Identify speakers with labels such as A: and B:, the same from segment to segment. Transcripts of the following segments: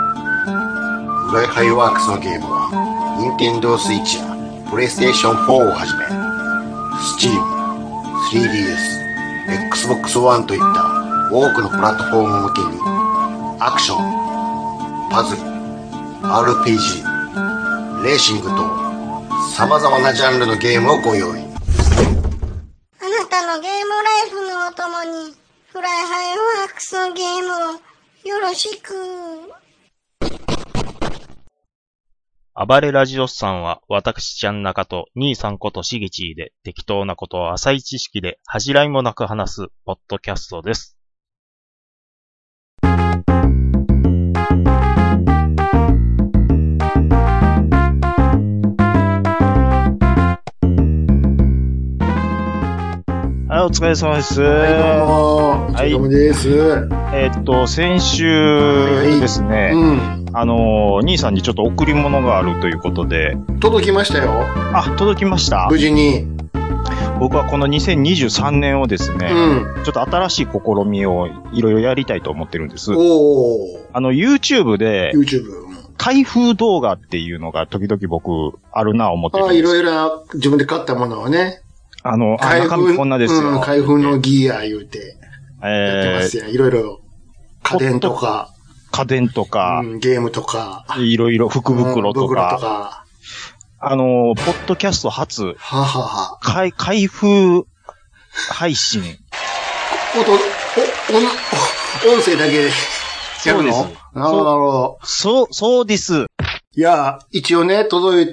A: ブライハイワークスのゲームは、ニンテンドースイッチや、プレイステーション4をはじめ、Steam、3DS、Xbox One といった多くのプラットフォーム向けに、アクション、パズル、RPG、レーシングと、様々なジャンルのゲームをご用意。
B: あなたのゲームライフのお供に、フライハイワークスのゲームをよろしく。
C: 暴れラジオスさんは、私ちゃん中と、兄さんことしげちーで、適当なことを浅い知識で、恥じらいもなく話す、ポッドキャストです。はい、お疲れ様です。
D: はい、どうも、お疲れ様です。は
C: えっと、先週ですね、
D: い、
C: あのー、兄さんにちょっと贈り物があるということで、
D: うん。届きましたよ、
C: あ、届きました
D: 無。事に。
C: 僕はこの2023年をです
D: う
C: ね、
D: ん。
C: ちょっと新しい試みをいろいろやりたいと思ってるんです。
D: おー、
C: あの、YouTube で、
D: YouTube。
C: 開封動画っていうのが時々僕、あるな思って
D: あ
C: るん
D: あ、
C: です。
D: いろいろ自分で買ったものをね。
C: あの、あ中身こんなですよ。
D: うん、開封のギア言うて、やってま
C: えー
D: すやん。いろいろ。家電とか、
C: 家電とか
D: う、ん、ゲームとか、
C: いろいろ福
D: う
C: 袋
D: ん
C: と
D: 袋と
C: か、
D: か。
C: あのー、ポッドキャスト初、
D: ははは。
C: 開開封配信。
D: 音、お、お、音声だけやるの
C: そうです
D: なるほど、なるほど。
C: そう、そうです。
D: いや、一応ね、届い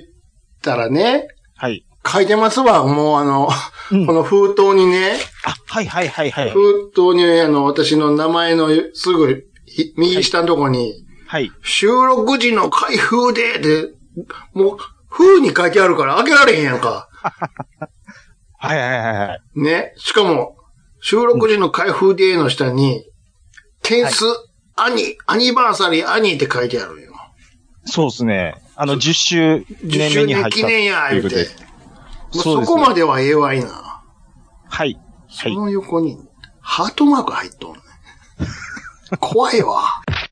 D: たらね、
C: はい。
D: 書いてますわ、もうあの、
C: うん
D: この封筒にね、
C: あ、はいはいはいはい。
D: 封筒にね、あの、私の名前のすぐひ右下のとこに、
C: はい。
D: 収録時の開封で、で、もう、封に書いてあるから開けられへんやんか。
C: はいはいはいはい。
D: ね。しかも、収録時の開封での下に、点数、アニ、アニバーサリーアニって書いてあるよ。
C: そうですね。あの、10周
D: 10
C: 年目
D: 周
C: に入っ
D: 年記
C: た。
D: 念や、言う
C: とい
D: て
C: う。
D: もう
C: そう
D: そ
C: です
D: こまではええわいな。
C: はい。は
D: その横に、ハートマーク入っとんね。怖いわ。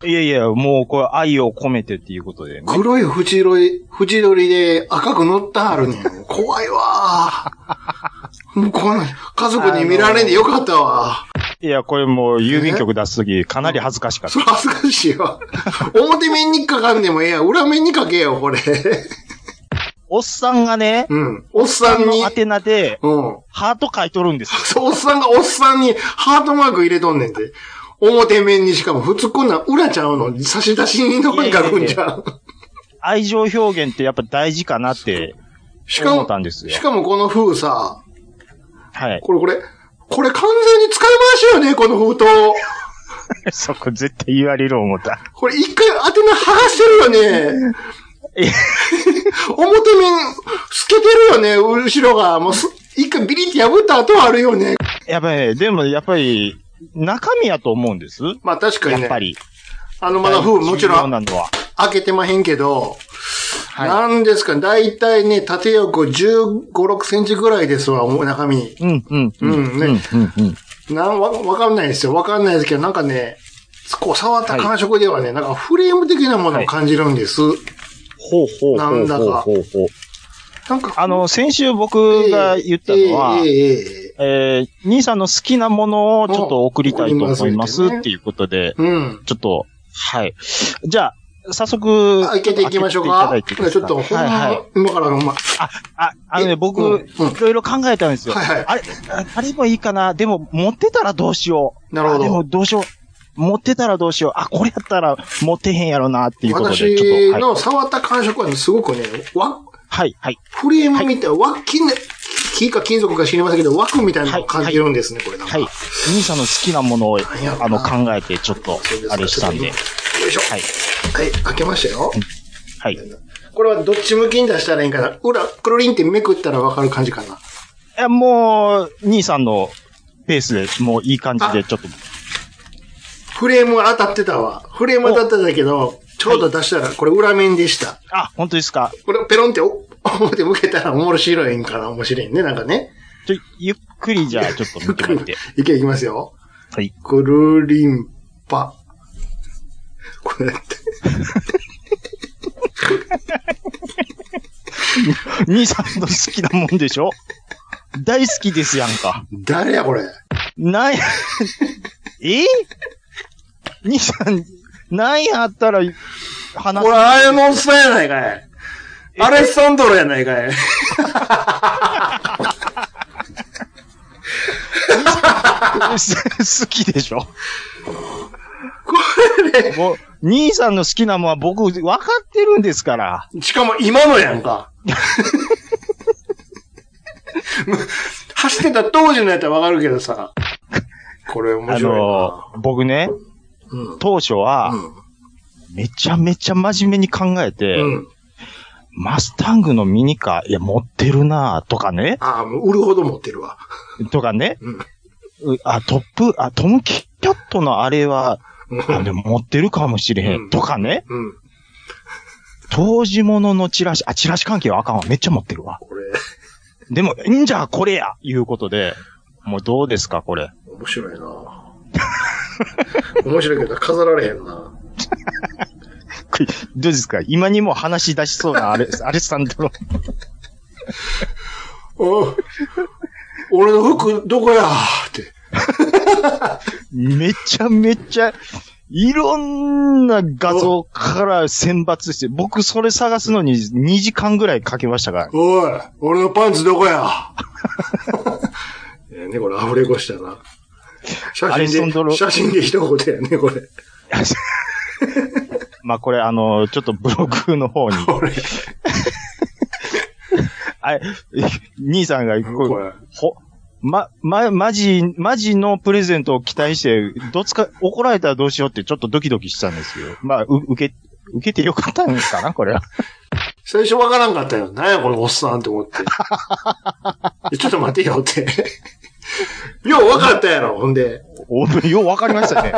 C: い。いやいや、もう、これ、愛を込めてっていうことでね。
D: 黒い縁取り、縁取りで赤く塗ったあるねん。怖いわー。もうこの、家族に見られんでよかったわ。
C: いや、これもう、郵便局出すとき、かなり恥ずかしかっ
D: そ
C: た。
D: れ恥ずかしいわ。 表面にかかんでもええやん。裏面にかけよ、これ。
C: おっさんがね、
D: うん。おっさ
C: あ
D: んに
C: の、、宛名で、
D: うん。
C: ハート書いとるんですよ。
D: そう、おっさんがおっさんにハートマーク入れとんねんて。表面にしかも、普通こんなん裏ちゃうの。差出人の方に書くんじゃん。
C: 愛情表現ってやっぱ大事かなって、
D: しか
C: 思ったん
D: も、
C: ですよ
D: しかもこの封さ、
C: はい。
D: これこれ、これ完全に使い回しよね、この封筒。
C: そこ絶対言われる思った。
D: これ一回宛名剥がしてるよね。
C: え
D: 表面、透けてるよね、後ろが。もうす、一回ビリって破った後あるよね。
C: やっぱりね、でもやっぱり、中身やと思うんです。
D: まあ確かに
C: やっ
D: ね
C: ぱ。り。
D: あの、まだ封もちろ
C: 重要
D: ん
C: なのは。
D: 開けてまへんけど、
C: はい
D: なんですか、だいたいね、縦横15、6センチぐらいですわ、お中身。
C: うん、うん、
D: うんね
C: うん、うん。
D: なん、わ、わかんないですよ。わかんないですけど、なんかね、こう触った感触ではね、なんかフレーム的なものを感じるんです。
C: ほうほうほうほうほうほう。
D: なんか、
C: あの、先週僕が言ったのは、
D: え
C: え
D: えええええ
C: ー兄さんの好きなものをちょっと送りたいと思います
D: うん
C: っていうことで、
D: うん。
C: ちょっと、はい。じゃあ、早速、
D: 開けていきましょうか。
C: 開けていただい
D: ち
C: ていいです
D: ょっと、ほんま、
C: はいはい。
D: 今からほんま。
C: あ、あの
D: え
C: ね、僕、
D: うんうん
C: いろいろ考えたんですよ。
D: はいはい
C: あれ、ああれもいいかな。でも、持ってたらどうしよう。
D: なるほど
C: あでも、どうしよう。持ってたらどうしよう。あ、これやったら持ってへんやろな、っていうことで、ち
D: 私
C: ょっと、はい。
D: の触った感触はね、すごくね、わ、
C: はい、はい。
D: フレームみたい、わ、金、木か金属か知りませんけど、枠みたいなのを感じるんですね、これなんか。
C: はい。兄さんの好きなものを、
D: や
C: あの、考えて、ちょっと
D: そうで、す
C: あれしたんで。
D: よいしょ。
C: はい。
D: はい、開けましたよ。
C: はい。
D: これはどっち向きに出したらいいんかな。裏、くるりんってめくったらわかる感じかな。
C: いや、もう、兄さんのペースで、もういい感じで、ちょっと、
D: フレームは当たってたわ。フレーム当たってたけど、ちょうど出したら、これ裏面でした。
C: あ、本当ですか。
D: これをペロンって、お、表向けたら面白いんかな、面白いね、なんかね。
C: ちょ、ゆっくりじゃあ、ちょっと見てもらって。
D: いけ、いきますよ。
C: はい。
D: くるりんぱ。これって。
C: 兄さんの好きなもんでしょ大好きですやんか。
D: 誰やこれ。
C: ない え兄さん、何やったら話
D: これ、
C: す
D: あれモンスターやないかい。アレッサンドロやないかい。
C: 好きでしょ
D: これね。
C: もう兄さんの好きなもんは僕分かってるんですから。
D: しかも今のやんか。 走ってた当時のやったらわかるけどさ。これ面
C: あ
D: 白いな。
C: の、僕ね、
D: うん
C: 当初は、めちゃめちゃ真面目に考えて、
D: うん。うん。
C: マスタングのミニカー、いや、持ってるなぁとかね、
D: ああ、もう売るほど持ってるわ。
C: とかね、
D: うん。
C: うあ、トップ、あ、トムキャットのあれは、
D: うん
C: あ、でも持ってるかもしれへ
D: うん
C: ん、とかね、
D: うん。
C: 当時物のチラシ、あ、チラシ関係はあかんわ。めっちゃ持ってるわ。
D: これ、
C: でも、んじゃあこれやいうことで、もうどうですか、これ。
D: 面白いな。面白いけど飾られへんな。
C: く どうですか今にも話し出しそうなあれ、 あれさんだろ。
D: お俺の服どこやって。
C: めちゃめちゃ、いろんな画像から選抜して、僕それ探すのに2時間ぐらいかけましたから。
D: おい、俺のパンツどこや ええね、これ、アフレコしたな。写
C: アリソン
D: 真
C: ドロ
D: で、写真で一言やね、これ。
C: まあこれあの、ちょっとブログの方に、
D: これ、
C: あれ、兄さんがこう
D: これ。
C: ほ、ま、ま、マジ、マジのプレゼントを期待して、どつか、怒られたらどうしようってちょっとドキドキしたんですけど。まあ、う、受け、受けてよかったんですかな、これは。
D: 最初わからんかったよ。なんやこのおっさんって思って。 えちょっと待てよって。 ようわかったやろ、ほんで。
C: お、ようわかりまし たね。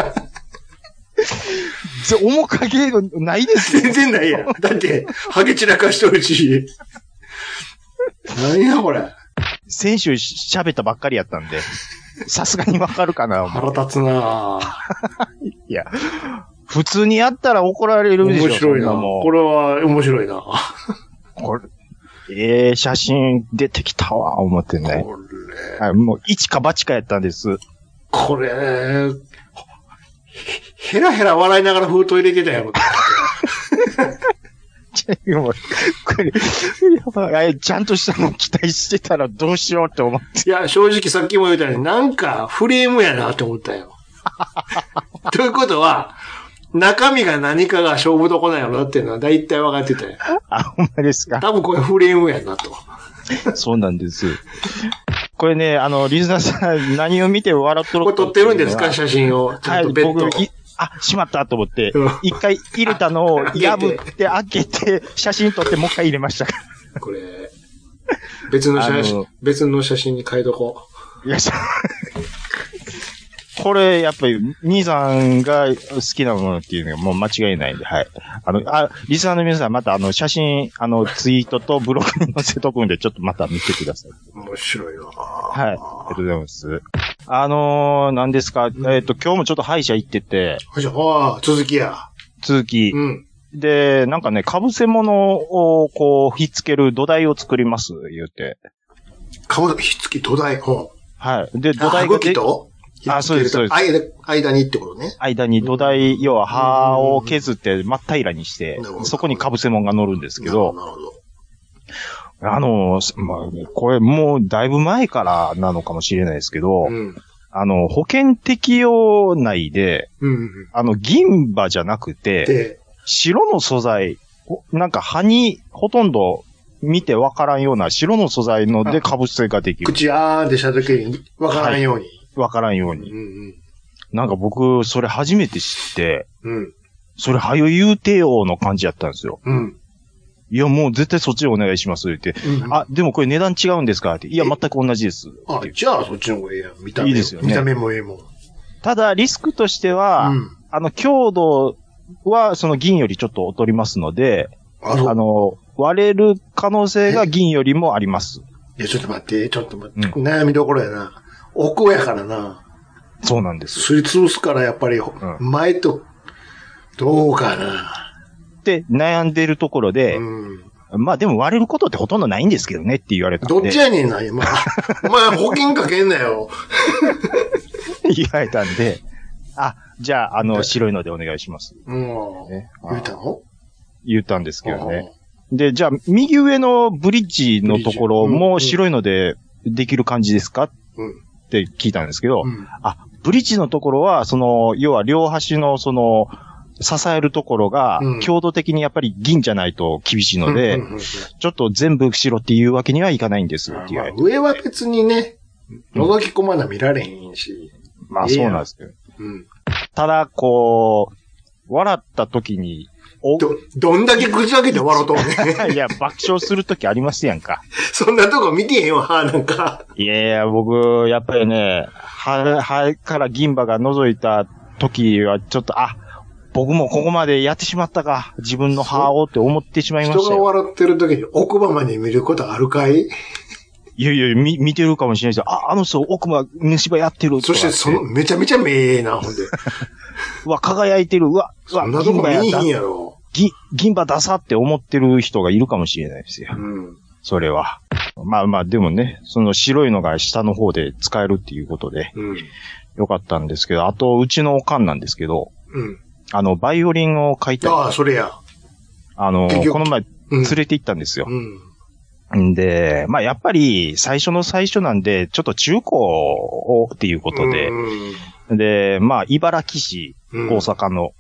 C: ぜ面影がないですよ。
D: 全然ないやん。 だって、ハゲ散らかしとるし。 何やこれ。
C: 先週し喋ったばっかりやったんで、さすがにわかるかな、思う
D: 腹立つなぁ。
C: いや。普通にやったら怒られるでしょ。
D: 面白いな
C: そんもん
D: これは面白いな
C: これええ写真出てきたわ、思ってね。
D: これ、
C: はい、もう、一か八かやったんです。
D: これ、へへらへら笑いながら封筒入れてたやろ。
C: い やもうこれやばいあれちゃんとしたの期待してたらどうしようって思って。
D: いや、正直さっきも言ったように、なんかフレームやなって思ったよ。 ということは、中身が何かが勝負どこなんやろなっていうのは大体分かってたよ。
C: あ、ほんまですか。
D: 多分これフレームやなと。
C: そうなんです。これね、あの、リズナーさん、何を見て笑っとる
D: これ撮ってるんですか
C: は
D: 写真を。ちゃ
C: い、
D: んと別途。
C: 僕、いあ、しまったと思って
D: うん、
C: 一回入れたのを
D: あ開けて
C: 破って開けて、写真撮ってもう一回入れましたから。
D: これ、別の写
C: あ
D: 真
C: の、
D: 別の写真に変えとこう。
C: よいしょ これ、やっぱり、兄さんが好きなものっていうのがもう間違いないんで、はい。あの、あ、リスナーの皆さん、またあの、写真、あの、ツイートとブログに載せとくんで、ちょっとまた見てください。
D: 面白いな
C: はい。ありがとうございます。あのー、何ですか、えっ、と、今日もちょっと歯医者行ってて、
D: ほいじゃ、ああ、続きや。
C: 続き、
D: うん。
C: で、なんかね、被せ物を、こう、ひっつける土台を作ります、言うて。
D: かぶ、ひっつき土台。ほう。
C: はい。で、土
D: あ、歯
C: 台が
D: 茎
C: で、
D: と
C: あそうです
D: ひっつけると間間にってことね。
C: 間に土台、要は歯を削って真っ平らにして
D: なるほど、
C: そこに被せ物が乗るんですけど、
D: なるほど。
C: あの、まあ、これもうだいぶ前からなのかもしれないですけど、
D: うん。
C: あの、保険適用内で、
D: うんうん。
C: あの、銀歯じゃなくて、
D: で、
C: 白の素材、ほなんか歯にほとんど見てわからんような白の素材ので被せができる。
D: 口あーってした時に、わからんように。
C: わからんよう
D: う
C: に。
D: ん
C: なんか僕、それ初めて知って、
D: うん。うん。
C: それ、はよ言うてよの感じやったんですよ。
D: うん。
C: いや、もう絶対そっちお願いします、って。
D: うん、あ
C: あ、でもこれ値段違うんですかって。いや、
D: え
C: 全く同じです。
D: あ、じゃあそっちの方がええやん。見た目。
C: いいですよね
D: 見た目もええもん。
C: ただ、リスクとしては、
D: うん。
C: あの、強度は、その銀よりちょっと劣りますので、
D: あ
C: あ
D: の、
C: の、割れる可能性が銀よりもあります。
D: いや、ちょっと待って、ちょっと待って。
C: う
D: 悩みどころやな。奥やからな。
C: そうなんです
D: すり
C: よ。
D: 潰すからやっぱり、前と、どうかな。
C: って悩んでるところで
D: う、ん。
C: まあでも割れることってほとんどないんですけどねって言われたんで。
D: どっちやねんな、今。お前保険かけんなよ。
C: 言われたんで、あ、じゃあ、あの、白いのでお願いします。
D: うん。
C: ね、
D: 言うたの
C: 言ったんですけどね。で、じゃあ、右上のブリッジのところも
D: ブリッジうん
C: 白いのでできる感じですかっ
D: うん
C: て聞いたんですけど
D: う、ん。
C: あ、ブリッジのところは、その、要は両端の、その、支えるところが
D: うん、
C: 強度的にやっぱり銀じゃないと厳しいので、
D: うんうんうん
C: ちょっと全部白っていうわけにはいかないんです
D: ま
C: っ
D: あ
C: て言われて。
D: 上は別にね、覗き込まな見られへんし。
C: まあそうなんですけど。
D: うん。
C: ただ、こう、笑った時に、お
D: ど、どんだけ口開けて笑うとんねん。
C: いや、爆笑するときありますやんか。
D: そんなとこ見てへんわ、なんか。
C: いやいや、僕、やっぱりね、は、はから銀歯が覗いたときは、ちょっと、あ、僕もここまでやってしまったか、自分の歯をって思ってしまいま
D: 人
C: した
D: が
C: よ。
D: 笑ってる時に奥歯まで見ることあるかい
C: いやいや、み、見てるかもしれないですよ。あ、あの人、奥歯、虫歯やってるとか
D: そしてその、めちゃめちゃ目ええな、ほんで。
C: うわ、輝いてる。うわ、う
D: そ
C: わ
D: んな、と
C: 銀
D: こ
C: 歯
D: 見え
C: や
D: へ
C: だ
D: ん。やろ。
C: 銀、銀歯出さって思ってる人がいるかもしれないですよ
D: う。ん。
C: それは。まあまあ、でもね、その白いのが下の方で使えるっていうことで、
D: うん。
C: よかったんですけど、あと、うちのおかんなんですけど、
D: うん。
C: あの、バイオリンを買いたい。
D: ああ、それや。
C: あの、
D: 結局
C: この前、
D: うん。
C: 連れて行ったんですよ。
D: うん。
C: んで、まあ、やっぱり、最初の最初なんで、ちょっと中古をっていうことで
D: う、ん。
C: で、まあ、茨城
D: う
C: 市、
D: ん
C: 大阪の、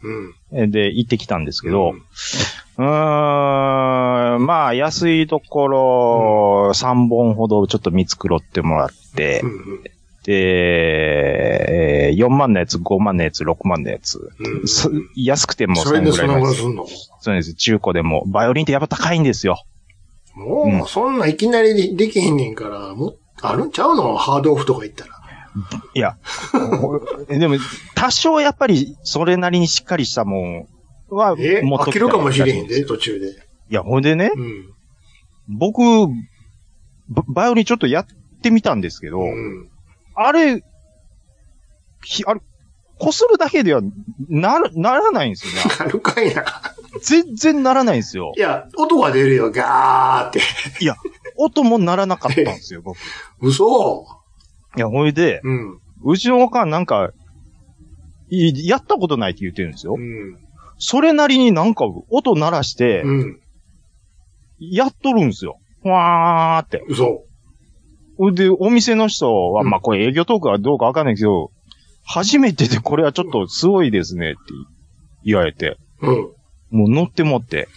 D: うん。
C: で、行ってきたんです
D: う
C: け
D: ん、
C: どうーん、まあ、安いところ、3本ほどちょっと見繕ってもらって
D: う、ん。
C: で、えー4万のやつ、5万のやつ、6万のやつ。
D: うん。
C: そ安くても
D: そ
C: そ
D: れ
C: れ
D: で
C: ぐ
D: そ
C: らい
D: の
C: な
D: ぐ
C: ん
D: ら
C: で
D: い
C: す
D: す
C: よ。
D: んの
C: そうです。中古でも。バイオリンってやっぱ高いんですよ。う
D: も
C: ん
D: う、そんなんいきなりでできへんねんから、もう、あるんちゃうのハードオフとか行ったら。
C: いや。でも、多少やっぱり、それなりにしっかりしたもんは、
D: え
C: 持っ
D: 飽
C: ときた
D: き
C: い
D: るかもしれへんで、途中で。
C: いや、ほんでね、
D: うん。
C: 僕、ババイオリンちょっとやってみたんですけど、
D: うん。
C: あれ、ひあれ、こするだけでは、なら、ならないんですよ ね。
D: なるかいな。
C: 全然ならないんですよ
D: い。や、音が出るよ、ガーって。
C: 音もならなかったんで すよ、僕。い
D: 嘘
C: や、ほいで、
D: うん。
C: うちのおかんなんか、いやったことないって言ってるんですよ
D: う。ん。
C: それなりになんか音鳴らして、
D: うん。
C: やっとるんですよ。わーって。
D: 嘘。
C: で、お店の人は、
D: うん
C: まあこれ営業トークはどうかわかんないけど、初めてでこれはちょっとすごいですねって言われて、
D: うん。
C: もう乗って持って、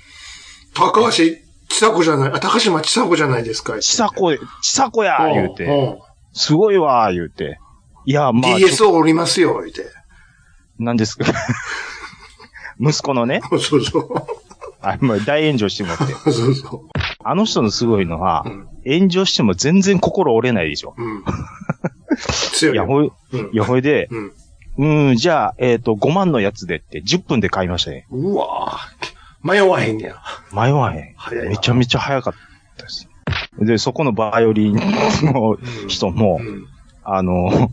D: 高橋ちさ子じゃない、あ、高島ちさ子じゃないですか。
C: ちさこ、ちさこやー言うて、
D: うん。
C: すごいわー言うて、いや、まあ、ちょ
D: DSO おりますよ、言うて。
C: なんですけど、 息子のね、
D: そうそう。そ
C: あまあ大炎上してもって、
D: うそ
C: あの人のすごいのは
D: う。う、ん。
C: 炎上しても全然心折れないでしょ。
D: うん。強
C: い
D: い
C: や、
D: よ。
C: ほい、
D: うん
C: いや、ほいで、
D: うん。
C: うん、じゃあ、えっ、と、5万のやつでって、10分で買いましたね。
D: うわぁ。迷わへんねや。
C: 迷わへ
D: 早い
C: ん。
D: な
C: めちゃめちゃ早かったです。で、そこのバイオリンの
D: うん
C: 人も、
D: うん。
C: あの、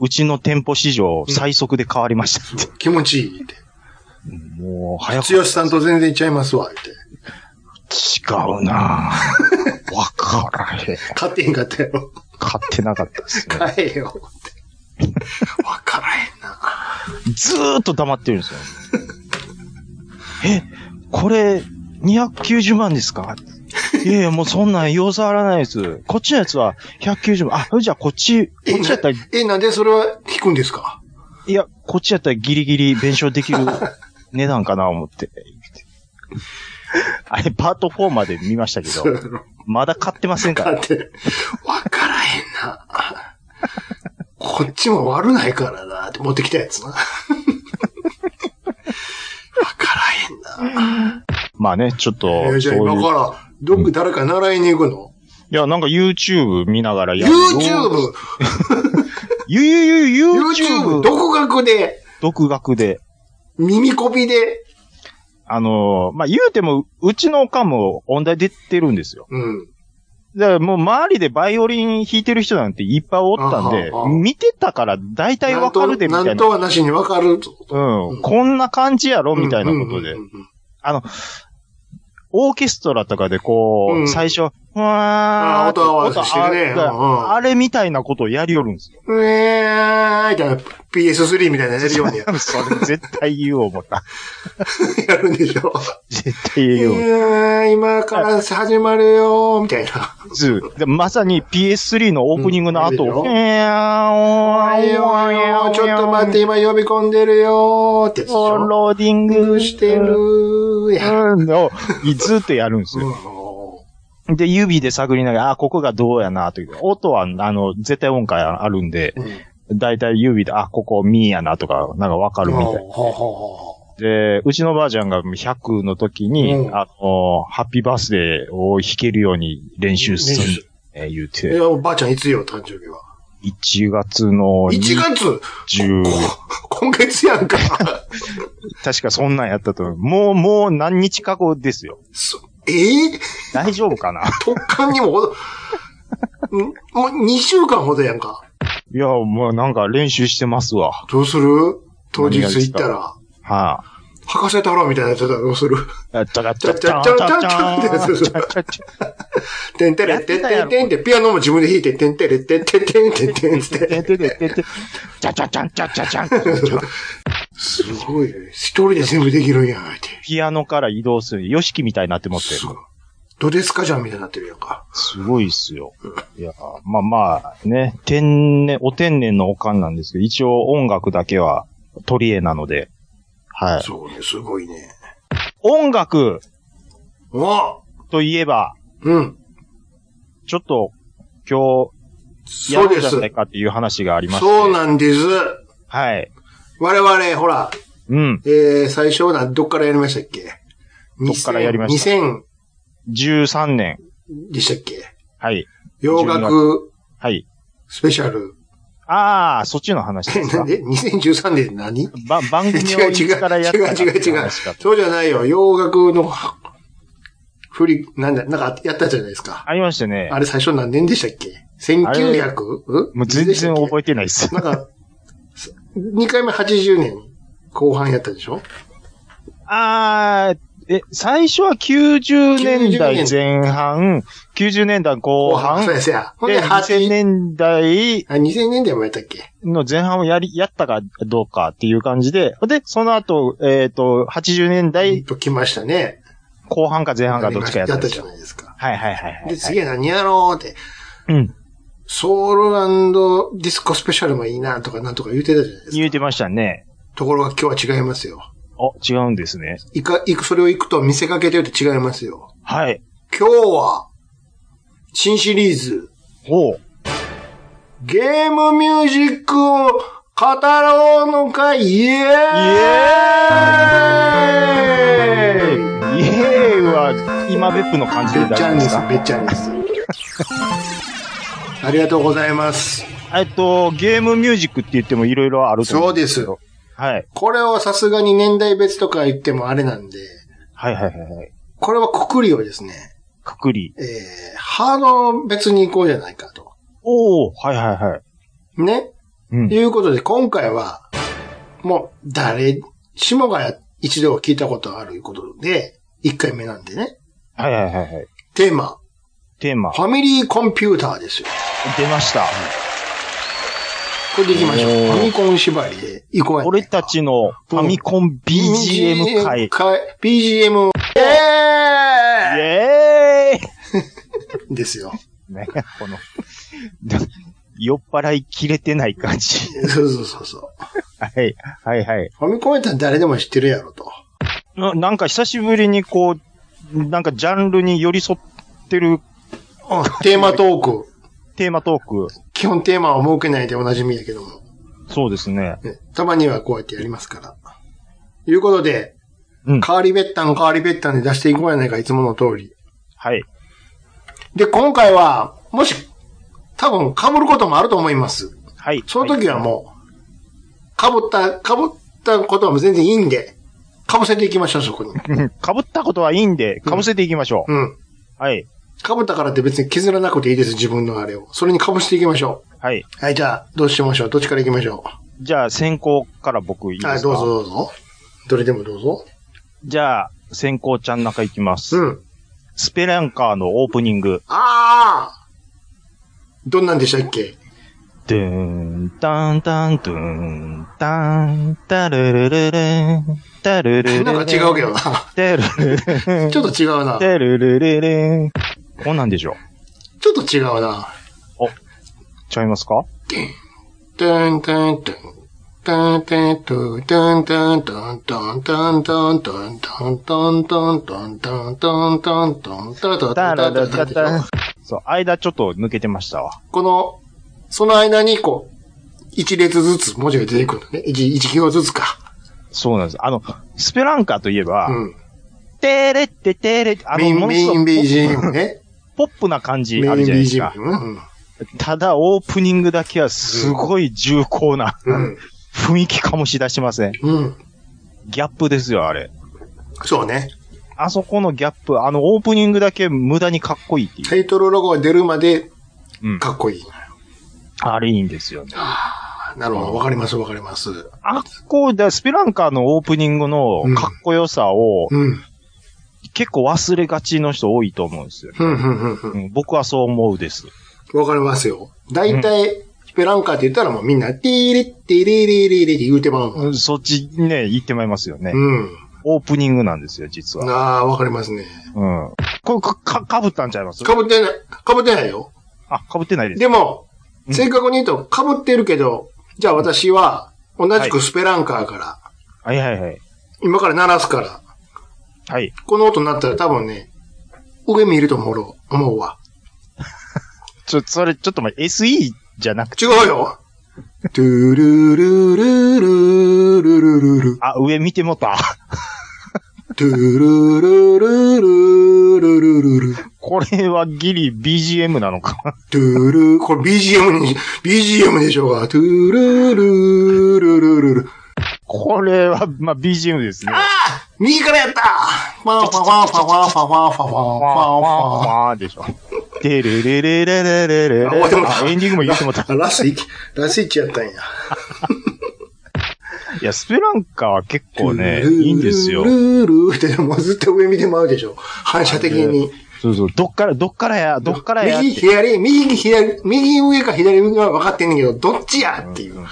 C: うちの店舗史上最速で変わりましたって。
D: 気持ちいい、言うて。
C: もう、早く。違
D: 強しさんと全然ちゃいますわ、言うて。
C: うなぁわからへん。
D: 買ってへんかったやろ。
C: 買ってなかったですね。
D: 買えよ、って。わからへんな。
C: ずーっと黙ってるんですよ。え、これ、290万ですかいやいや、もうそんなん用触らないです。こっちのやつは190万。あ、じゃあこっち、こっちやったら、
D: え、なんでそれは聞くんですか
C: いや、こっちやったらギリギリ弁償できる値段かな思って。あれ、パート4まで見ましたけ
D: そう
C: ど、
D: やろ。
C: まだ買ってませんか
D: だ
C: ら。
D: って、わからへんな。こっちも悪ないからな、って持ってきたやつな。わからへんな。
C: まあね、ちょっ
D: え
C: と、
D: ーじゃあ
C: そう
D: 今
C: いう。
D: から、どっか誰か習いに行くの
C: いや、なんか YouTube 見ながらやる。
D: ?YouTube!YouTube!
C: ゆゆゆ
D: YouTube
C: YouTube!
D: 独学で、
C: 独学で。
D: 耳コピで、
C: あのーまあ、言うても、うちのおかんも音大出てるんですよ。
D: うん。
C: だからもう周りでバイオリン弾いてる人なんていっぱいおったんで
D: あはあ、
C: 見てたから大体わかるでみた
D: ないん
C: な。
D: とはなしにわかると。
C: うん。こんな感じやろみたいなことで
D: うん。うんうんうん
C: オーケストラとかでこ
D: う、
C: うん最初、ふわーって
D: あー音合わせしてるね
C: 音あ
D: うんうん
C: あれみたいなことをやりよるんで すよ。
D: うえーみたいな PS3 みたいなやるようにや
C: それ絶対言おう思った。
D: やるんでしょ。
C: 絶対言
D: え
C: おう思った
D: ー今から始まるよーみたいな。
C: ずでまさに PS3 のオープニングの後、
D: うんあれでしょ
C: えー
D: お
C: お
D: いおいおいちょっと待って、今呼び込んでるよーってやつでし
C: お
D: ょ。
C: ローディング
D: してる。ーやん。
C: うん、の、ずっとやるんですよ。で、指で探りながら、あ、ここがどうやな、という。音は、あの、絶対音階あるんで、
D: うん
C: だいたい指で、あ、ここミーやな、とか、なんかわかるみた
D: ほう
C: い。
D: ほうほ
C: で、うちのばあちゃんが100の時に、
D: うん
C: あの、ハッピーバースデーを弾けるように練習す
D: 練習
C: る。えー言う
D: うい
C: て、
D: や、おばあちゃんいつよ、誕生日は。
C: 1月の
D: 1月
C: 10、
D: こ今月やんか。
C: 確かそんなんやったと思う。もう、もう何日か後ですよ。
D: そえー、
C: 大丈夫かな
D: 突貫にもほど、んもう2週間ほどやんか。
C: いや、もうなんか練習してますわ。はい、
D: どうする当日行ったら、博士太郎みたいなやつだったらどうする
C: ちゃちゃ
D: ちゃちゃちゃちゃちゃってやつですてんてれってんてんてんって、ピアノも自分で弾いて、てんてれってんてんてんてんてんって。すごいね。一人で全部できるんや、って。
C: ピアノから移動する。ヨシキみたいになってもって。
D: すごい。どですかじゃんみたいになってるやんか。
C: すごいっすよ。いや、まあまあ、ね、天然、お天然のおかんなんですけど、一応音楽だけは取り柄なので。はい。
D: そうね、すごいね。
C: 音楽
D: お
C: といえば、
D: うん。
C: ちょっと今日や
D: そう
C: るん
D: で
C: じゃ
D: す
C: な。いかっていう話がありまして。
D: そうなんです。
C: はい。
D: 我々、ほら、
C: うん。
D: えー、最初はどっからやりましたっけ
C: どっからやりました
D: ?2000
C: 13年。
D: でしたっけ
C: はい。
D: 洋楽
C: はい。
D: スペシャル。
C: ああ、そっちの話です
D: な
C: か
D: ん。で ?2013 年って何
C: ば番組を
D: 違う
C: い
D: 違
C: つ
D: う
C: からやったかって
D: 違う違う
C: い
D: 違う
C: 話だと
D: そうじゃないよ。洋楽のは振り、なんだ、なんかやったじゃないですか。
C: ありましてね
D: あ。れ最初何年でしたっけ
C: あれ
D: ?1900?
C: もう全然覚えてないです
D: え。なんか、2回目80年後半やったでしょ
C: ああ、え、最初は90年代前半、90年代後半
D: そう、やそうや。ほん
C: で、
D: で
C: 80
D: 8年。
C: 年代
D: あ、2000年代もやったっけ
C: の前半をやり、やったかどうかっていう感じで、で、その後、えっ、と、80年代
D: と来ましたね。
C: 後半か前半かどっちかやった
D: や
C: ん
D: った
C: です
D: じゃ
C: よ。
D: ないですか。
C: はいはいはいはい、
D: で、次は何やろうって。
C: うん。
D: ソウルディスコスペシャルもいいなとかなんとか言ってたじゃないですか。
C: 言うてましたね。
D: ところが今日は違いますよ。
C: お、違うんですね。
D: いか、いく、それを行くと見せかけてると違いますよ。
C: はい。
D: 今日は、新シリーズ、
C: ほう。
D: ゲームミュージックを語ろうのか、イエーイ
C: イエーイイエーイは、今別府の感じ
D: べ
C: で
D: っ
C: 大
D: ち
C: 丈
D: ゃん
C: 夫で
D: ですす
C: か、
D: べっちゃんです。ありがとうございます。
C: えっと、ゲームミュージックって言ってもいろいろあると思
D: そううです。
C: はい。
D: これをさすがに年代別とか言ってもあれなんで、
C: はいはいはいはい。
D: これはくくりをですね、
C: くくり。
D: えー、ハード別に行こうじゃないかと。
C: おおはいはいはい。
D: ね。
C: うん。
D: いうことで、今回は、もう、誰しもが一度は聞いたことあるいうことで、1回目なんでね。
C: はいはいはいはい。
D: テーマ、
C: テーマ。
D: ファミリーコンピューターですよ。
C: 出ました。
D: これでいきましょう。
C: お
D: フ
C: ー
D: ァミコン縛りで行こうや
C: 俺たちのファミコン BGM 会。イ
D: BGM、え
C: エーイ
D: ーですよ。
C: ね、この、 酔っ払い切れてない感じ。
D: そうそうそうそう。
C: はい、はいはい。
D: ファミコンやったら誰でも知ってるやろと。
C: ななんか久しぶりにこう、なんかジャンルに寄り添ってる
D: テーマトーク。
C: テーマトーク。
D: 基本テーマは設けないでおなじみやけども。
C: そうですね。
D: ねたまにはこうやってやりますから。いうことで、
C: うん
D: カーリベッタン、カーリベッタンで出していこうやないか、いつもの通り。
C: はい。
D: で、今回は、もし、多分被ることもあると思います。
C: はい。
D: その時はもう、被った、被ったことはもう全然いいんで、被せていきましょう、そこに。
C: かぶったことはいいんで、かぶせていきましょう。
D: うん。
C: はい。
D: 被ったからって別に削らなくていいです、自分のあれを。それに被していきましょ
C: はい。
D: う。はい、じゃあ、どうしましょうどっちから行きましょ
C: じゃあ、先行から僕いいうですか
D: はい、どうぞどうぞ。どれでもどうぞ。
C: じゃあ、先行ちゃん中いきます。
D: うん。
C: スペランカーのオープニング。
D: ああどんなんでしたっけ
C: ドゥーン、タンタン、ドゥーン、タン、タルルルルン、タルルルルン。
D: なんか違うけどな。
C: タルルルルン。
D: ちょっと違うな。
C: タルルルルン。こんなんでしょ
D: ちょっと違うな。
C: ちゃいますか
D: トントントン。トントントントントントントントントントントントントントントントントントントントン
C: タ
D: ト
C: ラ
D: ント
C: ラ
D: ント
C: タ
D: ントン
C: タ。そう、間ちょっと抜けてましたわ。
D: この、その間にこう、一列ずつ文字が出てくるのね。一、一行ずつか。
C: そうなんです。あの、スペランカーといえば
D: う、ん。
C: テレってテレって、あ
D: メイ
C: の、
D: ン、
C: もの
D: メ
C: す
D: イ
C: ご
D: ン
C: く
D: BGM ね。
C: ポップな感じ
D: メイン
C: あるじゃないです
D: BGM
C: か。。
D: うん。
C: ただ、オープニングだけはすごい重厚な
D: うん。
C: 雰囲気醸し出してません。
D: うん。
C: ギャップですよ、あれ。
D: そうね。
C: あそこのギャップ、あの、オープニングだけ無駄にかっこいいっていう。
D: タイトルロゴが出るまで
C: うん。
D: かっこいい。
C: あれいいんですよね。
D: なるほど。わかります、わかります。
C: あっこう、だスピランカーのオープニングの
D: うん
C: かっこよさを、
D: うん。
C: 結構忘れがちの人多いと思うんですよ。
D: うん、うん、うん、うん。
C: うん、僕はそう思うです。
D: わかりますよ。大体、スペランカーって言ったらもうみんな、ティーレッティレレレレって言うてまうもん。
C: うんそっちね、言ってまいりますよね。
D: うん。
C: オープニングなんですよ、実は。
D: ああ、わかりますね。
C: うん。これ、か、か、かぶったんちゃいます
D: かぶってない、かぶってないよ。
C: あ、かぶってないです。
D: でも、
C: うん
D: 正確に言うと、かぶってるけど、じゃあ私は、同じくスペランカーから、
C: はいはいはい。
D: 今から鳴らすから、
C: はい。
D: この音になったら多分ね、上見ると思うろ思うわ。
C: ちょ、それ、ちょっと待って、SE じゃなくて、
D: 違う よトゥルルルルルルルル
C: あ、上見てもた。
D: トゥルルルルルルルル
C: これはギリ BGM なのか。
D: トゥルー、これ BGM に、BGM でしょうが、トゥルルルルルル。
C: これは、まあ、BGM ですね。
D: ああ右からやったファンファンファンファンファンファンファンファンファンフ
C: わー
D: ァン
C: わー
D: ファン。
C: わーでしょ。でれれれれれれれれ。
D: あ終わってもうた
C: あエンディングも言ってもうた。
D: あラスイチ、ラスイチやったんや。
C: いや、スペランカは結 構ね、
D: トゥルル
C: いいんですよ
D: ル。ルルルって、もうずっと上見てまうでしょ。反射的に。
C: そうそう、どっから、どっからや、どっからやって。
D: 右、左、右、左、右上か左上か分かってんねんけど、どっちやっていう。
C: 周り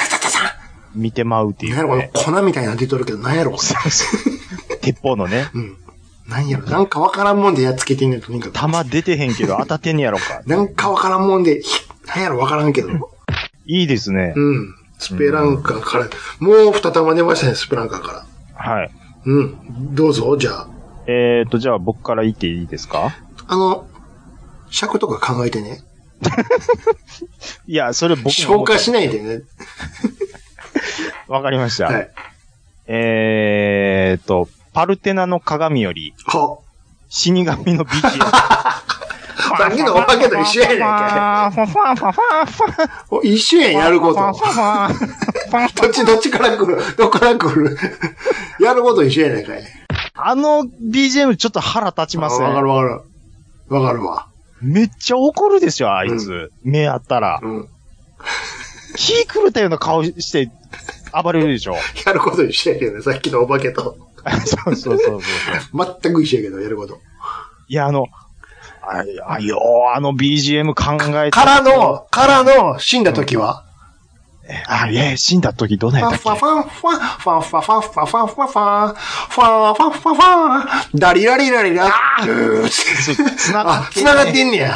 C: に見てまうってい
D: なんやろ、こ
C: う、
D: の
C: ね。
D: 粉みたいなの出とるけど、なんやろ、これ。
C: 鉄砲のね、
D: うん。なんやろ、なんか分からんもんでやっつけてんねん、とにかく。
C: 弾出てへんけど当たってんねやろか。
D: なんかわからんもんで、ひなんやろわからんけど。
C: いいですね。
D: うん。スペランカーから、もう二玉出ましたね、スペランカーから。
C: はい。
D: うん。どうぞ、じゃあ。
C: えっ、ー、と、じゃあ僕から言っていいですか
D: あの、尺とか考えてね。
C: いや、それ僕も
D: 消化しないでね。
C: わかりました。
D: はい。
C: えーと、パルテナの鏡より、
D: は
C: 死神の BGM。
D: さっきのお化けと一緒やねんか
C: ファファファファファファフ
D: お一緒やん、やること。
C: ァファフ ァ
D: どっち、どっちから来るどっから来るやること一緒やないかい。
C: あの BGM ちょっと腹立ちませ
D: あわか
C: ん。
D: るわかる。わかるわ。
C: めっちゃ怒るですよ、あいつ。目あったら。
D: うん。
C: 気狂ったような顔して暴れるでしょ。
D: やること一緒やけどね、さっきのお化けと。
C: そうそうそうそうそう。
D: 全く一緒やけど、やること。
C: いや、あの、ああよう、あの BGM 考えて。
D: からの、からの、死んだ時は、
C: あ、いや、死んだ時どうなんやったっけそうつながってんね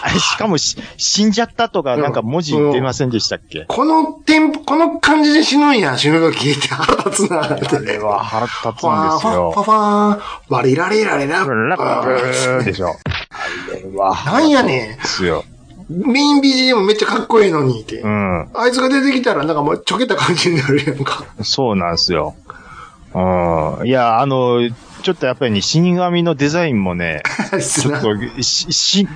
C: あれしかもし、死んじゃったとか、なんか文字出ませんでしたっけ、あれは腹立つんですよ。でしょ。あれは腹立つよ。うん。そうなんですよ。うん。いや、あの、ちょっとやっぱりね、死神のデザインもね、ちょ っと、し、し、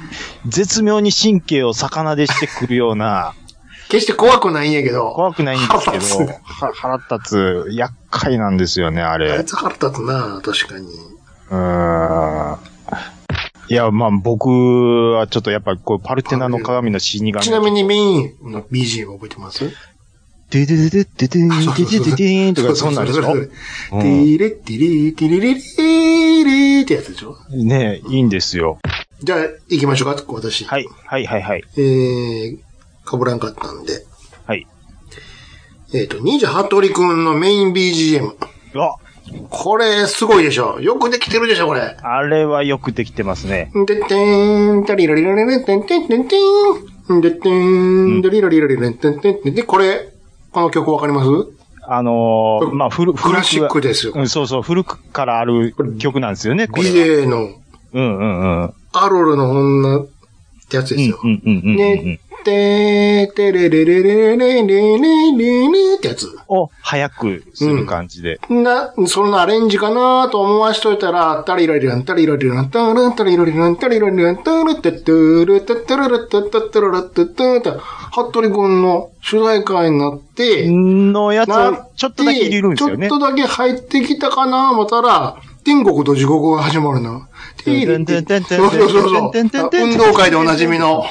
C: 絶妙に神経を逆なでしてくるような、
D: 決して怖くないんやけど。
C: 怖くないんですけ
D: 腹
C: ど
D: 立、
C: は腹立つ、厄介なんですよね、
D: つ
C: あ
D: あい
C: れ。
D: つ腹立つな、確かに。
C: うーん。いや、まあ僕はちょっとやっぱこうパルテナの鏡の死神。
D: ちなみにメインの BGM 覚えてます
C: デデデデデデデ
D: あそうそうそう
C: デデデンとかそんなんでしょ
D: それそれそれティレッティリーティリリリーリーってやつでしょ
C: ねえ、いいんですよ。
D: じゃあ、行きましょうか、私。
C: はい、はい、はい、はい。
D: えー、かぶらんかったんで。
C: はい。
D: えっ、ー、と、忍者ハットリくんのメイン BGM。
C: あ、
D: これ、すごいでしょ。よくできてるでしょ、これ。
C: あれはよくできてますね。
D: でってーん、たりらりらりらん、てんてんてんてん。でってーん、たりらりらりらん、てんてんてんてん。これ、この曲わかります
C: あのー、まあ古、古くは
D: クラシックですよ
C: うん、そうそう、古くからある曲なんですよね、これは。
D: ビデの
C: うんうんうん。うん
D: アロルの女ってやつ
C: う
D: です
C: ん
D: よ。
C: うんうんうん。
D: ねってー、てれれれれれれれれれれってやつ。
C: を早くする感じで。
D: な、そんなアレンジかなと思わしといたら、タリラリラン、タリラリラン、タラン、タリラリラン、タリラリラン、タルテトゥルテトゥルテトゥルテトゥルテトゥルテ、服部君の主題歌になって、
C: のやつ
D: な
C: をちょっとだけ入れるんですよね
D: ちょ。っとだけ入ってきたかな思ったら、天国と地獄が始まるな。てれてそうそうそうそう。運動会でおなじみの。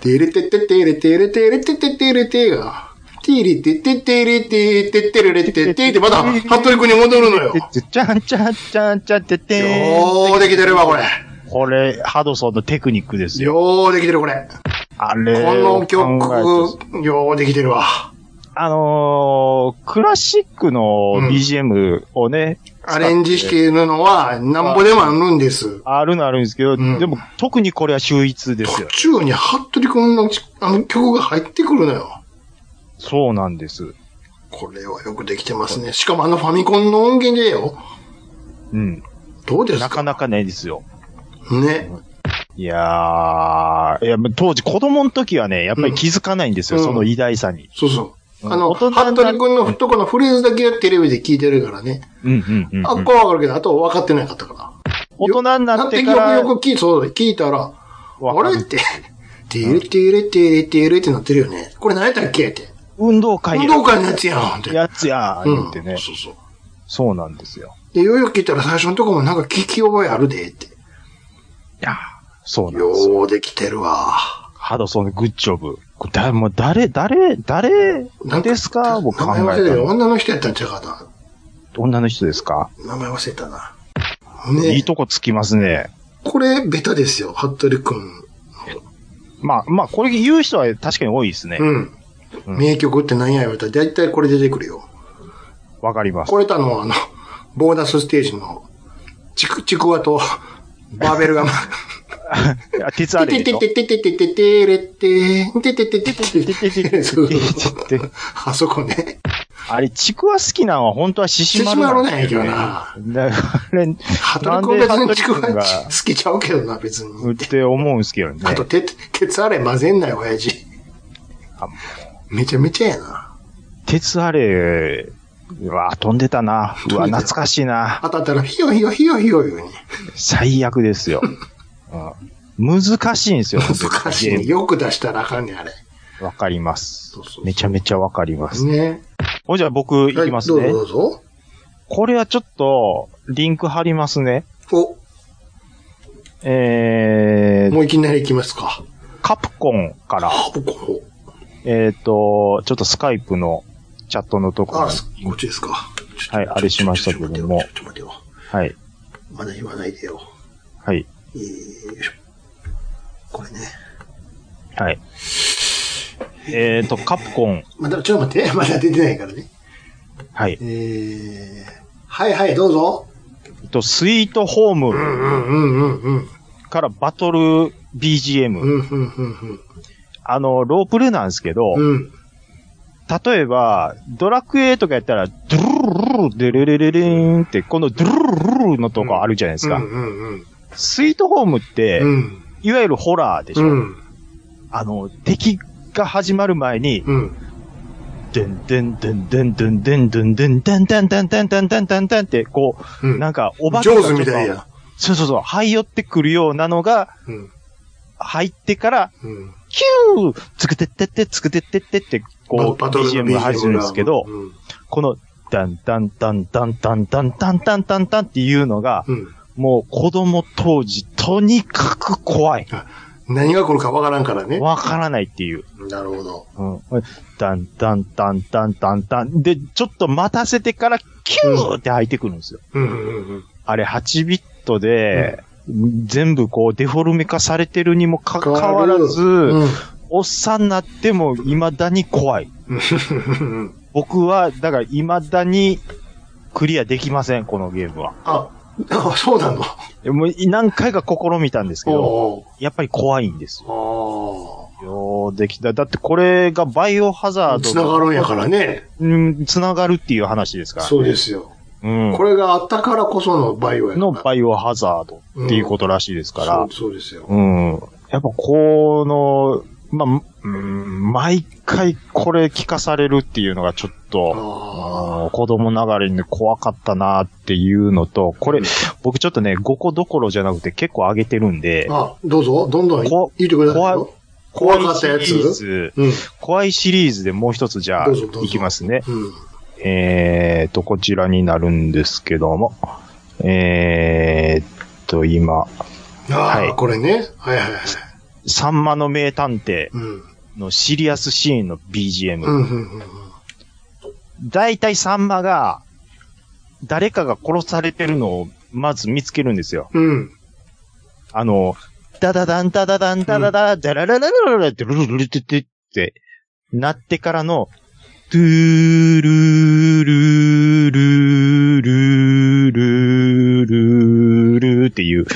D: てれてててれてれてれてててれてが。てれてててれてててれててってまた、服部君に戻るのよ。
C: でちゃんちゃんちゃんちゃんっててん。
D: よーできてるわ、これ。
C: これ、ハドソンのテクニックですよ。
D: よーできてる、これ。
C: あ
D: こ
C: れを
D: の曲
C: 考えて、
D: よーできてるわ。
C: あのー、クラシックの
D: うん
C: BGM をね、
D: アレンジしているのは、なんぼでもあるんです。
C: あるのあるんですけど、
D: ん
C: でも特にこれは秀逸ですよ。
D: 途中に服部君のちあの曲が入ってくるのよ。
C: そうなんです。
D: これはよくできてますね。しかもあのファミコンの音源でよ。
C: うん。
D: どうですか
C: なかなかないですよ。
D: ね。
C: いやー、いや、当時子供の時はね、やっぱり気づかないんですよ、
D: うん
C: その偉大さに。
D: そうそう。あの、
C: 大人
D: 服
C: になる
D: 部君のとこのフレーズだけテレビで聞いてるからね。
C: うんうんうんうん、
D: あっこはわかるけど、あとは分かってなかったから。
C: 大人になってか
D: な
C: ら、
D: よくよく聞いそう聞いたら、あ
C: わかる
D: れって、てれてれてれてれってなってるよね。これ何やったっけって。
C: 運動会
D: 運
C: や
D: 動会のやつやんって。
C: やつや、
D: う
C: 言
D: ん。
C: ってね、
D: そうそう。
C: そうなんですよ。
D: で、ようよく聞いたら最初のとこもなんか聞き覚えあるでって。
C: いやーそうなんですよ。
D: ようできてるわ。
C: ハドソンのグッジョブ。これだもう誰、誰、誰ですか僕考
D: 名前忘れた
C: えた
D: けど
C: の。
D: 女の人やったんちゃうか
C: 女の人ですか、
D: な。名前忘れたな。ね
C: いいとこつきますね。
D: これ、ベタですよ。服部くん。
C: まあ、まあ、これ言う人は確かに多いですね。
D: うん。
C: うん
D: 名曲って何や言われたら、だいたいこれ出てくるよ。
C: わ、かります。
D: これとあの、あの、ボーナスステージの、ちく、ちくわと、バーベルが、
C: あ鉄ア
D: て
C: レイでしょ
D: ててててててれて、てててててててて、そうあそこね。
C: あれ、ちくわ好きなのは本当は獅子丸
D: 獅子丸なん
C: だからね、
D: 服
C: な
D: 部
C: ん
D: くん
C: で
D: 別に
C: 服
D: ちく
C: 部
D: わ
C: 君が、
D: 好きちゃうけどな、別に。
C: って思うんですけどね。
D: あと、て、鉄あれ混ぜんなよ、親父。
C: あも
D: めちゃめちゃやな。
C: 鉄アレイは飛んでたな。う
D: 飛
C: わ、
D: んでた
C: 懐かしいな。
D: 当たったら、ひよひよひよひよよね。
C: 最悪です よ。うん難しいんですよ。
D: 難しい
C: ゲ
D: ね。
C: ー
D: よく出したらあかんねん、あれ。
C: ムわかります
D: そうそうそう。
C: めちゃめちゃわかります。
D: ね。
C: ほいじゃあ僕いきます
D: は
C: ね
D: い、ど。うぞどうぞ。
C: これはちょっと、リンク貼りますね。
D: お、
C: えー
D: も、ういきなり行きますか。
C: カプコンから、
D: あ、僕こう。
C: えっ、と、ちょっとスカイプのチャットのところ
D: あ、
C: に
D: すこっちですか。ちょ
C: はいあれしましたけども
D: ちょっと待てよ。ちょっと待てよ
C: はい。
D: まだ言わないでよ。
C: はい。
D: えーよいしょこれね。
C: はい。えっ、と、カプコン。
D: まだ、ちょっと待って。 まだ出てないからね。
C: はい
D: え。ー、はいはい、どうぞ。
C: えっと、スイートホー
D: う
C: ム
D: んうんうんうんうん。
C: からバトル BGM。
D: うんうんうん
C: あの、ロープレなんですけど、
D: うん。うん。
C: 例えば、ドラクエとかやったら、ドゥルルルル、デレレレレーンって、このドゥルルルルルのとこあるじゃないですか。
D: うんうんうん。
C: スイートホームって、
D: うん。
C: いわゆるホラーでし
D: う
C: ょ。
D: ん。
C: あの、敵が始まる前に、
D: うん。
C: でんでんでんでんでんでんでんでんでんでんでんでんでんでんでんでんって、こ
D: う
C: う、
D: ん。
C: なんか、お化
D: ジ
C: け
D: ョ
C: が
D: ー
C: ちょ
D: ズみ
C: っと
D: たいや。
C: そうそうそう、這い寄ってくるようなのが、
D: うん。
C: 入ってから、
D: うん
C: キューつくてってって、つくてってってって、こう、
D: バトルの
C: BGM が始めるんですけど、
D: うん
C: この、ダンダンダンダンダンダンダンダンダンダンっていうのが、
D: うん
C: もう子供当時、とにかく怖い。
D: 何が来るかわからんからね。
C: わからないっていう。
D: なるほど。
C: うん。ダンダンダンダンダンダン。で、ちょっと待たせてから、キューって入ってくるんですよ。
D: うんうんうん。
C: あれ8ビットで、全部こうデフォルメ化されてるにもかかわらず、
D: うん
C: おっさんになっても未だに怖い。
D: うん。
C: 僕は、だから未だにクリアできません、このゲームは。
D: あ、あそうなの。
C: もう何回か試みたんですけど、
D: お
C: やっぱり怖いんですよ。
D: お
C: ようできた。だってこれがバイオハザー
D: あ
C: ド
D: あ。
C: の。
D: つながるんやからね。
C: うん、つながるっていう話ですから。
D: そうですよ。
C: うん。
D: これがあったからこそのバイオやから
C: のバイオハザードっていうことらしいですから。
D: そうそうですよ。
C: うん。やっぱこの、まあ、うん、毎回これ聞かされるっていうのがちょっと、
D: あ
C: あの子供ながらにね怖かったなっていうのと、これ、僕ちょっとね、5個どころじゃなくて結構上げてるんで、
D: あ、どうぞ、どんどん言
C: こ
D: ってくださいよ。怖かったや
C: 怖いシリー
D: つ
C: ズ
D: うん。
C: 怖いシリーズでもう一つじゃあ、
D: どうぞどうぞ
C: いきますね。
D: うん。
C: えーと、こちらになるんですけども、えーと、今、
D: ああ、
C: はい
D: これね。はいはいはい。
C: さんまの名探偵
D: うん。
C: のシリアスシーンの BGM。
D: うん、うん、うん。
C: 大体サンマが、誰かが殺されてるのをまず見つけるんですよ。
D: うん。
C: あの、ダダダンダダダンダダダ、ダララララララってルルルルテテってなってからの、トゥールールールールールールールーっていう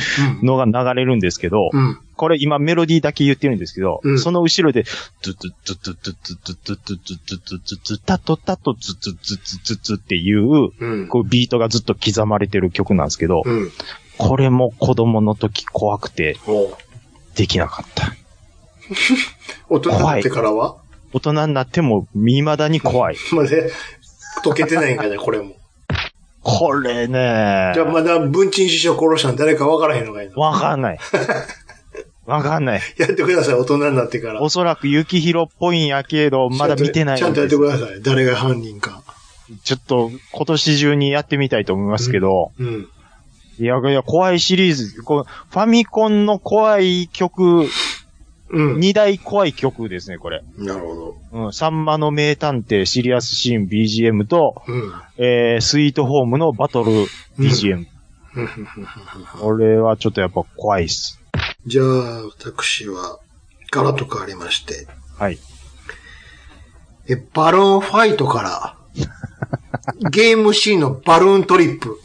D: うん。
C: のが流れるんですけど、
D: うん。
C: これ今メロディーだけ言ってるんですけど、
D: うん
C: その後ろで、ツツツツツツツツツツツツツタトタトツツツツツツっていう、
D: うん。
C: こうビートがずっと刻まれてる曲なんですけど、
D: うん。
C: これも子供の時怖くて
D: おう
C: できなかった。
D: 大人になってからは
C: 大人になっても未だに怖い。
D: まで、溶けてないんか ね、これも。
C: これね
D: じゃあまだ文鎮師匠殺したん誰か分からへんのがいいの。
C: わかんない。わか んない。
D: やってください、大人になってから。
C: おそらく雪広っぽいんやけど、まだ見てない
D: ちゃんとやってください。誰が犯人か。
C: ちょっと今年中にやってみたいと思いますけど、
D: うん。
C: いや、いや、怖いシリーズ。こうファミコンの怖い曲、
D: うん。
C: 二大怖い曲ですね、これ。
D: なるほど。
C: うん、サンマの名探偵シリアスシーン BGM と、
D: うん。
C: えー、スイートホームのバトル BGM。これはちょっとやっぱ怖いっす。
D: じゃあ、私は、ガラッと変わりまして、
C: はい。
D: え、バルーンファイトから、ゲームシーンのバルーントリップ。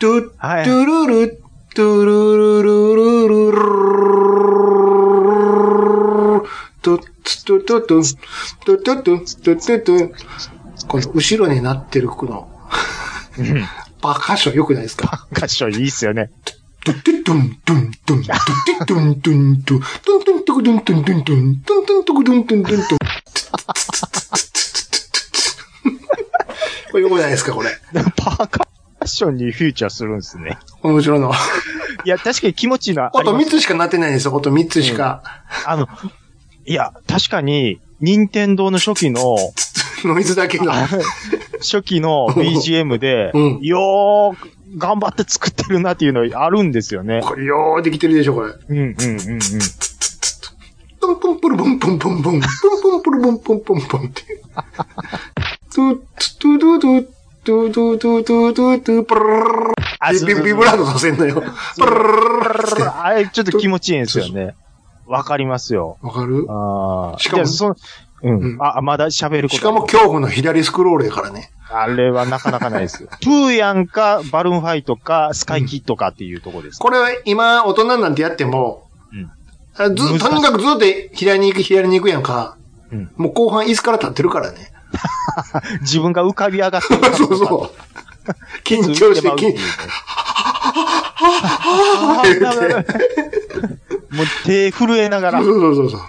D: トゥ、
C: はい
D: トゥルル、トゥルルルルルルトゥツトゥトゥトゥ、トゥトゥトゥ、トゥトゥトゥ。この後ろになってるこの、バカッション良くないですか
C: パッカッションいいっすよね。
D: トゥトゥトゥントゥントゥントゥトゥトゥントゥントゥントゥントゥントゥクドゥントゥントゥントゥントゥントゥントゥクドゥントゥントゥントゥンこれよくないですかこれ。
C: パッカッションにフューチャーするんですね。
D: この後ろの。
C: いや、確かに気持ちいいのはあ
D: あ
C: り
D: と
C: ます
D: 3つしかなってないんですよ。あと3つしか。
C: あの、いや、確かに、任天堂の初期の、
D: ノイズだけの。
C: 初期の BGM で、
D: うん
C: よーく頑張って作ってるなっていうのあるんですよね。
D: これようできてるでしょ、これ。
C: うんうんうんうん。
D: プンプンプルプンプンプンプン。プンプンプルプンプンプンプンって。トゥトゥドゥドゥドゥドゥドゥドゥドゥドゥプル
C: あ、そうそうそう
D: ビブラートさせんのよ。プル
C: あれちょっと気持ちいいんですよね。わかりますよ。
D: わかる
C: ああ。
D: しかも
C: でそのうん。
D: うん
C: あ、まだ喋るこ
D: し
C: と。
D: かも、恐怖の左スクロールやからね。
C: あれはなかなかないですよ。プーヤンか、バルーンファイトか、スカイキッドかっていうとこです。
D: これは今、大人なんてやっても、
C: うん
D: あず、と
C: 難しい
D: にかくずっと左に行く、左に行くやんか。
C: うん
D: もう後半椅子から立ってるからね。
C: 自分が浮かび上がってるか
D: そうそう。 緊張して、緊
C: あー やばいやばいもう手震えながら
D: そう、そうそうそう。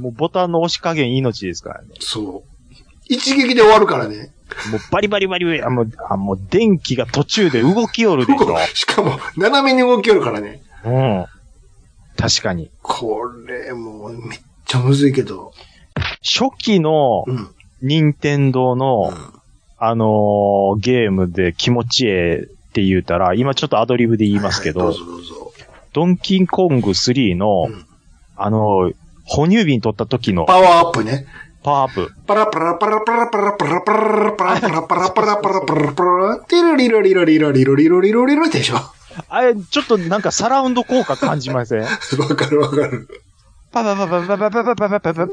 C: もうボタンの押し加減命ですからね。
D: そう。一撃で終わるからね。
C: もうバリバリバリバリ、あ、もう、あ、もう電 気が途中で動きよるでしょ。
D: しかも、斜めに動きよるからね。
C: うん。確かに。
D: これ、もう、めっちゃむずいけど。
C: 初期の、
D: うん。
C: 任天堂の、
D: うん
C: あのーゲームで気持ちええって言うたら、今ちょっとアドリブで言いますけど、
D: はいどうぞどうぞ。
C: ドンキーコング3の、
D: うん
C: あのー哺乳瓶取った時の
D: パワーアップね。
C: パワーアップ。
D: パラパラパラパラパラパラパラパラパラパラパラパラパラパラテロリロリロリロリロリロリロリロでしょ。わ
C: あれ、ちょっとなんかサラウンド効果感じません
D: かるわかる。
C: パパパパパパパパパパパパ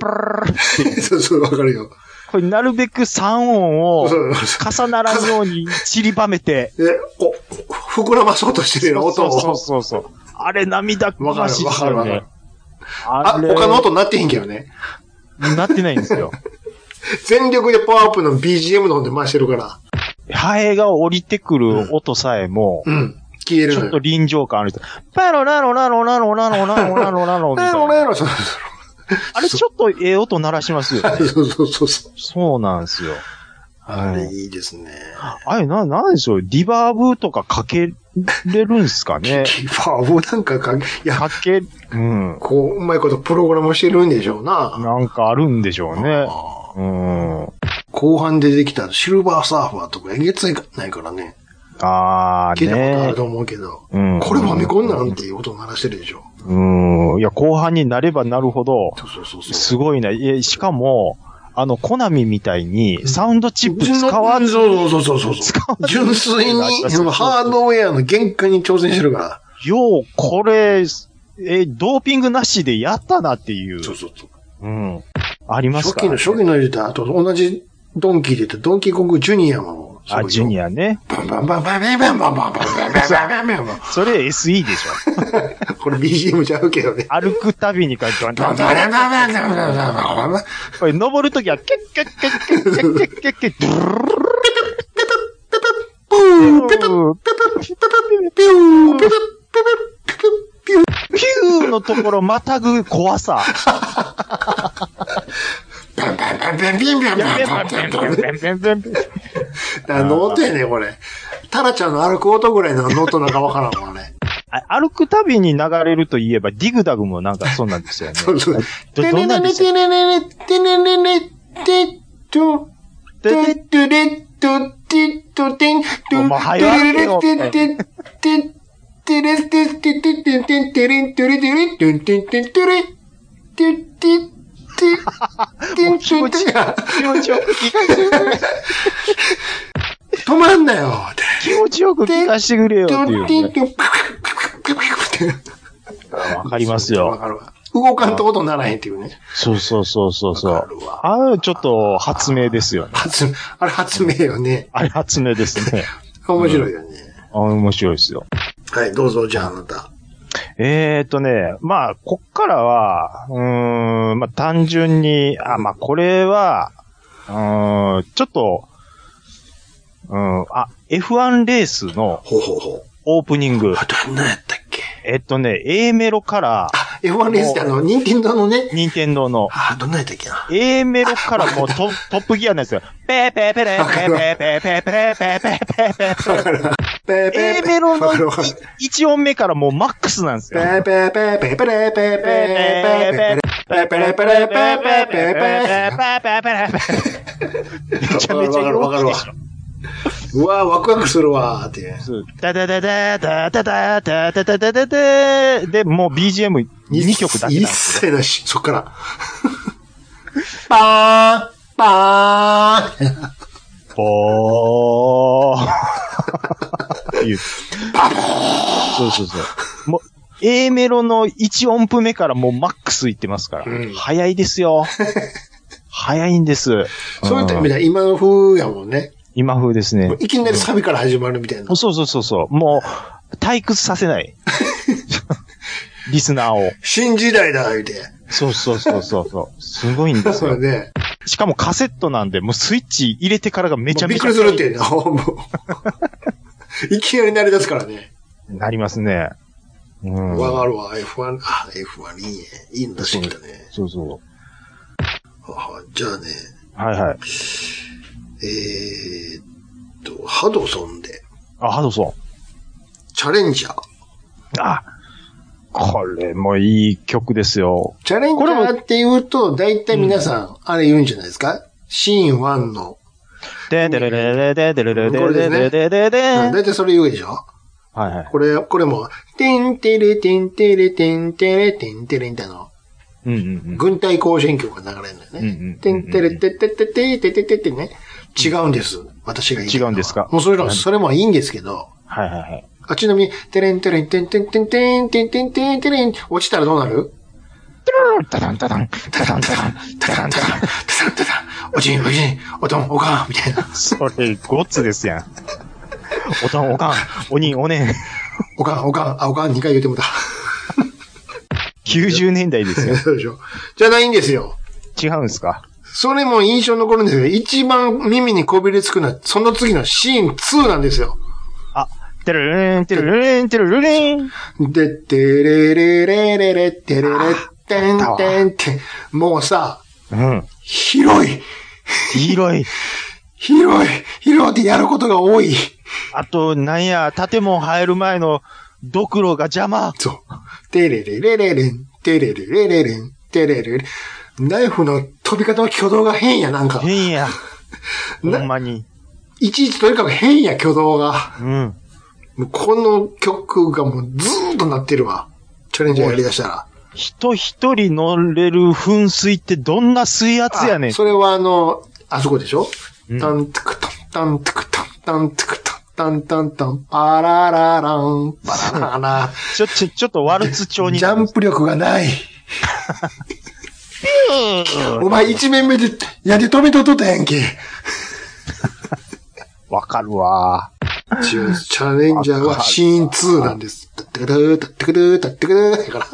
C: パ
D: そうそう、わかるよ。
C: これなるべく3音を
D: そうそうそ
C: 重ならんように散りばめて。
D: う。え、こう、膨らまそうとしてるよ、音
C: そう
D: を。
C: そうそうそう。あれ涙ぐましいですよ
D: わかるわかるわ
C: ね
D: か。
C: あ
D: あ、
C: れ、
D: 他の音になってへんけどね。
C: なってないんですよ。
D: 全力でパワーアップの BGM の方で回してるから。
C: ハエが降りてくる音さえも、
D: うん。消える
C: ち
D: の
C: ょっと
D: よ。
C: 臨場感あるんですよ。パロラロラロラロラロラロラロラロみた
D: え、
C: いな。
D: 俺ら、そう
C: あれちょっとええ音鳴らしますよね。
D: そうそうそう。
C: そうなんですよ。
D: あれ、いいですね。
C: あれ、な、なんでしょうリバーブとかかけれるんすかね
D: キーパーをなんかか、いや、
C: かけ、うん。
D: こう、うまいことプログラムしてるんでしょうな。
C: なんかあるんでしょうね。
D: あー
C: うん。
D: 後半出てきたシルバーサーファーとかえげつないからね。
C: あー
D: 聞いたことあ
C: ね
D: る。と思うけど。
C: うん
D: これファミコンなんていう音を鳴らしてるでしょ。
C: うん。いや、後半になればなるほど、
D: そうそうそうそう。
C: すごいな。いや、しかも、あの、コナミみたいに、サウンドチップ使わず、
D: そうそうそうそうそ
C: 使わ
D: う。
C: ず
D: 純粋に、
C: そうそうそう
D: ハードウェアの限界に挑戦してるから。
C: よう、これ、え、ドーピングなしでやったなっていう。
D: そうそうそう。
C: うん。あります
D: 初
C: か
D: 期の、初期の言うたらあと同じドンキーで言ったドンキーコングジュニアも。
C: あ、ジュニ
D: ア。
C: アね。
D: バンバンバンバンバンバンバンバンバンバンバンバンバンバン
C: それ SE でしょ。
D: これ BGM ちゃうけどね。
C: 歩くたびにか、こ
D: バンバンバンバンバンバンバンバンバン
C: れ登るときは、キュッキュッキュッキュッキュッキュッキュッキュッ、ドゥルルルル
D: ブーン
C: ルルル
D: ピューピューピューピューピュー
C: ピューのところまたぐ怖さ。
D: バンバンバンバンビンバンバンバンバンバンあの音やね、これ。タラちゃんの歩く音ぐらいのあの音なんかわからんもん、あれ。
C: あ歩くたびに流れるといえば、ディグダグもなんかそうなんですよね。
D: そうそう。
C: ど
D: て
C: ど
D: ねね
C: んなんで
D: ね
C: したって
D: ねねね、てねねね、て、と、て、
C: け
D: とれ、と、て、と、てん、と、てれれれ、て、て、て、てれ、て、て、て、て、て、てれん、てれ、てれ、てん、てん、てん、てれ、て、て、て、て、て、
C: 気持ち気持ちよく聞かせてくれ。
D: 止まんなよって。
C: 気持ちよく聞かせてくれよっていうね。わかります
D: わ
C: よ。
D: かるわ。動かんと音ならへんっていうね。
C: そうそうそうそうそ
D: わか
C: う
D: る。わ
C: ああ、ちょっと発明ですよね。
D: 発明、あれ発明よね。
C: あれ発明ですね。
D: 面白いよね。
C: あ面白いですよ。
D: はい、どうぞ、じゃああなた。
C: えー、とね、まあ、こっからは、うーん、まあ単純に、あ、まあこれは、うーん、ちょっと、うん、あ、F1 レースの
D: ほうほうほう。
C: オープニング。
D: あと何やったっけ
C: えっとね、A メロから、
D: あ、F1 レースってあの、任天堂のね。
C: 任天堂の、
D: あ、どんなんやったっけな。
C: A メロからもうトトップギアなんですよ。ペーペーペレーペーペーペーペーペーペーペーペーペー
D: わかるわ。ペー
C: A メロの
D: わかるわかる。
C: 1音目からもうマックスなんです
D: ペ
C: よ。
D: ーペーペーペーペーペーペーペーペーペーペーペーペーペーペーペーペ
C: めちゃめちゃ
D: わかるわかるわ。ーうわーワクワクするわーっていう。
C: ダダダダダダダダダダダダで、もう BGM2 曲だけ
D: 一
C: なんです
D: 切なし、そっから。パーンパーン
C: よ。ぽーっていう。そうそうそう。もう、A メロの1音符目からもうマックスいってますから。早いですよ。早いんです。
D: そういった意味では今の風やもんね。
C: 今風ですね。
D: いきなりサビから始まるみたいな。
C: そうそうそうそう。もう、退屈させ ない。リスナーを。
D: 新時代だ、言うて。
C: そうそうそうそうそう。すごいんです
D: それ
C: よ。
D: ね。
C: しかもカセットなんで、もうスイッチ入れてからがめちゃ
D: び
C: め
D: っ
C: ち
D: く
C: ゃ
D: りするっていうな、もう。 いきなりなり出すからね。
C: なりますね。うん。
D: わかるわ、F1、あ、F1 いいね。いいの出してきたね。
C: そうそう。
D: あじゃあね、
C: はいはい。
D: えーっと、ハドソンで、
C: あ、ハドソン。
D: チャレンジャー。
C: あ、これもいい曲ですよ。
D: チャレンジャーって言うと、だいたい皆さん、あれ言うんじゃないですかシーン1の。
C: ででれれれででれれれででででで
D: だいたいそれ言うでしょ
C: はいはい。
D: これ、これも、てんてれてんてれてんてれてんてれんってあの、
C: うんうん
D: 軍隊甲子園曲が流れるんだよ
C: うんうんうんう
D: ね
C: ん。
D: てんてれてってっててててててね。違うんです。私が言いたいのは
C: 違うんですか
D: もうそれの、それもいいんですけど。
C: はいはいはい。
D: あ、ちなみに、てれんてれんてんてんてんてんてんてんてんてれん。落ちたらどうなる
C: タタンタタン、タタンタタン、タタンタタ
D: たた
C: ン。
D: たた、おちん、おちん、おとん、おかん、みたいな。
C: それ、ゴッツですやん。おたん、おかん、おにん、おねん。
D: おかん、おかん、あ、おかん、2回言うてもうた。
C: 90年代ですよ。
D: そうでしょ。じゃないんですよ。
C: 違うんすか
D: それも印象に残るんですけど、一番耳にこびりつくのは、その次のシーン2なんですよ。
C: あ、てるるん、てるるん、てるるるん。
D: で、てれれれれれ、てれれ、てんてんてん。もうさ、
C: うん。
D: 広い、
C: 広い。
D: 広い、広いってやることが多い。
C: あと、なんや、建物入る前の、ドクロが邪魔。
D: そう。てれれれれれん、てれれれれれん、てれれれ。ナイフの飛び方の挙動が変や、なんか。
C: 変や。ほ
D: なん
C: まに。
D: いちいちとにかく変や挙動が。
C: うん。
D: もうこの曲がもうずーっとなってるわ。チャレンジャーやりだしたら。
C: 人一人乗れる噴水ってどんな水圧やねん
D: あ。それはあの、あそこでしょ
C: うん
D: タントクタン、タントクタン、タントクタン、タンタンタン、パラララン、パラララ
C: ちょ、ちょ、ちょっとワルツ調
D: ン。
C: に。
D: ジャンプ力がない。お前一面目で、やで止めとっとったやんけ。
C: わかるわ。
D: 違うチャレンジャーはシーン2なんです。タッテクルー、タッテクルー、タッテクルー、だから。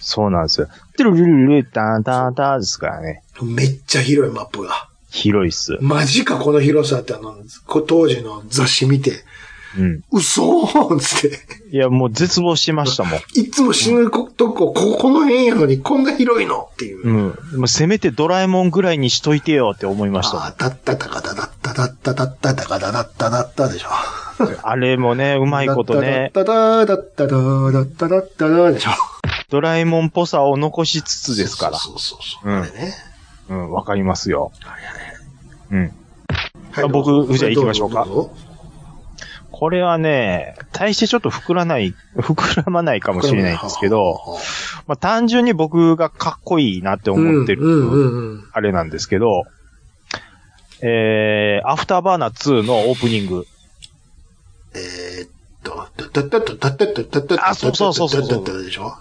C: そうなんですよ。てるるるる、たんたんたんですからね。
D: めっちゃ広いマップが。
C: 広いっす。
D: マジかこの広さってあの、こ当時の雑誌見て、
C: うん。
D: 嘘ーつって。
C: いや、もう絶望してましたもん。
D: いつも死ぬことこ、ここの辺やのにこんな広いのっていう。
C: うん。もうせめてドラえもんぐらいにしといてよって思いましたもん
D: ああ、だったたかだだっただっただっただかだだっただったでしょ。
C: あれもね、うまいことね、
D: だっただっただだっただっただでしょ。
C: ドラえもんっぽさを残しつつですから。
D: そうそうそう。
C: うん
D: あれね。
C: うん、わかりますよ。うん。
D: は
C: あ僕じゃあ行きましょうか
D: どぞ
C: これはね、大してちょっと膨らない、膨らまないかもしれないんですけど、
D: は
C: まあ単純に僕がかっこいいなって
D: あはあ
C: 思ってる、
D: うんうんうん。
C: あれなんですけど、えー、アフターバーナー2のオープニング。
D: えーっと、だっただっただっただっただっただっただっただっただっただった
C: あそうそうそうそうそう
D: でしょ。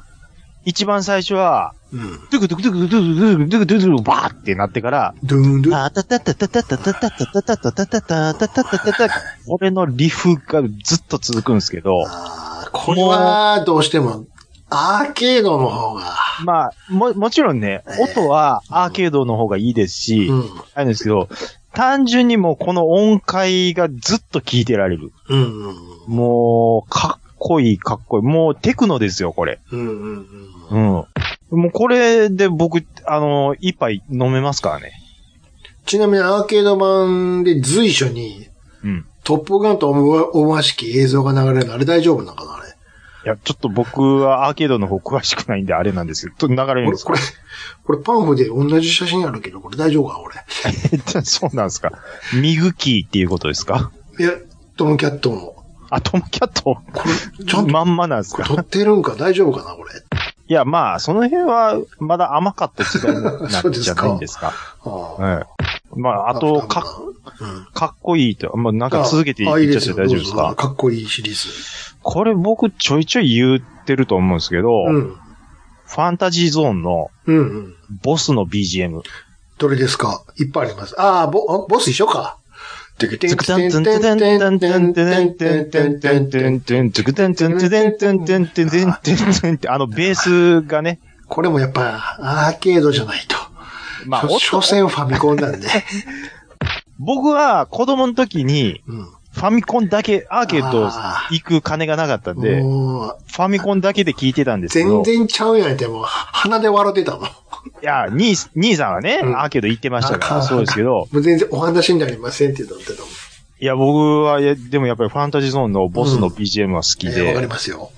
C: 一番最初は、
D: うん。
C: ドゥクドゥクドゥクドゥクドゥクドゥクドゥクドゥクバーってなってから、
D: ドゥンドゥン
C: あたたたたたたたたたたたたたたたたたたこれのリフがずっと続くんですけど、
D: あーこれは、どうしても、アーケードの方が。
C: まあ、も、もちろんね、音はアーケードの方がいいですし
D: う、ん。
C: あれなんですけど、単純にもうこの音階がずっと聴いてられる。
D: うんうん
C: もう、かっこいいかっこいい。もうテクノですよ、これ。
D: うん。うんうんう。
C: うんん。もうこれで僕、あの、一杯飲めますからね。
D: ちなみにアーケード版で随所に、
C: うん。
D: トップガンと思わ思わしき映像が流れるの、あれ大丈夫なのかなあれ。
C: いや、ちょっと僕はアーケードの方詳しくないんであれなんですけど、流れるん
D: こ
C: で
D: れ、
C: す
D: こ
C: か
D: れ、これパンフで同じ写真あるけど、これ大丈夫か俺。
C: そうなんですか。ミグキーっていうことですか
D: いや、トムキャットも。
C: あ、トムキャット、
D: これ、ちゃんと
C: まんまなんです
D: こ
C: か
D: れ撮ってるんか大丈夫かなこれ。
C: いや、まあ、その辺は、まだ甘かった時代なんじ ゃないんですか。
D: あ
C: はい。まあ、あと、かっ、
D: っ、うん
C: かっこいいと、まあ、なんか続けてい
D: あいい
C: っち
D: で
C: ゃっ
D: す
C: て
D: よ
C: 大丈夫です
D: どうぞ
C: か
D: かっこいいシリーズ。
C: これ僕ちょいちょい言ってると思うんですけど、
D: う
C: フ
D: ん。
C: ァンタジーゾーンの
D: うんうん。
C: ボスの BGM。
D: どれですかいっぱいあります。ああ、ボ、ボス一緒か。てくて
C: ズ
D: ん
C: ク
D: て
C: タン
D: ん
C: ツ
D: てん
C: ンテ
D: て
C: テン
D: ん
C: テ
D: て
C: ン
D: んて
C: テン
D: ん
C: テ
D: て
C: ン
D: ん
C: テ
D: て
C: ン
D: ん
C: テ
D: てんてん
C: ンテンテ
D: て
C: ン
D: ん。
C: テンズクタンテンテンテンテンテンテンテンテンってあのベースがね、
D: これもやっぱアーケードじゃないと。
C: まあ、
D: 所所詮ファミコンなんで。
C: 僕は子供の時に
D: うん。
C: ファミコンだけアーケード行く金がなかったんで、フ
D: もう、
C: ァミコンだけで聞いてたんですけ
D: 全
C: ど、い
D: 然ちゃうやんって、もう、鼻で笑ってたもん。あ
C: や、兄、兄さんはね、
D: うん
C: アーケード行ってましたか
D: か
C: ら、そうですけど、
D: もう全然お話になりませんって言ってたもん。
C: いや、僕は、いやでもやっぱりファンタジーゾーンのボスの BGM は好き
D: えーわかり
C: で、
D: ますよ。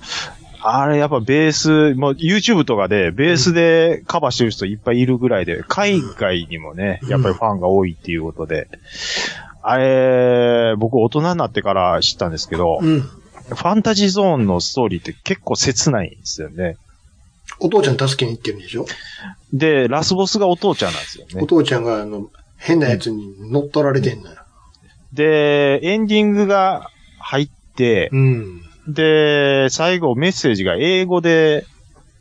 C: あれやっぱベース、もう YouTube とかでベースでカバーしてる人いっぱいいるぐらいで、海外にもね、やっぱりファンが多いっていうことで、あれ、僕大人になってから知ったんですけど、
D: うん。
C: ファンタジーゾーンのストーリーって結構切ないんですよね。
D: お父ちゃん助けに行ってるんでしょ、
C: で、ラスボスがお父ちゃんなんですよ
D: お
C: ね。
D: 父ちゃんが、あの、変なやつに乗っ取られてんのよ。
C: で、エンディングが入って、
D: うん。
C: で、最後メッセージが英語で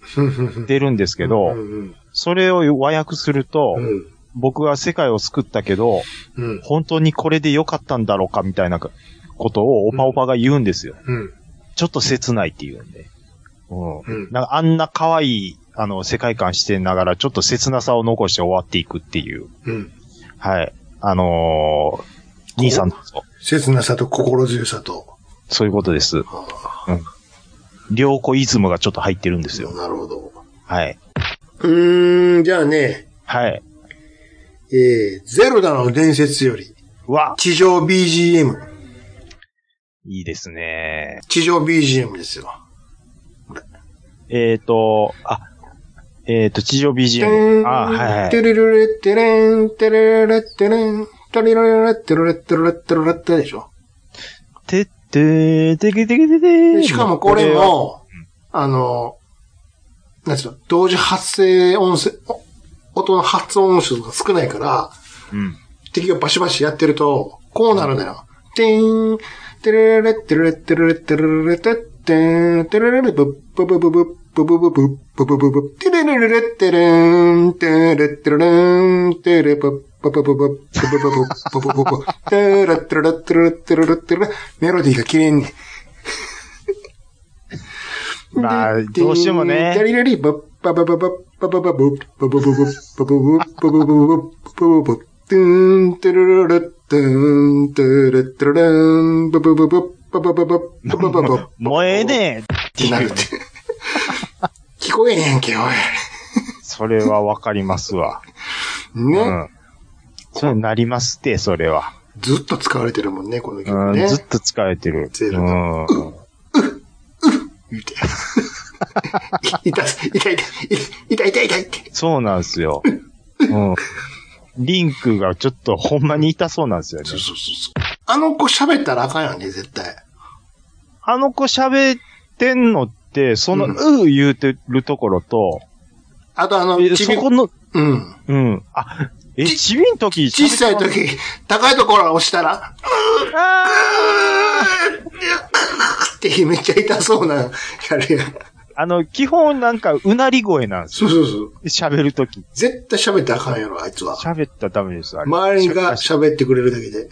D: ふんふんふん
C: 出るんですけ
D: う
C: ど、
D: んうん
C: それを和訳すると
D: う、ん。
C: 僕は世界を救ったけど、
D: うん。
C: 本当にこれで良かったんだろうかみたいなことをオパオパが言うんですよ。
D: うん。
C: ちょっと切ないって言うんで。うん。
D: うん。
C: なんかあんな可愛い、あの、世界観してながら、ちょっと切なさを残して終わっていくっていう。
D: うん。
C: はい。あのー、兄さんどうぞ
D: 切なさと心強さと。
C: そういうことです。
D: あ
C: 良子イズムがちょっと入ってるんですよ
D: あ、。なるほど。
C: はい。
D: うーん、じゃあね、
C: はい。
D: えー、ゼルダの伝説より、
C: うわ、
D: 地上 BGM。
C: いいですね。
D: 地上 BGM ですよ。
C: えっ、ー、と、あ、えっ、ー、と、地上
D: てー
C: BGM。
D: ん
C: あ、はい、はい。
D: てれれれてれん、てれれれてれん、てれれれてれれてれれてれれってでしょ。
C: てって、てけてけてて
D: でしかもこれ
C: は
D: も、あの、なんつうの、同時発生音声、お音の発音数が少ないから、
C: うん。
D: 敵がバシバシやってると、こうなるのよ。てーん、てれれれてれれてれれてれれてってーん、てれれれぶっぶぶぶぶっぶぶぶぶっぶぶぶぶってれれれれってれーん、てれってれれーん、てれぶっぶぶぶぶっぶぶぶぶっぶぶぶぶてれってれれってれれってれれってれれメロディーが綺麗にね。
C: まあ、どうしても
D: て
C: ね、
D: れれれぶっばばばばばばばぶっぶぶぶぶっぶぶぶっぶぶぶぶっぶぶぶてーんてれれれてーんてれってれれーんぶぶぶぶっばばばばばばばばっ
C: もうええねえって
D: て
C: い
D: なる
C: う
D: って。聞こえへんけ、おい。
C: それはわかりますわ。う
D: ね。
C: ん。そうなりますって、それは。
D: ずっと使われてるもんね、この
C: う
D: 曲
C: ん、
D: ね。
C: ずっと使えてる。
D: ゼロ
C: う
D: だ
C: ん。
D: 言うて。痛い、痛い、痛い、痛い、痛い、痛いって。
C: そうなんですよ。うん。リンクがちょっとほんまに痛そうなんですよね
D: そ。うそうそうそう。あの子喋ったらあかんよね、絶対。
C: あの子喋ってんのって、その、
D: う
C: うんー言うてるところと、
D: あとあの、
C: え
D: ち
C: そ
D: び、
C: この、
D: うん。
C: うん。あ、え、
D: ち
C: ちびんとき、
D: 小さい
C: 喋って
D: 時、高いところを押したら、
C: ますあ
D: ってめっちゃ痛そうな、やるやん。
C: ーあの、基本なんか、うなり声なんですよ。
D: そうそうそう。
C: 喋るとき。
D: 絶対喋ってあかんやろ、あいつは。
C: 喋ったらダメです、あれ。
D: 周りが喋ってくれるだけで、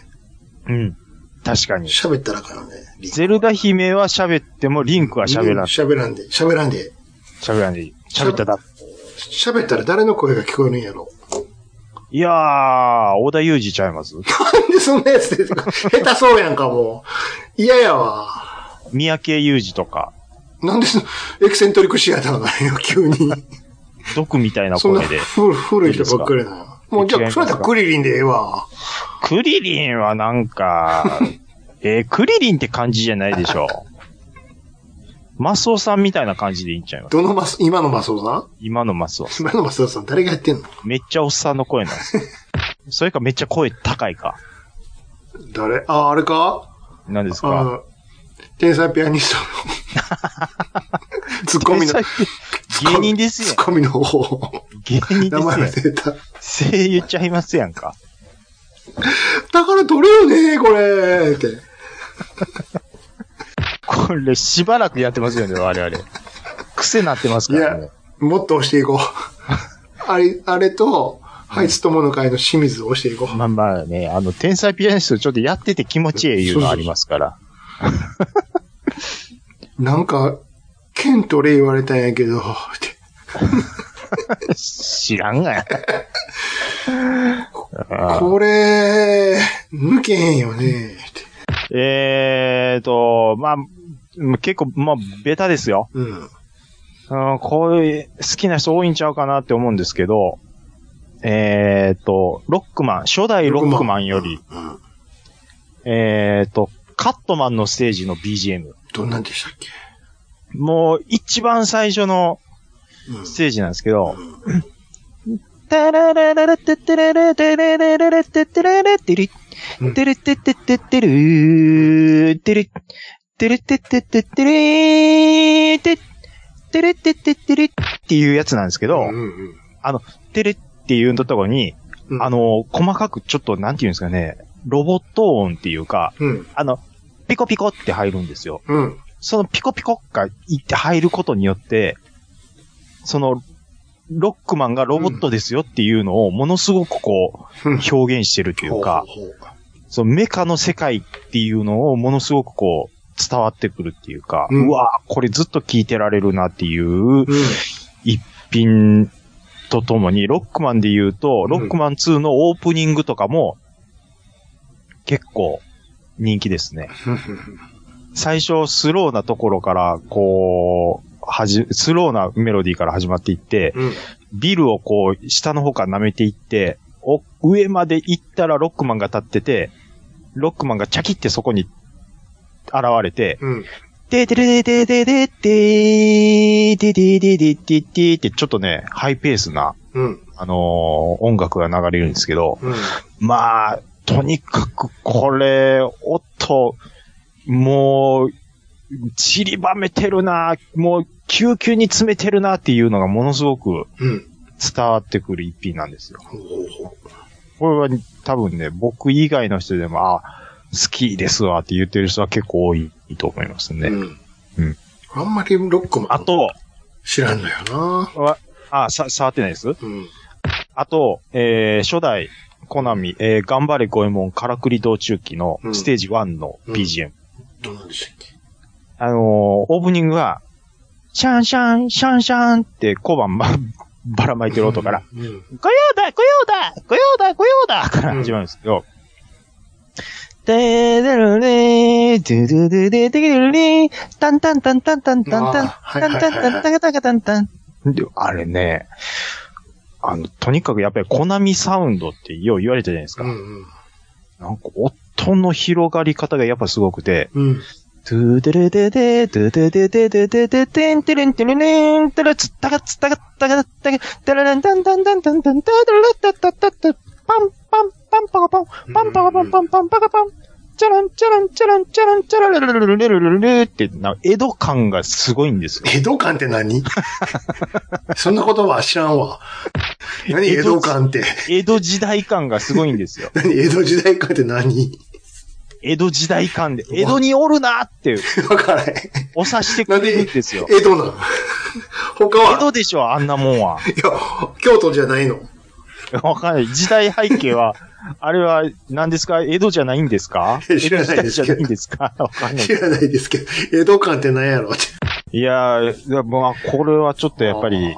C: うん。確かに。
D: 喋ったらあかんよね。リン
C: ゼルダ姫は喋っても、リンクは喋らん。
D: 喋らんで、喋らんで。
C: 喋らんでいい。喋ったらダメ。
D: 喋ったら誰の声が聞こえるんやろ。
C: いやー、小田裕二ちゃいます
D: なんでそんなやつ出てくる下手そうやんか、もう。嫌やわ。
C: 三宅裕二とか、
D: なんでそ、エキセントリックシアターなんよ、急に。
C: 毒みたいな
D: そんな
C: 声で。
D: 古古い人ばっかりなんよ。もうじゃあ、それやったらクリリンでええわ。
C: クリリンはなんか、えークリリンって感じじゃないでしょう。マスオさんみたいな感じでいいんちゃいます
D: どのマス、今のマスオさん
C: 今のマスオ。
D: 今のマスオさん誰がやってんの
C: めっちゃおっさんの声なんですよ。それかめっちゃ声高いか。
D: 誰あ、あれか
C: なんです
D: あ
C: か
D: の、天才ピアニストの。ツ ッコミの、
C: 天才芸人です
D: ツ
C: よ
D: ッ。コミの方。
C: 芸人
D: 名前
C: で
D: 忘
C: すよ。
D: れた。
C: 声優ちゃいますやんか。
D: だから取れよね、これ。って。
C: これしばらくやってますよね、我々。癖なってます
D: い
C: から
D: や
C: ね。、
D: もっと押してい こう。あれ、あれと、ハイツ友の会の清水を押していこう。
C: まあまあね、あの、天才ピアニストちょっとやってて気持ちいいいうのありますから。
D: なんか、剣とレイ言われたんやけど、って。
C: 知らんがや。
D: これ、抜けへんよね、って。
C: えーと、まあ、結構、まあ、ベタですよ。
D: うん。
C: うん、こういう、好きな人多いんちゃうかなって思うんですけど、えーと、ロックマン、初代ロックマンより、
D: うん。
C: えーと、カットマンのステージの BGM。
D: どんなんでしたっけ
C: もう一番最初の
A: うん
C: ステージなんですけど、タララララテテレレテレレレレテテレレテリテレテテテテルーテレテレテテテテレーテテレテテテレっていうやつなんですけど
A: う、んうん
C: テレっていうところに、
D: うん
C: あ、の、細かくちょっとなんていうんですかね、ロボット音っていうか、
D: うん、
C: あの、ピコピコって入るんですよ。
D: うん、
C: そのピコピコがいって入ることによって、その、ロックマンがロボットですよっていうのをものすごくこう
D: うん、
C: 表現してるというか、
A: ほうほうほ
C: そのメカの世界っていうのをものすごくこう伝わってくるっていうか、
D: うん
C: うわぁ、これずっと聞いてられるなっていう
D: うん、
C: ピンとともに、ロックマンで言うと、
D: ん
C: ロックマン2のオープニングとかも結構人気ですね。最初、スローなところから、こう、はじ、スローなメロディーから始まっていって、
D: うん、
C: ビルをこう、下の方から舐めていって、お、上まで行ったらロックマンが立ってて、ロックマンがチャキってそこに現れて、
D: うん、
C: でででででででででででででって、ちょっとね、ハイペースな、
D: うん、
C: あのー音楽が流れるんですけど、
D: うん、
C: まあ、とにかくこれ、音、もう、散りばめてるな、もう、急急に詰めてるなっていうのがものすごく
D: うん、
C: 伝わってくる一品なんですよ。
A: うほうほ
C: これは多分ね、僕以外の人でも、あ、好きですわって言ってる人は結構多いと思いますね。
D: うん
C: うん
D: あんまりロックも
C: あと、
D: 知らんのよな。
C: あ、さ、触ってないです
D: うん、
C: あと、えー、初代、コナミ、えー、頑張れゴエモン、からくり道中記のステージ1の BGM。
A: うどうなんでしたっけ
C: あのーオープニングは、シャンシャン、シャンシャンって小判ば、 ばらまいてる音から、
D: うん、
C: ご用だご用だご用だご用だから始まるんですけど、でーでるれー、でるでででるれー、タンタンタンタンタンタンタン、
D: あー
C: タンタンタンタンタンタンタン。であれね、あの、とにかくやっぱりコナミサウンドってよう言われたじゃないですか。
D: うん、うん、
C: なんか音の広がり方がやっぱすごくて、
D: うん、
C: トゥーデレデデ、トゥーデデデデデデデンテレンテレレン、テレツッタカツッタカタカタカ、テレレンタンタンタンタンタンタタタタタタタ、パンパンパンパカパン、パンパカパンパンパンパカパン、チャランチャランチャランチャランチャララララララララって、な、江戸感がすごいん ですよ。
D: 江戸館って何そんな言葉は知らんわ。何江戸館って。
C: 江戸時代感がすごいんですよ。
D: 何江戸時代館って何
C: 江戸時代感で、江戸におるなって、
D: わからへん。
C: お察してくれるんですよ。
D: 江戸なん他
C: 江
D: は、
C: 戸でしょ、あんなもんは。
D: いや、京都じゃないの。
C: わかんない。時代背景は、あれは何ですか江戸じゃないんですか
D: いや知らないです
C: 江戸時
D: けど
C: 代じゃないんですかわかんない
D: 知。らないですけど、江戸館って何やろって。
C: いやー、いやまあ、これはちょっとやっぱり、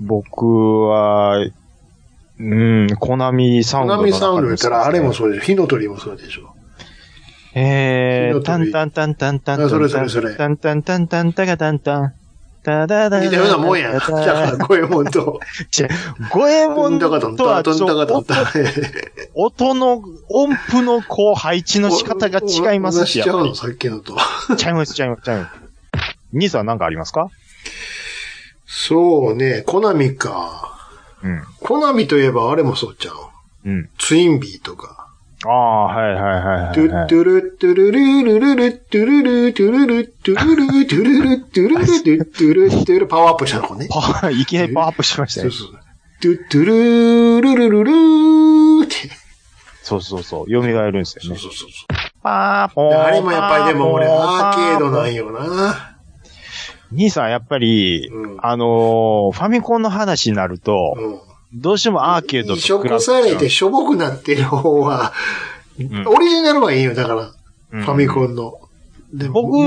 C: 僕は、うん、コナミサウ
D: コ
C: ンド
D: ナ
C: の
D: ミ
C: 中ですね。
D: サウンド言ったら、あれもそうでしょ。火の鳥もそうでしょ。
C: えー、
D: 火
C: タ
D: の
C: ン
D: 鳥
C: タンタンタンタンタン。
D: あそれそれそれ
C: タンタンタンタンタンタンタン。タダダダ
D: 似たようなもんや。じゃあ、五右衛門と、
C: ゴエモ
D: ど
C: ン
D: んだかどん
C: と
D: だ
C: は
D: か
C: ち
D: どんだかど
C: ょ
D: ん
C: っ
D: だ
C: と
D: か。
C: 音の、音符のこう配置の仕方が違いますし、
D: しちゃうの、さっきのと。
C: ちゃいます、ちゃいます、ちゃいます。兄さん何かありますか
D: そうね、コナミか。
C: うん。
D: コナミといえばあれもそうちゃう。
C: うん。
D: ツインビーとか。
C: ああ、はいはいはいは
D: ト
C: い、
D: ゥ
C: はい。
D: トゥルトゥルルルルルトゥルルトゥルルトゥルルトゥルルトゥルルトゥルトゥルトゥルパワーアップしたのね。
C: パ ワー、いきなりパワーアップしました
D: そ
C: よ
D: う。そう。トゥトゥルルルルルって。
C: そうそうそう。蘇るんですよ
D: そう
C: ね。
D: そうそう。
C: パーポー。
D: あれもやっぱりでも俺
C: パ
D: アーケードな
C: パ
D: んよな。
C: 兄さんやっぱり、
D: うん
C: あのーファミコンの話になると、
D: うん。
C: どうしてもアーケードと
D: 移
C: 比べ
D: 植されてしょぼくなってる方は、
C: ん
D: オリジナルはいいよ、だから。
C: うん
D: ファミコンの。でも
C: 僕
D: 移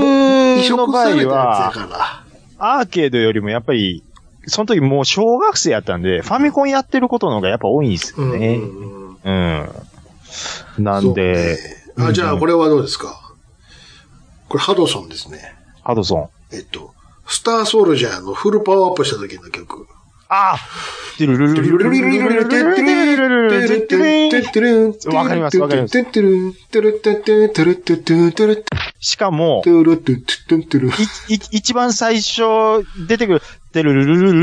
D: 植
C: の場
D: されたや
C: 合は
D: つ、やか
C: アーケードよりもやっぱり、その時もう小学生やったんで、ファミコンやってることの方がやっぱ多いんです
D: ら。う
C: よ
D: ん
C: ね。
D: うんうん。
C: うん。なんで、
D: そうねあ、じゃあこれはどうですかこれハドソンですね。
C: ハドソン。
D: えっと、スターソルジャーのフルパワーアップした時の曲。
C: あ
D: わ。
C: あわかりますわかりますしかも、
D: トゥルトゥトゥトゥトゥル。
C: いい一番最初出てくる、てるるるるる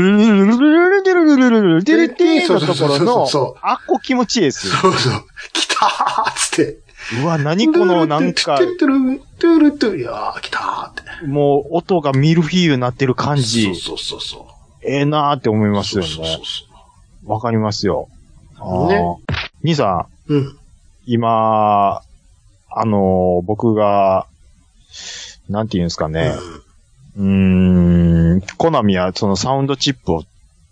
C: るるるるるるるるるるてるてのところの、あっこ気持ちいいですよ。
D: そうそう。来たーっつって。
C: うわ、何このなんか
D: ト、ゥトゥルトゥルトゥル、いやー来たーって。
C: もう音がミルフィーユになってる感じ
D: そう、そうそうそう。
C: ええなーって思いますよ
D: そうそう
C: ね
D: そう。そ
C: わかりますよ。あー
D: ね
C: 兄さん、
D: う。うん。
C: 今、あのー僕が、なんて言うんですかね。うーん、コナミはそのサウンドチップを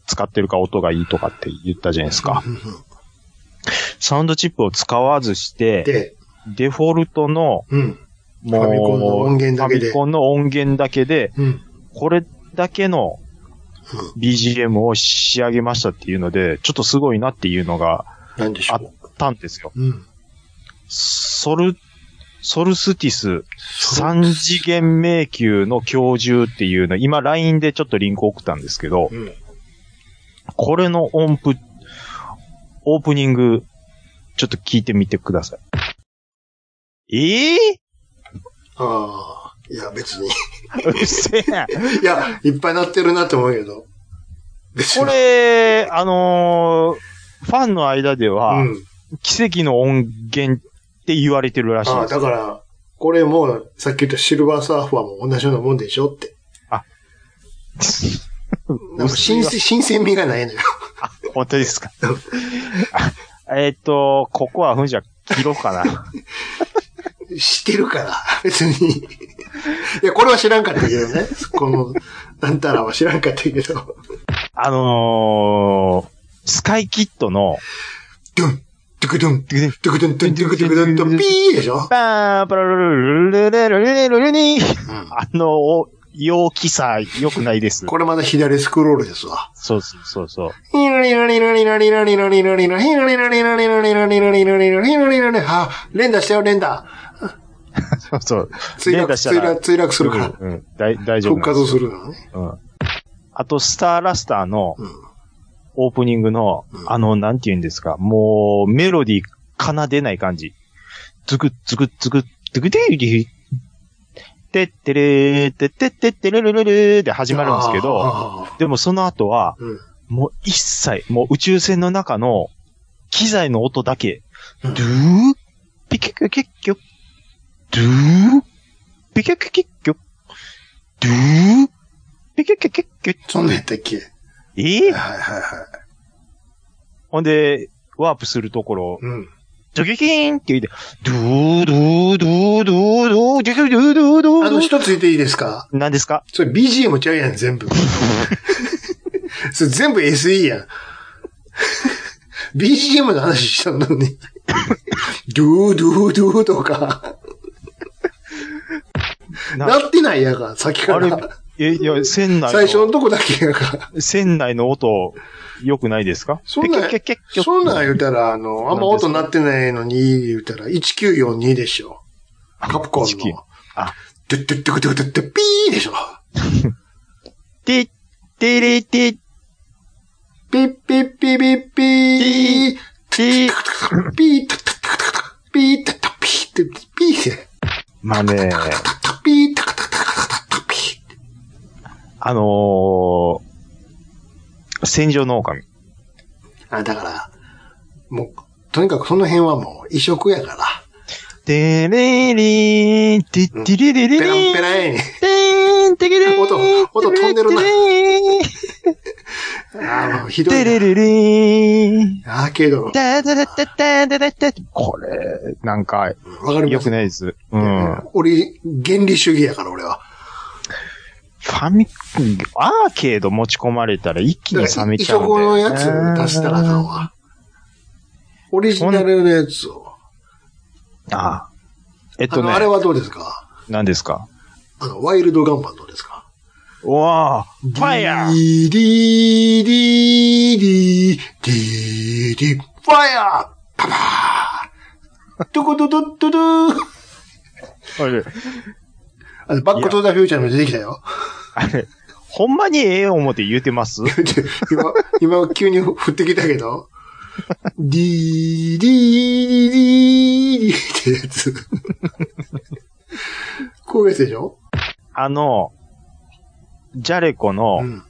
C: 使ってるから音がいいとかって言ったじゃないですか。
D: うんうん
C: サウンドチップを使わずして、
D: で、
C: デフォルトの、
D: うん。
C: もう、
D: ファミコンの音源だけで
C: ファミコンの音源だけで、
D: うん。
C: これだけの BGM を仕上げましたっていうので、ちょっとすごいなっていうのが
D: なんでしょ
C: あ
D: う
C: っ。たんですよ。
D: うん。
C: ソル、ソルスティス三次元迷宮の教授っていうの、今 LINE でちょっとリンク送ったんですけど、
D: うん。
C: これの音符、オープニング、ちょっと聞いてみてください。ええ
D: ああ。いや、別に。
C: うっせえ。
D: いや、いっぱいなってるなって思うけど。別
C: これ、あのーファンの間では、
D: うん。
C: 奇跡の音源って言われてるらしい
D: あ
C: で
D: あ、
C: す。
D: だ
C: あ
D: から、これもう、さっき言ったシルバーサーファーも同じようなもんでしょって。なんか新鮮、新鮮味がないのよ。
C: 本当ですか。あえっ、と、ここはふんじゃ切ろうかな。
D: 知ってるから、別に。いや、これは知らんかったけどね。この、なんたらは知らんかったけど。
C: あのー、スカイキットの、
D: ドゥン、ドゥクドゥン、ドゥクドゥン、ドゥン、ドゥクドゥクドゥンと、ピーでしょ
C: バーン、パラルルルルルルルルルに、あの、お陽気さ、良くないです。
D: これまだ左スクロールですわ。
C: そうそうそうそう。
D: ヒロリロリロリロリロリロリロリロヒロリロリロリロリロリロリロリロリロリロリあ、連打したよ、連打。
C: そうそう。
D: 墜
C: 連
D: 落、
C: 打した
D: 墜
C: ら
D: 落、墜落するから。
C: うん、うん大大丈夫
D: 復
C: なんです
D: 活
C: よ。
D: するのね。
C: うん。あと、スターラスターの
D: うん、
C: オープニングの、
D: ん
C: あの、なんて言うんですか、もう、メロディー奏でない感じ。ズクズクズク、ズクディリてってれー、てってってってれれれれーで始まるんですけど、
D: ああ
C: でもその後は、
D: うん
C: もう一切、もう宇宙船の中の機材の音だけ、
D: う
C: ド
D: ん
C: ゥー、ピキュキュキュ、ドゥー、ピキュキュキュ、ドゥー、ピキュキュキュキュ、
D: そんなんやったっけ
C: え
D: は
C: え
D: いはいはい。
C: ほんで、ワープするところ、
D: うん。
C: ドキキーンって言って、ドゥードゥードゥードゥードゥードゥードゥードゥードゥー
D: あの、
C: ドゥー
D: 一つ言っていいですか
C: 何ですか
D: それ BGM ちゃうやん、全部。 それ全部 SE やん。BGM の話したのに。ドゥードゥードゥーとか。
C: な
D: なってないやんか、さっきか
C: あれ
D: ら。、
C: え、いや、船内
D: 最初の
C: の、
D: とこだけやんか。
C: 船内の音、良くないですか
D: そんなん
C: ピキュキュキュキュ
D: そんなん言うたら、あの、あんま音なってないのに言うたら、1942でしょ。カプコン
C: 19
D: の。
C: あ
D: ドゥッドゥッドゥッドゥッドゥッドゥッピーでしょ。
C: て、てれて、
D: ピッピッピピッピー。
C: て、
D: ピータタタタタピータタピーってピーって
C: まあね、
D: タタピータタタタタタピー
C: あのー、戦場の狼。
D: あ、だから、もう、とにかくその辺はもう異色やから。
C: てれれー、てってれれれ
D: ペ
C: れ
D: ラン
C: ー
D: ペ。ランや
C: てーん、てけれーん。
D: 音音飛んでるな
C: てれー
D: ねん。ああ、もうひど
C: てれ
D: い
C: れれーん。
D: な。あけど、
C: だだだだだだだだこれ、なんか、
D: わかり
C: 良
D: ます
C: く。ないです。うん。フ
D: 俺、原理主義やから俺は。
C: ァミコン、アーケード持ち込まれたら一気に冷め
D: 異
C: ちゃうん
D: 色
C: だよ
D: の
C: ね。
D: やつ出したらあかんわ。オリジナルのやつを。
C: ああえっ
D: あ
C: と
D: の、
C: ね
D: あ、れはどうですか
C: 何ですか
D: あの、ワイルドガンマンどうですか
C: うわあファイヤー
D: ディーディーディーディーディーディーファイヤーパパードコドドッドドゥー
C: あれ、
D: あのバックトゥーザフューチャーにも出てきたよ。
C: あれ、ほんまにええ思って言うてます
D: 今、今急に降ってきたけど。ディーディーディーディーってやつ。こういうやつでしょ
C: あの、ジャレコの、
D: うん。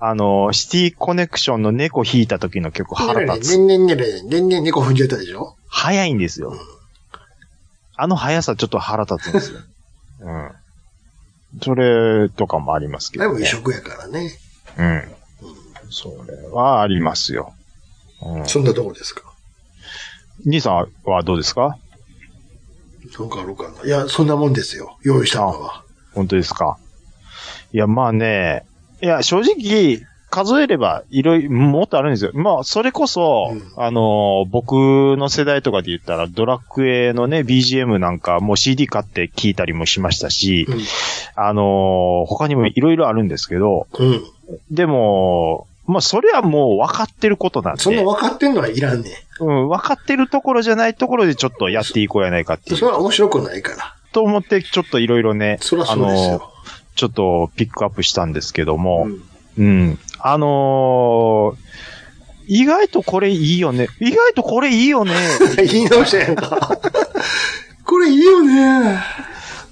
C: あの、シティコネクションの猫引いた時の曲腹立つ。
D: ねんねんねれ、ねんねん猫踏んじゃったでしょ
C: 早いんですよ。あの速さちょっと腹立つんですよ。うん。それとかもありますけ
D: で
C: ど、
D: も
C: ね
D: 移。植やからね。
C: うん。それはありますよ。うん。
D: そんなとこですか。
C: 兄さんはどうですか
D: そうかあるかな。いや、そんなもんですよ。用意したのは。
C: 本当ですかいや、まあね、いや、正直、数えれば、いろいろ、もっとあるんですよ。まあ、それこそ、
D: うん
C: あのー、僕の世代とかで言ったら、ドラクエのね、BGM なんか、もう CD 買って聞いたりもしましたし、
D: うん
C: あのー、他にもいろいろあるんですけど、
D: うん。
C: でも、まあ、それはもう分かってることなんで、
D: そんな分かってんのはいらんね
C: うん、分かってるところじゃないところでちょっとやっていこうやないかって
D: ん。
C: い、
D: そうれは面白くないから。
C: と思って、ちょっといろいろね、
D: そりゃそうですよ。
C: あのーちょっとピックアップしたんですけども、
D: うん
C: うん。あのー、意外とこれいいよね。意外とこれいいよね。
D: 言い直したやんか。これいいよね。
C: っ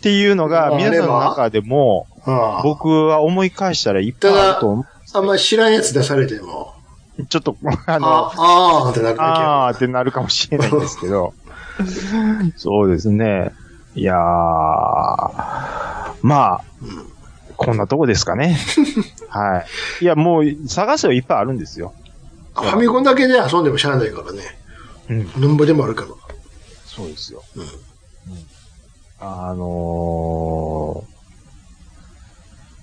C: ていうの が、
D: あれは
C: 皆さんの中でも、
D: ああ
C: 僕は思い返したらいっぱいあると思
D: あんまり知らんやつ出されても、
C: う。ちょっと、 あの、
D: あ、あーってなる
C: あ
D: だ
C: ーってなるかもしれないんですけ ど。そうですね。いやー。まあ、こんなとこですか ね。はい。いや、もう、探せばいっぱいあるんですよ。
D: けや。ファミコンだけで遊んでもしゃあないからね。
C: うん。
D: なんぼでもあるから。
C: そうですよ。
D: うん
C: あの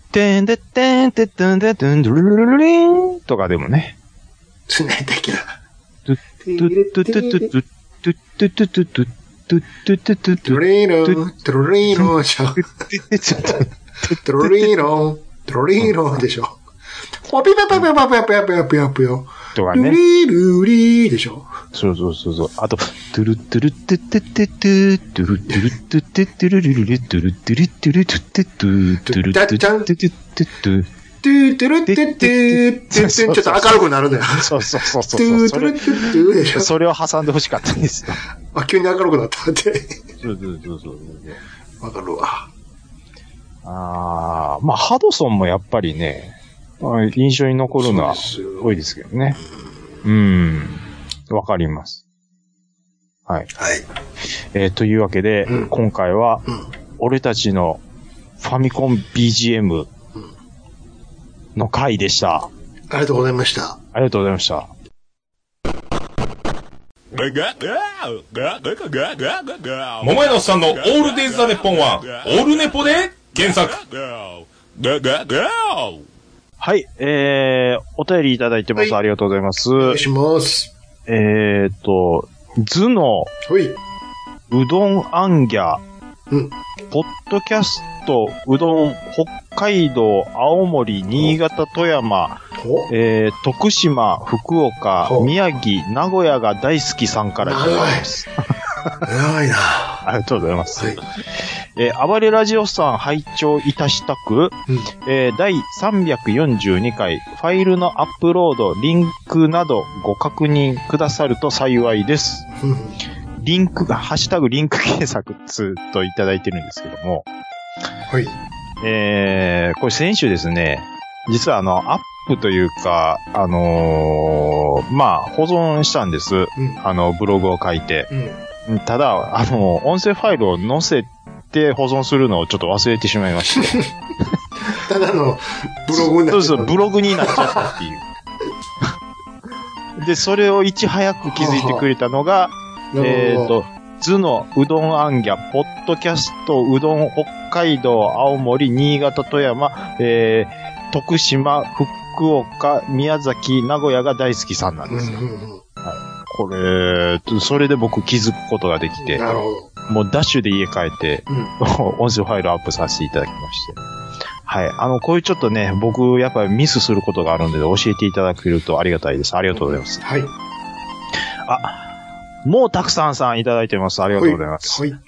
C: ー、てんでってんてってんでってんでるるるるりんとかでもね。
D: 常にできな。
C: トゥトゥトゥトゥトゥトゥトゥトゥトゥトゥトゥトゥトゥト
D: トゥ
C: ゥ
D: リロン、トゥリロン、トゥリロン、トゥリロンでしょ。おぴぴぴぴぴぴぴぴぴよ。
C: とか
D: ル
C: ね。
D: リルリでしょ。
C: そうそうそうそう。あと、トゥルトゥルトゥトゥトゥトゥトゥルトゥルトゥトゥトゥルルルルトゥルトゥルトゥルトゥトゥトゥトゥルトゥトゥトゥトゥトゥ
D: トゥトゥルトゥトゥトゥちょっと明るくなるんだよ。
C: そうそうそう
D: ト
C: そうそ
D: ゥトゥ
C: う。そ
D: ル
C: れ
D: トゥトゥでしょ。
C: それを挟んでほしかったんですよ。
D: あ、急に明るくなったって。
C: そうそうそうそうそう。
D: わかるわ。
C: ああ、まあ、ハドソンもやっぱりね、まあ印象に残るのは
D: そうですよ
C: 多いですけどね。うん。わかります。はい。
D: はい。
C: えーというわけで、
D: うん
C: 今回は、
D: うん
C: 俺たちのファミコン BGM の回でした。
D: ありがとうございました。
C: ありがとうございました。
E: 桃屋のおっさんのオールデイズ・ザ・ネッポンは、オールネポで検索
C: はい。えー、お便りいただいてます。
D: はい
C: ありがとうございます。
D: お願いします。
C: えーっと、図の
D: ほい。
C: うどんあんぎゃ、
D: うん
C: ポッドキャスト、うどん、北海道、青森、新潟、富山、
D: お
C: えー、徳島、福岡
D: ほ、う
C: 宮城、名古屋が大好きさんからいただきます。
D: 長いな。は
C: ありがとうございます。
D: い。
C: えー暴れラジオさん拝聴いたしたく、
D: うん
C: えー第342回、ファイルのアップロード、リンクなどご確認くださると幸いです。
D: うん
C: リンクが、ハッシュタグリンク検索つといただいてるんですけども、
D: はい。
C: えー、これ先週ですね、実はあの、アップというか、あのーまあ、保存したんです。
D: うん。
C: あの、ブログを書いて。
D: うん。
C: うんただ、あの、音声ファイルを載せて保存するのをちょっと忘れてしまいまして。
D: ただのブログにな
C: そ
D: っち
C: う
D: ゃ
C: そうう、ブログになっちゃったっていう。で、それをいち早く気づいてくれたのが、えっ、
D: なるほど。
C: と、図のうどんあんぎゃ、ポッドキャスト、うどん、北海道、青森、新潟、富山、えー、徳島、福岡、宮崎、名古屋が大好きさんなん
D: うん
C: ですよ。
D: うんうん
C: これ、それで僕気づくことができて、
D: なるほど。
C: もうダッシュで家帰って、
D: うん。
C: 音声ファイルアップさせていただきまして。はい。あの、こういうちょっとね、僕、やっぱりミスすることがあるので、教えていただけるとありがたいです。ありがとうございます。
D: はい。
C: もうたくさんさんいただいてます。ありがとうございます。
D: はい。はい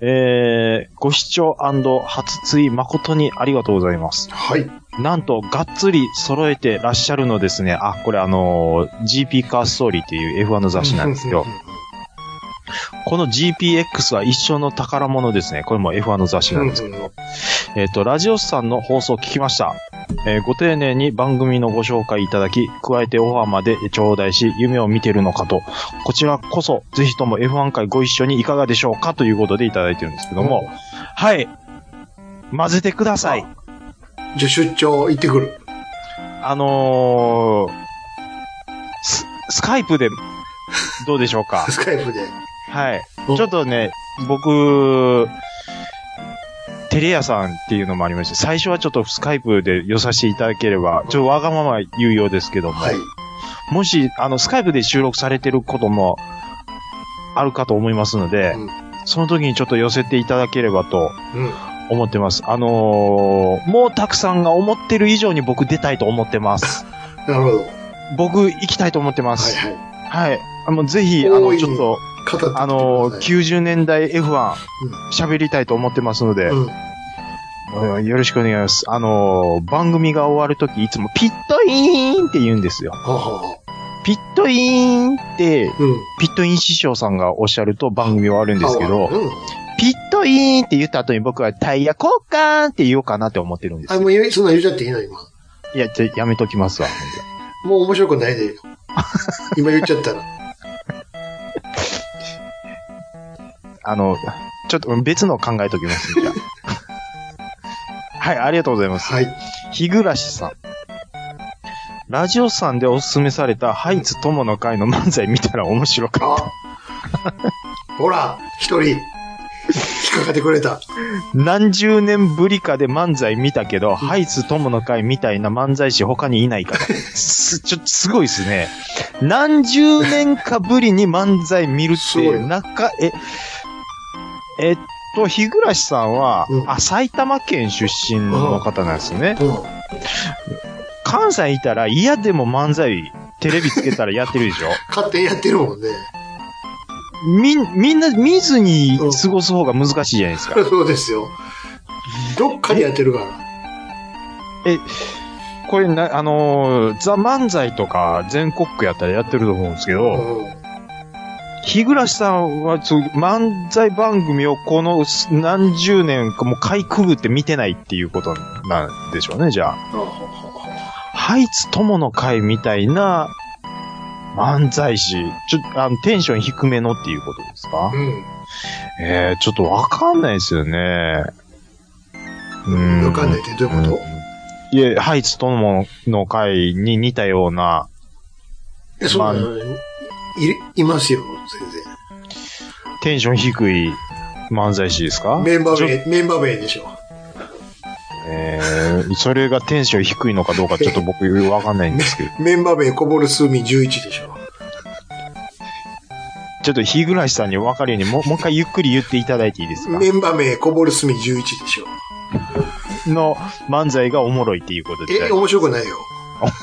C: えー、ご視聴初ツイ誠にありがとうございます。
D: はい。
C: なんと、がっつり揃えてらっしゃるのですね。あ、これあのー GP カーストーリーっていう F1 の雑誌なんですけど、
D: う
C: この GPX は一生の宝物ですね。これも F1 の雑誌なんですけど。えっと、ラジオスさんの放送を聞きました。えーご丁寧に番組のご紹介いただき、加えてオファーまで頂戴し、夢を見てるのかと。こちらこそ、ぜひとも F1 会ご一緒にいかがでしょうかということでいただいてるんですけども。はい。混ぜてください。
D: じゃあ出張行ってくる。
C: あのー、ス、スカイプで、どうでしょう か
D: スカイプで。
C: はい。
D: お
C: ちょっとね、僕、テレ屋さんっていうのもありまして、最初はちょっとスカイプで寄させていただければ、ちょっとわがまま言うようですけども、
D: はい。
C: もし、あの、スカイプで収録されてることもあるかと思いますので、
D: うん
C: その時にちょっと寄せていただければと
D: うん。
C: 思ってます。あのーもうたくさんが思ってる以上に僕出たいと思ってます。
D: なるほど。は
C: 僕行きたいと思ってま
D: い
C: す。
D: は
C: はい。あの、ぜひ、あの、
D: 大いに
C: ちょっと、
D: い。語って
C: あのー、
D: きて
C: 90年代 F1
D: うん
C: 喋りたいと思ってますので、
D: ください
C: うんよろしくお願いします。あのー番組が終わるとき、いつもピットイーンって言うんですよ。
D: うん。ははは
C: ピットイーンって、
D: うん。
C: ピットイン師匠さんがおっしゃると番組は終わるんですけ
D: あう
C: ど、
D: ん。
C: ピットイーンって言った後に僕はタイヤ交換って言おうかなって思ってるんです
D: あ、
C: よ。
D: もう言えそんなん言っちゃっていいの今。
C: いや、ちょやめときますわ。
D: もう面白くない でよ。今言っちゃったら。
C: あの、ちょっと別の考えときます、じゃあはい、ありがとうございます。
D: はい。
C: 日暮さん。ラジオさんでおすすめされたハイツ友の会の漫才見たら面白 かっ
D: あほら、一人、引っかかってくれた。
C: た。何十年ぶりかで漫才見たけど、ハイツ友の会みたいな漫才師他にいないから。す、 ちょ、すごいですね。何十年かぶりに漫才見るっ
D: すご
C: て、
D: い
C: なか、え、えっと、日暮さんは、
D: うん
C: あ、埼玉県出身の方なんですよね。
D: うん。
C: 関西いたら嫌でも漫才、テレビつけたらやってるでしょ
D: 勝手にやってるもんね。
C: みん、みんな見ずに過ごす方が難しいじゃないですか。
D: そうですよ。どっかでやってるから。
C: これな、あのーザ・漫才とか全国区やったらやってると思うんですけど、
D: うん。
C: 日暮さんはそう漫才番組をこの何十年かもうかいくぐって見てないっていうことなんでしょうね、じゃあ。ハイツ友の会みたいな漫才師、ちょっとあのテンション低めのっていうことですか
D: うん。
C: えー、ちょっとわかんないですよね。うーん
D: わかんないってどういうこ
C: いえ、ハイツともの会に似たような、
D: とえ、そうだよね。い、いますよ、全然。
C: テンション低い漫才師ですか
D: メンバー
C: ちょ
D: 名、メンバー名でしょ。
C: えーそれがテンション低いのかどうかちょっと僕わかんないんですけど。
D: メンバー名こぼる数ミ11でしょ。
C: ちょっと日暮さんに分かるようにもう、もう一回ゆっくり言っていただいていいですか
D: メンバー名こぼる数ミ11でしょ。
C: の漫才がおもろいっていうことで。
D: え、面白く ないよ。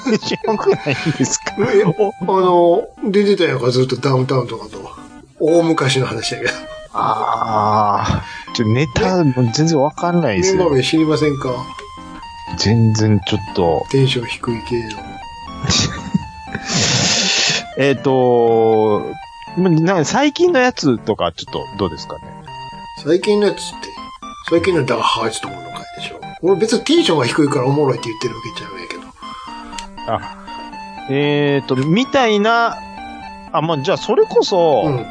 C: 面白くないんですか
D: え、あの、出てたやんか、ずっとダウンタウンとかと。大昔の話だけど。
C: ああ、ちょネタもう全然わかんないで
D: メ
C: す
D: ンバー
C: よ。
D: 名知りませんか
C: 全然ちょっと。
D: テンション低い系の。
C: えっ、とまなんか最近のやつとかちょっとどうですかね。
D: 最近のやつって、最近のダーハーツと思うのかいでしょ。俺別にテンションが低いからおもろいって言ってるわけじゃないけど。
C: えっ、と、みたいな、あ、まあ、じゃあそれこそ、
D: うん。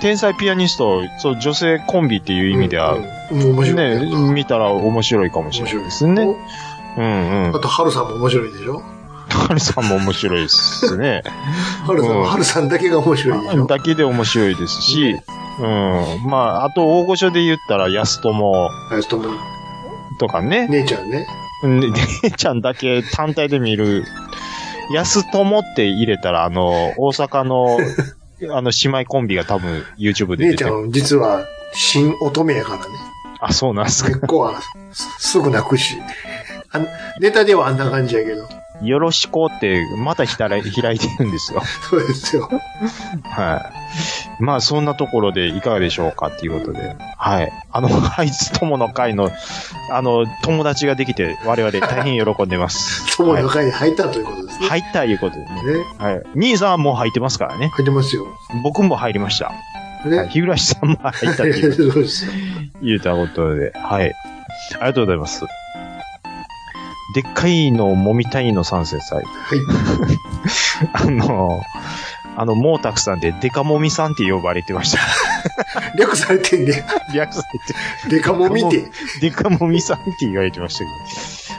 C: 天才ピアニスト、そう、女性コンビっていう意味では、
D: うん、うんもう面白いけどな。
C: ね、見たら面白いかもしれないですね。うんうん
D: おあ。と、ハルさんも面白いでしょ
C: ハルさんも面白いですね。
D: ハルさん、
C: うん
D: ハルさんだけが 面白いでしょ
C: だけで面白いですし、うん。まあ、あと大御所で言ったら、安
D: あ
C: 友
D: とも
C: とかね。
D: 姉ちゃんね。
C: ね姉ちゃんだけ単体で見る、安友って入れたら、あの、大阪 の、あの、姉妹コンビが多分 YouTube で
D: 姉
C: 出
D: ち
C: て
D: ゃ
C: る。
D: ん、実は、新乙女やからね。
C: あ、そうなんですか。
D: 結構は、す すぐ泣くし。あネタではあんな感じやけど。
C: よろしこうって、またひたら開いてるんですよ。
D: そうですよ。
C: はい。まあ、そんなところでいかがでしょうかっていうことで。はい。あの、 あいつ友の会の、あの、友達ができて、我々大変喜んで ます。
D: 友
C: はい
D: の会に入ったということですね。
C: 入ったいうことでね。
D: ね。
C: はい。兄さんはもう入ってますからね。
D: 入ってますよ。
C: 僕も入りました。
D: ね
C: はい日暮さんも入ったっていう
D: そうです。
C: 言うたことで、はい。ありがとうございます。でっかいのを揉みたいの三世祭。
D: はい。
C: あの、あの、毛沢さんでデカモミさんって呼ばれてました。
D: 略されてんで、
C: 略されて
D: デカも見て。
C: デカモミさんって言われてまし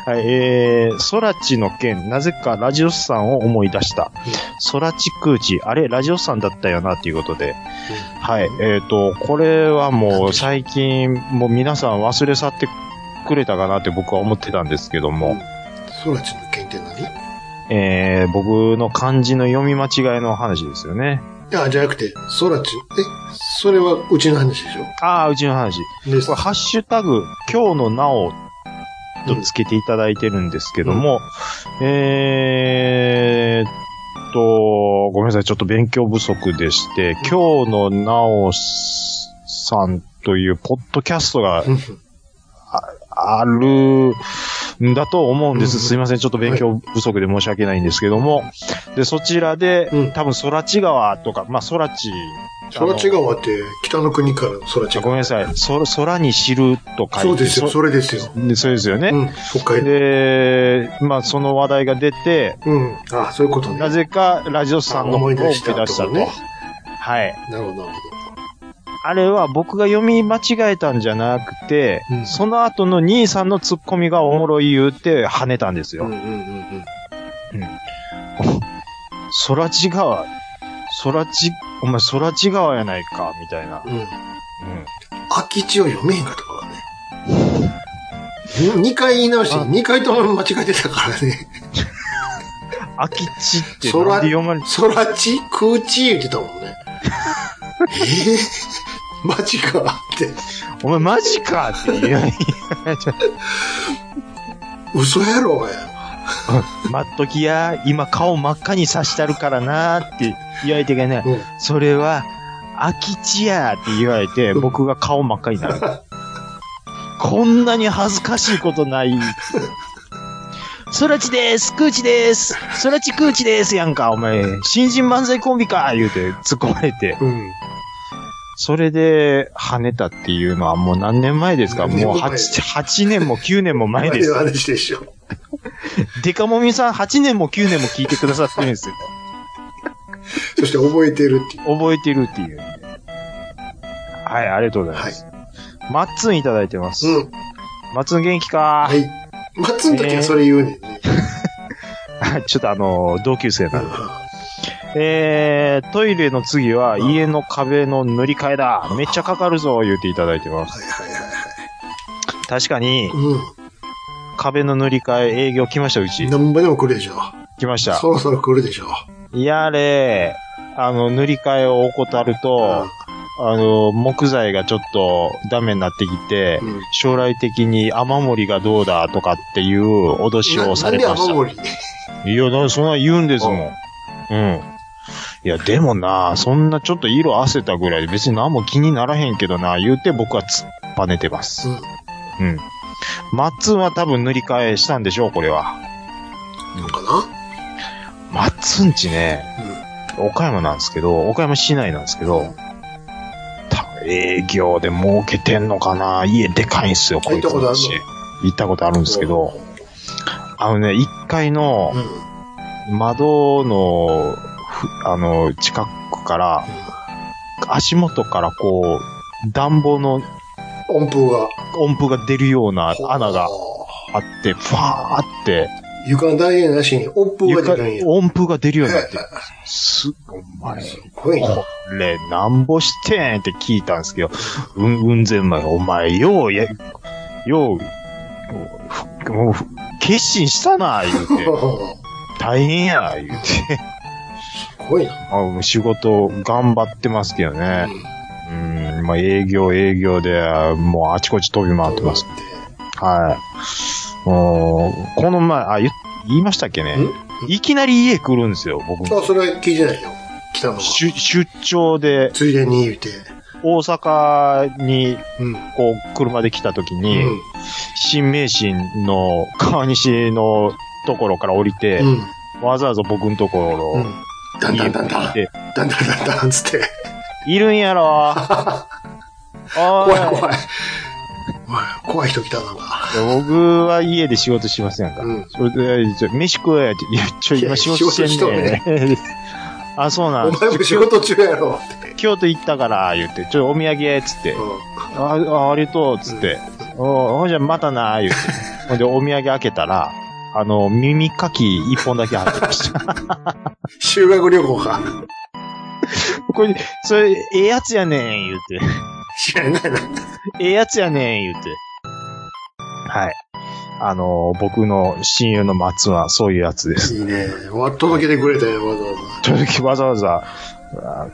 C: たけど。はい、えー、ソラチの件、なぜかラジオスさんを思い出した。ソラチ空地、あれ、ラジオスさんだったよな、ということで。はい、えっ、ー、と、これはもう最近、もう皆さん忘れ去ってくれたかなって僕は思ってたんですけども、
D: ソラチの件って何い
C: えー、僕の漢字の読み間違いの話ですよね。
D: や、じゃなくて、ソラチ、え、それはうちの話でし
C: ああ、うちの話。
D: ょです
C: これ、。ハッシュタグ、今日のなおとつけていただいてるんですけども、えーっと、ごめんなさい、ちょっと勉強不足でして、今日のなおさんというポッドキャストが
D: うん
C: あるんだと思うんで
D: う
C: す。
D: ん
C: すいません。ちょっと勉強不足で申し訳ないんですけども。で、そちらで、
D: うん
C: 多分、空知川とか、まあ、空知。
D: ソラチ川って、北の国からのソラチ
C: あのごめん
D: 川。
C: なさい。そ空に知ると書いて。
D: そうですよ、
C: そ
D: それですよ。
C: でそうですよね。
D: うん、北海道。
C: で、まあ、その話題が出て、
D: うん。あそういうことね。
C: なぜかラジオさんの
D: あ
C: 方を
D: 思
C: 思
D: い
C: い
D: 出
C: 出
D: し
C: し
D: と
C: たたと。
D: ね
C: はい。
D: なるほど、なる
C: あれは僕が読み間違えたんじゃなくて、
D: うん
C: その後の兄さんのツッコミがおもろい言うて跳ねたんです
D: ほど。う
C: よ。
D: んうんうんうん。
C: 空地川、空地、お前空地川やないか、みたいな。
D: うん。空き地を読めへんかったからね。2回言い直して、
C: あ
D: 2回とも間違えてたからね。
C: 空き地ってなんで読まれ、
D: 空地空地言ってたもん ね。ええ マジかって。
C: お前マジかって 言う。
D: 嘘やろ、おい。
C: 待っときや、今顔真っ赤にさしたるからなーって言われてがね、
D: うん
C: それは、空き地やーって言われて、僕が顔真っ赤になる。こんなに恥ずかしいことない。そらちです、空地です、そらち空地ですやんか、お前。新人漫才コンビか言うて突っ込まれて。
D: うん。
C: それで跳ねたっていうのはもう何年前ですか
D: 何年も
C: もう
D: 前
C: 8, 8年も9年も前です
D: で
C: よ。
D: 話でしょ。
C: デカモミさん8年も9年も聞いてくださってるん ですよ。
D: そして覚えてるっていう。
C: 覚えてるっていう。はい、ありがとうございます。マッツンいただいてます。
D: うん。
C: マッツン元気か
D: は、い。待つん時はそれ言うねんね。
C: ちょっとあのー、同級生なんで。
D: う
C: えー、トイレの次は家の壁の塗り替えだ。めっちゃかかるぞ、言っていただいてます。確かに、
D: ん。うん
C: 壁の塗り替え営業来ました、うち。
D: 何ぼでも来るでしょ。
C: 来ました。
D: そろそろ来るでしょ。
C: やれ、あの、塗り替えを怠ると、あの、木材がちょっとダメになってきて、
D: うん
C: 将来的に雨漏りがどうだとかっていう脅しをされ
D: な
C: ました。
D: なんで雨漏り
C: いや、だそんな言うんですもん。うん。いや、でもな、そんなちょっと色あせたぐらいで別に何も気にならへんけどな、言うて僕は突っぱねてます。うん。マッツンは多分塗り替えしたんでしょう、これは。
D: のかな
C: マッツンちね、岡山なんですけど、岡山市内なんですけど、た営業で儲けてんのかな家でかいんすよ、こいつ
D: 行ったことあるの
C: 行ったことあるんですけど、あのね、1階の
D: うん。
C: 窓の、ふあの、近くから、足元からこう、暖房の
D: 音符が。
C: 音符が出るような穴が
D: ほ
C: あって、ファーって、
D: う。床の大変なしに音符が出るんや
C: 床。音符が出るようになって
D: は、
C: す、お前、
D: すごいな。
C: これ、なんぼしてんって聞いたんですけど、うん、うんぜんまい、お前、ようや、よう、ふもう、ふ決心したな、言 うて、
D: す
C: 大変や、言うて、
D: ごいな。
C: あもう仕事頑張ってますけどね。うん、まあ営業、営業で、もうあちこち飛び回ってます。はい。もう、この前、あ、言、言いましたっけね
D: ん。
C: いきなり家来るんですよ、僕。
D: あ、それは聞いてないよ。来たのは。
C: 出出張で、
D: ついでに言うて。
C: 大阪に、
D: うん。
C: こう、車で来た時
D: う
C: に、
D: ん。
C: 新名神の川西のところから降りて、
D: うん。
C: わざわざ僕のところ
D: うん。だんだんだんだん。
C: に
D: だん
C: 来て、
D: だんだんだんだんつって。
C: いるん やろ。お
D: 怖い
C: い。
D: 怖い。おい怖い人来たなんか。
C: 僕は家で仕事しますやんか。
D: うん
C: それで、ちょ飯食えって、いや、ちょ、
D: いや
C: 今仕事してんね
D: 仕
C: ん。 あ、そうな
D: お
C: ん
D: 前も仕事中やろって。
C: 京都行ったから、言って、ちょ、お土産や、つって。
D: う
C: あ、あありがとう、つって。おうほんじゃ、またな、言って。ほんで、お土産開けたら、あの、耳かき一本だけ入ってました。
D: ん修学旅行か。
C: これ、それ、ええやつやねん、言って。
D: 知らないな。
C: ええやつやねん、言うて。はい。あのー僕の親友の松はそういうやつです。
D: いいね。わ届けてくれたよ、わざわざ。
C: と時わざわざ、あ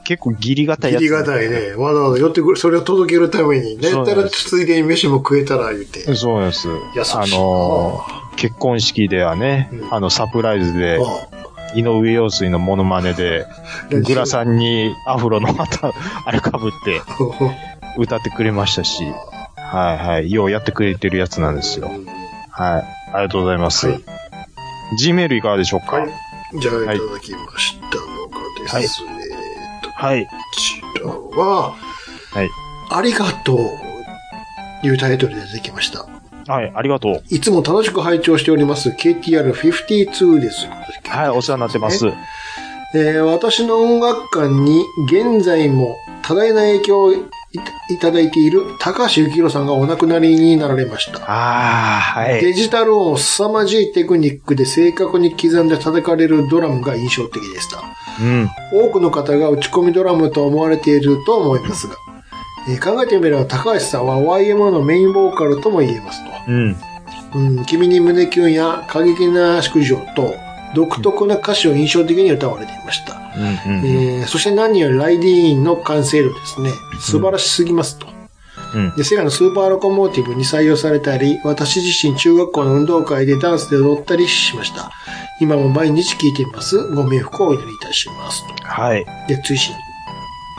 C: ー結構ギリ堅いや
D: 切
C: つ。
D: りがたいね。わざわざ寄ってくる、それを届けるために。ね、
C: そ
D: や
C: う
D: っ
C: な
D: た
C: ん
D: ら
C: で
D: ついでに飯も食えたら言うて。
C: そうなんです。
D: 優しいな
C: あのー結婚式ではね、
D: うん
C: あの、サプライズで、
D: あ
C: 井上陽水のモノマネで、
D: うん
C: グラさんにアフロの旗、あれ被って
D: あ
C: 歌ってくれましたし、はいはい、ようやってくれてるやつなんですよ。はい。ありがとうございます。
D: はい
C: G メールいかがでしょうか
D: はい。じゃあ、
C: はい
D: いただきましたのがですね。
C: はい。
D: こちらは、
C: はい。
D: ありがとう。いうタイトルで出てきました。
C: はい、ありがとう。
D: いつも楽しく拝聴しております KTR52 です。
C: はい、お世話になってます。
D: えー私の音楽観に現在も多大な影響をいいただいている高橋幸宏さんがお亡くなりになられました。
C: ああ、は
D: デ
C: い。
D: ジタル音を凄まじいテクニックで正確に刻んで叩かれるドラムが印象的でした。
C: うん。
D: 多くの方が打ち込みドラムと思われていると思いますが、えー考えてみれば高橋さんは YMO のメインボーカルとも言えますと。
C: うん。
D: うん、君に胸キュンや過激な祝情と独特な歌詞を印象的に歌われていました。
C: うん。うん。
D: えーそして何よりライディーンの完成度ですね。素晴らしすぎますと。
C: うん
D: で、セガのスーパーロコモーティブに採用されたり、私自身中学校の運動会でダンスで踊ったりしました。今も毎日聴いています。ご冥福をお祈りいたしますと。
C: はい。
D: で、追伸。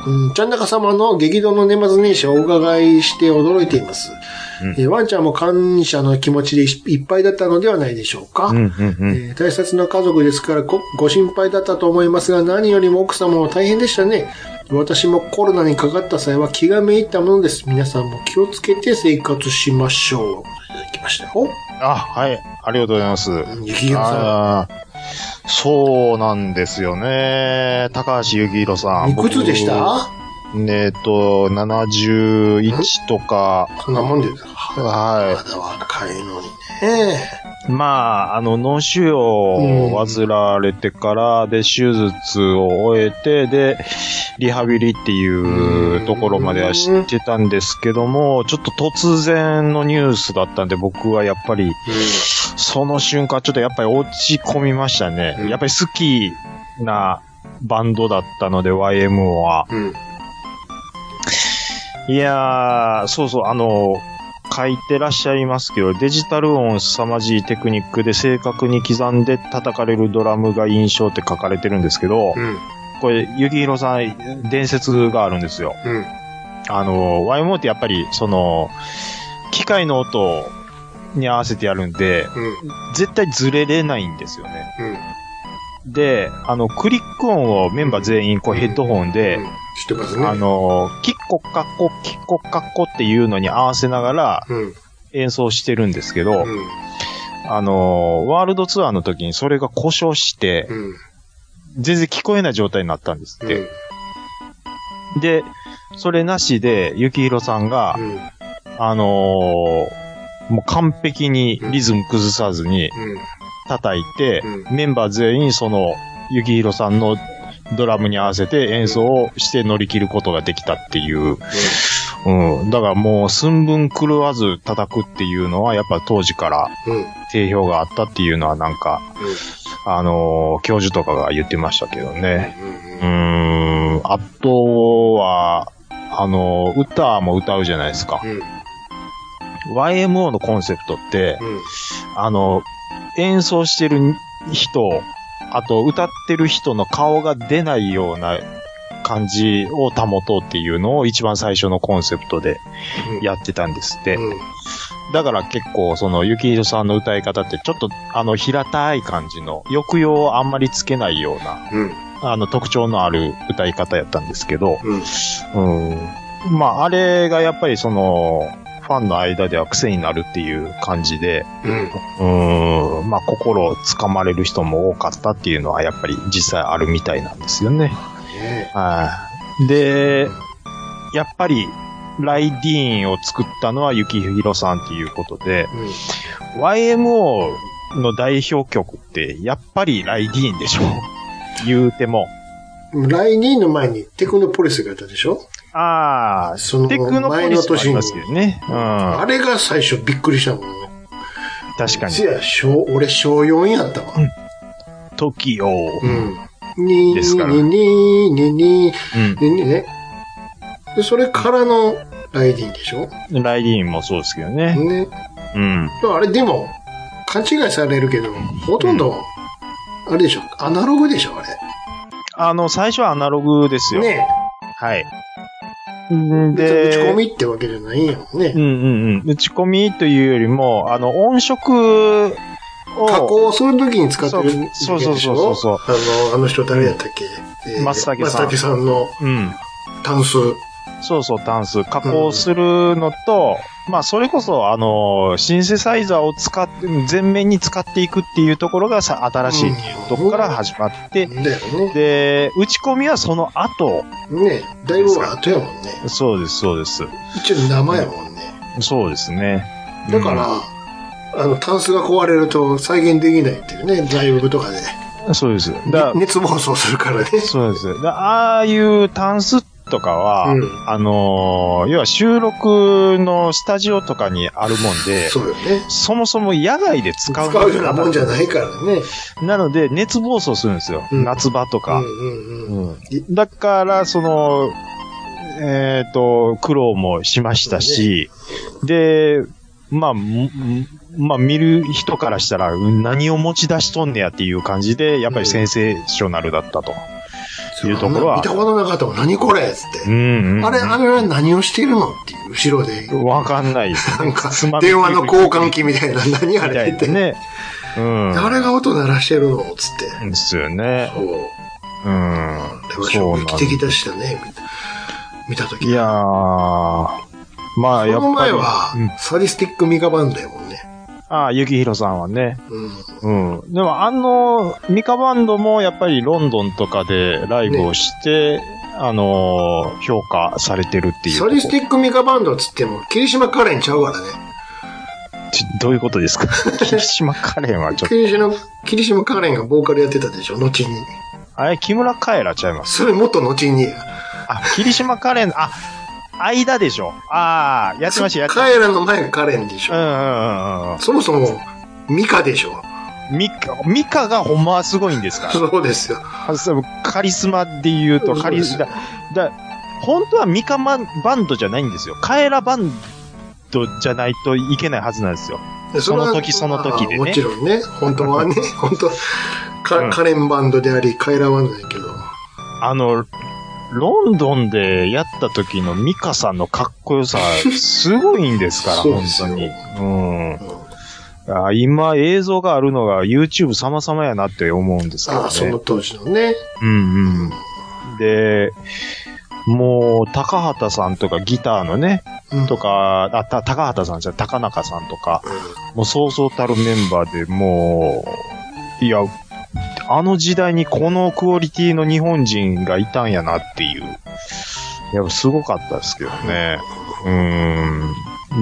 D: うん、ちゃん中様の激動の年末年始をお伺いして驚いています。
C: うん
D: えーワンちゃんも感謝の気持ちでいっぱいだったのではないでしょうか。
C: うん。うん。うん。
D: えー大切な家族ですからごご心配だったと思いますが何よりも奥様は大変でしたね私もコロナにかかった際は気がめいったものです皆さんも気をつけて生活しましょういただきましたよ
C: あ、はい。ありがとうございます。
D: 雪広さ
C: あーそうなんですよね。高橋幸宏さ
D: ん
C: ん。
D: いくつでした
C: 僕えっと、71とか、
D: そんなもんでま
C: は
D: だ若いのにね
C: い。まあ、あの、脳腫瘍を患われてから、で、手術を終えて、で、リハビリっていうところまでは知ってたんですけども、ちょっと突然のニュースだったんで、僕はやっぱり、その瞬間、ちょっとやっぱり落ち込みましたね。
D: うん
C: やっぱり好きなバンドだったので、YMO は。
D: うん
C: いやー、そうそう、あの、書いてらっしゃいますけど、デジタル音凄まじいテクニックで正確に刻んで叩かれるドラムが印象って書かれてるんですけど、
D: うん
C: これ、ゆきひろさん、伝説があるんですよ。
D: うん
C: あの、YMO ってやっぱり、その、機械の音に合わせてやるんで、
D: うん
C: 絶対ずれれないんですよね。
D: うん
C: で、あの、クリック音をメンバー全員、こう、ヘッドホンで、
D: 知ってますね
C: あの、キッコカッコ、キッコカッコっていうのに合わせながら
D: うんうん
C: 演奏してるんですけど、あの、ワールドツアーの時にそれが故障して、
D: うんうん
C: 全然聞こえない状態になったんですっ
D: うん
C: て。で、それなしで、ゆきひろさんが、あのもう完璧にリズム崩さずに
D: うん
C: 叩いて、
D: う
C: メンバー全員その、ゆきひろさんのドラムに合わせて演奏をして乗り切ることができたっていう。うん。だからもう寸分狂わず叩くっていうのはやっぱ当時から
D: うん
C: 定評があったっていうのはなんか、あのー教授とかが言ってましたけどね。うーん。あとは、あのー歌も歌うじゃないですか。
D: うんうん
C: YMO のコンセプトって、
D: うん
C: あの、演奏してる人、あと歌ってる人の顔が出ないような感じを保とうっていうのを一番最初のコンセプトでやってたんですって。
D: うん
C: だから結構その、ゆきひろさんの歌い方ってちょっとあの、平たい感じの、抑揚をあんまりつけないような、
D: うん
C: あの、特徴のある歌い方やったんですけど、
D: うん。
C: うん。まあ、あれがやっぱりその、ファンの間では癖になるっていう感じで、
D: うん。
C: うーん、まあ、心をつかまれる人も多かったっていうのは、やっぱり実際あるみたいなんですよね。
D: ね
C: はい。で、やっぱり、ライディーンを作ったのは雪広さんっていうことで、
D: うん。
C: YMO の代表曲って、やっぱりライディーンでしょ言うても。
D: 来年の前にテクノポリスがやったでしょ、
C: ああ、
D: その
C: テクノポリスもありますけどね。うん。
D: あれが最初びっくりしたもんね。
C: 確かに
D: せ。や、小、俺小4やったわ。
C: 時を。
D: うん。に、に、
C: ですから
D: に、に、に、に、
C: うん。
D: にね。で、それからのライディーンでしょ
C: ライディーンもそうですけどね。
D: ね。
C: うん。
D: あれでも、勘違いされるけど、ほとんど、あれでしょアナログでしょあれ。
C: あの、最初はアナログですよ。
D: ね
C: はい。
D: え。
C: で、
D: 打ち込みってわけじゃないんやもん
C: うん
D: ね。
C: うんうん。打ち込みというよりも、あの、音色を。
D: 加工するときに使ってる
C: そうそうそうそうそう
D: あの、あの人誰やったっけえー
C: 松竹さん
D: 松竹さんの
C: うん。
D: タンス。
C: そうそう、ダンス。加工するのと、まあ、それこそ、あの、シンセサイザーを使って、全面に使っていくっていうところがさ、新しいところから始まって、
D: だよね。
C: で、打ち込みはその後。
D: ねえ。だいぶ後やもんね。
C: そうです、そうです。
D: 一応生やもんね。
C: そうですね。
D: だから、あの、タンスが壊れると再現できないっていうね、ライブとかで。
C: うん、そうです。だ
D: 熱暴走するからね。
C: そうです。だああいうタンスとかは、
D: うん
C: あのー要は収録のスタジオとかにあるもんで、
D: そうよね。
C: そもそも野外で使う
D: 使うようなもんじゃないからね。
C: なので、熱暴走するんですよ。
D: うん
C: 夏場と
D: うん
C: か。
D: うんうん。
C: うんだから、その、えっ、と、苦労もしましたし、で、まあ、んんまあ、見る人からしたら、うん何を持ち出しとんねやっていう感じで、やっぱりセンセーショナルだったと。いうところは
D: 見たことなかったもん。何これっつって。
C: んん
D: あれ、あれは何をしているのっていう、後ろで。
C: わかんないです、
D: なんか
C: つま、み食い
D: 電話の交換機みたいな、何あ
C: みた
D: れ
C: い
D: って。
C: なね。うん。
D: あれが音鳴らしてるのつって。
C: ですよね。
D: そう。
C: うん
D: あれ。は
C: そう
D: 衝
C: なん
D: 撃的だしたね、みたいな見たとき。
C: いやー。まあ、
D: こ
C: やっぱり。
D: の前は
C: うん、
D: サディスティックミカバンドやもんね。
C: ああ、ゆきひろさんはね。
D: うん。
C: うん。でも、あの、ミカバンドもやっぱりロンドンとかでライブをして、あのー評価されてるっていう。
D: サディスティックミカバンドっつっても、霧島カレンちゃうからね。
C: ちどういうことですか 霧島カレンは ちょっと。
D: 霧島、霧島カレンがボーカルやってたでしょ、後に。
C: あれ、木村カエラちゃいます。
D: それもっと後に。
C: あ、霧島カレン、あ、間でしょ。ああ、やってました、やってま
D: カ
C: し
D: エラの前がカレンでしょ。
C: た。うんうんうんうん。
D: そもそも、ミカでしょ。
C: ミカ、ミカがほんまはすごいんですから。
D: そうですよ。
C: あそうカリスマで言うと、
D: そう
C: カリス
D: そ
C: マ
D: う。
C: だ、本当はミカマンバンドじゃないんですよ。カエラバンドじゃないといけないはずなんですよ。
D: でれは
C: その時その時でね
D: まあもちろんね、本当はね、本当カ、
C: うん
D: カレンバンドであり、カエラバンドだけど。
C: あの、ロンドンでやった時のミカさんのかっこよさ、すごいんですから、
D: そう
C: 本
D: です
C: 当
D: よ
C: に。うん。あ今映像があるのが YouTube 様々やなって思うんですけどね。
D: ああ、その当時のね。
C: うんうん。で、もう、高畑さんとかギターのね、
D: うん
C: とか、あ、た、高畑さんじゃない、高中さんとか、もうそうそうたるメンバーでもう、いや、あの時代にこのクオリティの日本人がいたんやなっていう。いや、すごかったですけどね。うーん。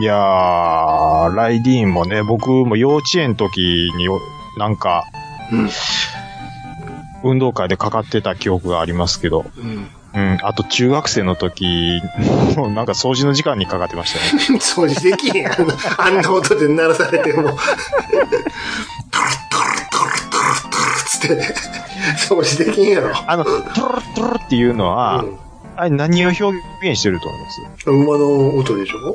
C: いやー、ライディーンもね、僕も幼稚園の時に、なんか、
D: うん
C: 運動会でかかってた記憶がありますけど、
D: う
C: うん。あと中学生の時、もうなんか掃除の時間にかかってました
D: ん。
C: ね。
D: 掃除できへん。あのあんな音で鳴らされても。トルトルトルトルトルトルっつって。掃除できへんやろ。
C: あの、トゥルットゥルッっていうのは、あれ何を表現してると思います
D: うん、馬の音でしょ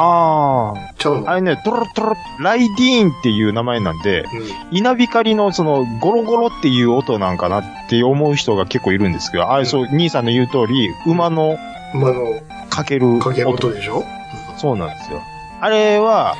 C: あ
D: ちゃう
C: あ。あ
D: の
C: れね、トゥルットゥルッ、ライディーンっていう名前なんで、稲光のそのゴロゴロっていう音なんかなって思う人が結構いるんですけど、あれそう、兄さんの言う通り、馬の
D: うん。馬の
C: かける
D: かける音
C: 音。
D: でしょ
C: そうなんですよ。あれは、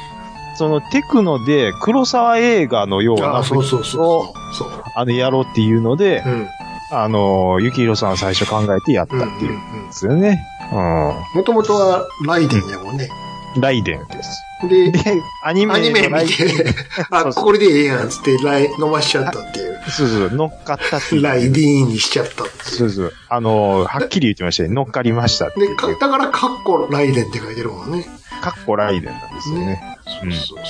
C: そのテクノで黒沢映画のよう
D: あ
C: な
D: あ、そうそうそうそう。そう
C: あのやろうっていうので、
D: うん。
C: あの、ゆきひろさん最初考えてやったっていうんですよね。う
D: もともとはライデンだもんね。
C: ん。ライデンです。
D: で、
C: で、アニメ
D: アニメ見て、
C: そ
D: あ、
C: うそう
D: これでええやんっつって、ライ伸ばしちゃったっていう。
C: そうそう、乗っかったっていう。
D: ライディーンにしちゃったっていう。
C: そうそう。あの、はっきり言ってましたね。乗っかりましたってい
D: で、
C: う。
D: かだから、カッコライデンって書いてるもんね。
C: かっこライデンなんですよね。
D: そうそうそう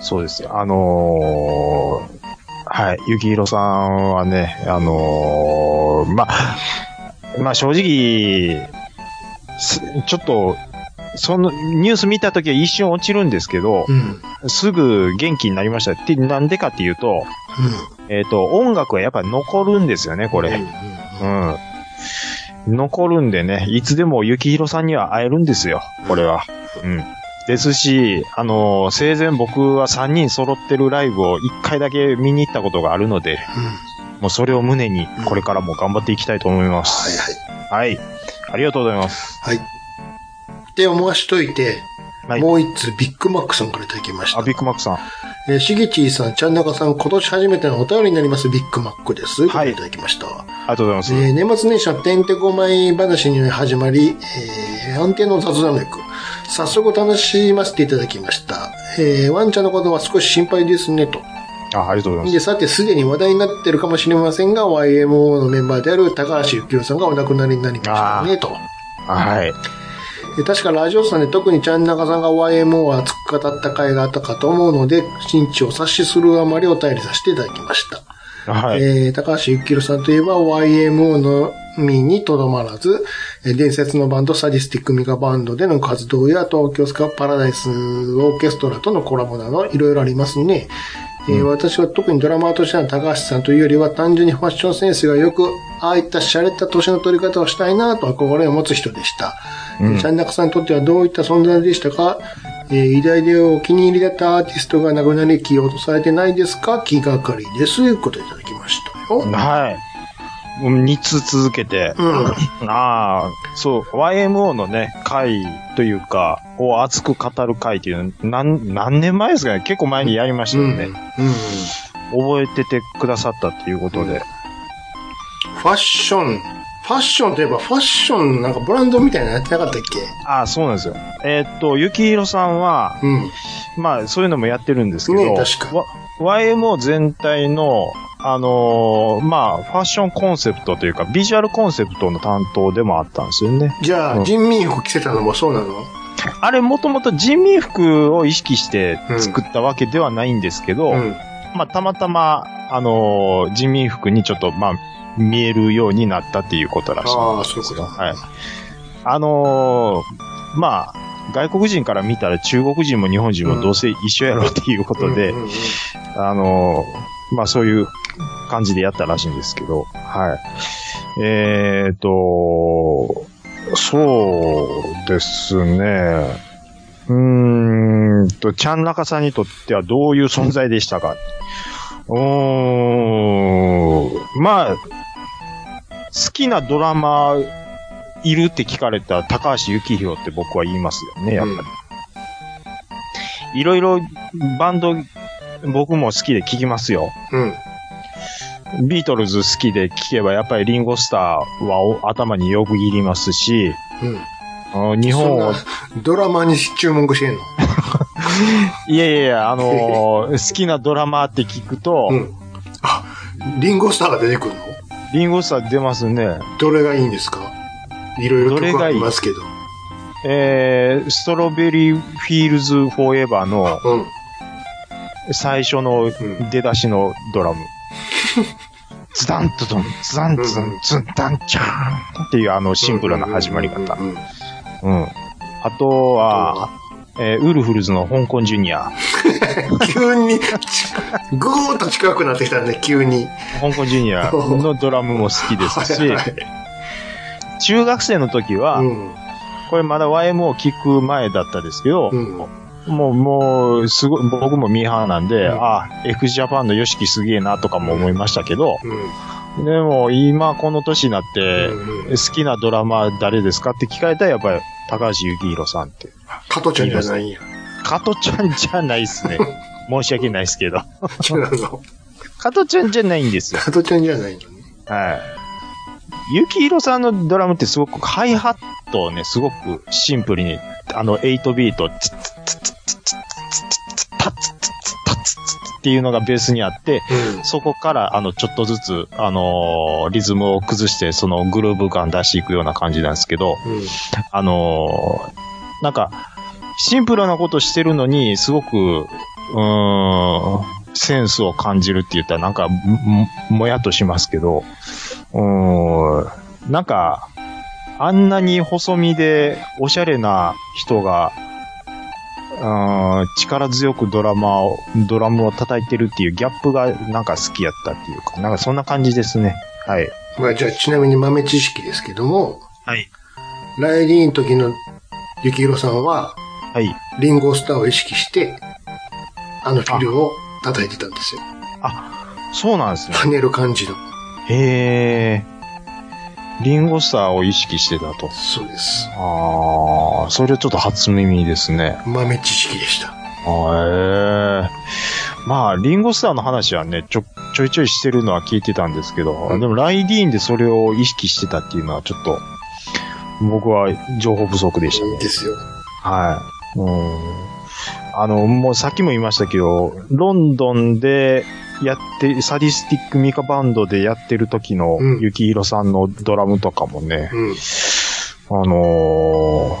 C: そうです。あのーはい、ゆきひろさんはね、あのーまあ、まあ正直、すちょっと、そのニュース見たときは一瞬落ちるんですけど
D: そう。う、ん。うん。
C: すぐ元気になりましたって、なんでかっていうと、えっ、と、音楽はやっぱり残るんですよね、こ
D: うんう
C: れ。うんん。残るんでね、いつでもゆきひろさんには会えるんですよ、これは。うん。ですし、あのー生前僕は3人揃ってるライブを1回だけ見に行ったことがあるので、もうそれを胸に、これからも頑張っていきたいと思いま
D: はい
C: す。
D: はい。
C: はい。ありがとうございます。
D: はい。って思わしといて、
C: はい
D: もう一つビッグマックさんからいただきました
C: あ、。ビッグマックさん。
D: えー、しげちーさん、ちゃんなかさん、今年初めてのお便りになります、ビッグマックです。
C: はい
D: い。いただきました。
C: ありがとうございま
D: えー年末年始はてんてこまい話に始まり、えー安定の雑談力。早速楽しませていただきました。えーワンちゃんのことは少し心配ですね、と。
C: す。あ、ありがとうございま
D: で、さて、すでに話題になってるかもしれませんが、YMO のメンバーである高橋幸宏さんがお亡くなりになりましたね、と。
C: す。はい。
D: えー確かラジオさんで特にちゃん中さんが YMO を熱く語った回があったかと思うので、真知を察しするあまりお便りさせていただきました。
C: はい。
D: えー高橋幸宏さんといえば YMO のみにとどまらず、えー伝説のバンドサディスティックミカバンドでの活動や東京スカパラダイスオーケストラとのコラボなどいろいろありますね。えー私は特にドラマーとしての高橋さんというよりは単純にファッションセンスが良く、ああいった洒落た年の取り方をしたいなと憧れを持つ人でした。ちゃんなかさんにとってはどういった存在でしたか、えー偉大でお気に入りだったアーティストが亡くなり、起用とされてないですか気がかりです。ということでいただきましたよ。
C: はい。2つ続けて。
D: うん。
C: ああ、そう、YMO のね、会というか、を熱く語る会っていうの、何、何年前ですかね結構前にやりました
D: う
C: よ
D: ん。う
C: ね
D: ん。
C: 覚えててくださったっていうことで。
D: ファッション。ファッションといえばファッションなんかブランドみたいなのやってなかったっけ
C: ああ、そうなんですよ。えーっと、ゆきひろさんは、
D: うん。
C: まあ、そういうのもやってるんですけど、
D: ねえ確か
C: わ YMO 全体の、あのーまあ、ファッションコンセプトというか、ビジュアルコンセプトの担当でもあったんですよね。
D: じゃあ、
C: うん
D: 人民服着てたのもそうなの
C: あれ、もともと人民服を意識して作ったわけではないんですけど、
D: うん。
C: まあ、たまたま、あのー人民服にちょっと、まあ、見えるようになったっていうことらしい
D: ああ、
C: ん
D: そう
C: で
D: いう
C: す
D: こ
C: よ。
D: と。
C: はい。あのーまあ、外国人から見たら中国人も日本人もどうせ一緒やろっていうことで、
D: うんうんうん
C: あのーまあそういう感じでやったらしいんですけど、はい。えーと、そうですね。うーんと、ちゃん中さんにとってはどういう存在でしたかうーん、まあ、好きなドラマいるって聞かれた高橋幸宏って僕は言いますよね、やっぱり。いろいろバンド僕も好きで聴きますよ。
D: うん。
C: ビートルズ好きで聴けばやっぱりリンゴスターはお頭によくぎりますし、
D: うん。
C: あ日
D: そ
C: 本
D: ん
C: を
D: な、ドラマに注目してんの
C: いやいやい や、あのー好きなドラマーって聞くと、
D: うん。あ、リンゴスターが出てくるの
C: リンゴスター出ますね。
D: どれがいいんですかいろいろ
C: どれ
D: 曲
C: が
D: あ
C: いい
D: りますけど。
C: えー、ストロベリーフィールズフォーエバーの
D: うん。
C: 最初の
D: ん
C: 出だしの ドラム。ズダンとドン、ズダンツン、ズンダンチャーンっていうあのシンプルな始まり方
D: う。んうんうんうん
C: うん。あとは、えーウルフルズの香港ジュニア。
D: 急に、ちぐーっと近くなってきたんで、急に。
C: 香港ジュニアのドラムも好きですし、
D: はいは
C: 中学生の時は、
D: うん。
C: これまだ YM を聞く前だったですけど、
D: うん。
C: もう、もう、すごい、僕もミーハーなんで、あ、x ジャパンの YOSHIKI すげえなとかも思いましたけど、
D: うん。
C: でも今この年になって、
D: うんうん
C: 好きなドラマ誰ですかって聞かれたらやっぱり高橋幸宏さんって。
D: 加トちゃんじゃないんや。
C: 加トちゃんじゃない っすね。申し訳ないですけど。
D: 違うの。
C: 加トちゃんじゃないんですよ。
D: 加トちゃんじゃないのね。
C: はい。ゆきひろさんのドラムってすごく、ハイハットをね、すごくシンプルに、あの、8ビート、ツッツッツッツッツッツッツッタッツッツッツッタッツッツッっていうのがベースにあって、そこから、あの、ちょっとずつ、あのーリズムを崩して、そのグルーヴ感出していくような感じなんですけど、
D: うん。うん。
C: あのーなんか、シンプルなことしてるのに、すごく、うーん、センスを感じるって言ったら、なんか、も、もやっとしますけど、うーん、なんか、あんなに細身で、おしゃれな人が、うーん、力強くドラマを、ドラムを叩いてるっていうギャップが、なんか好きやったっていうか、なんかそんな感じですね。はい。
D: まあ、じゃあ、ちなみに豆知識ですけども、
C: はい。
D: ライリーの時のゆきひろさんは、
C: はい。
D: リンゴスターを意識して、あのピルを叩いてたんですよ。
C: そうなんですね。
D: 跳ねる感じの。
C: へえ。リンゴスターを意識してたと。
D: そうです。
C: ああ、それちょっと初耳ですね。
D: 豆知識でした。
C: あーへえ。まあ、リンゴスターの話はね、ちょ、ちょいちょいしてるのは聞いてたんですけど、
D: うん
C: でもライディーンでそれを意識してたっていうのはちょっと、僕は情報不足でしたね。
D: ですよ。
C: はい。うん。あの、もうさっきも言いましたけど、ロンドンでやって、サディスティックミカバンドでやってる時の
D: うん
C: ゆきひろさんのドラムとかもね、
D: うん。
C: あのー、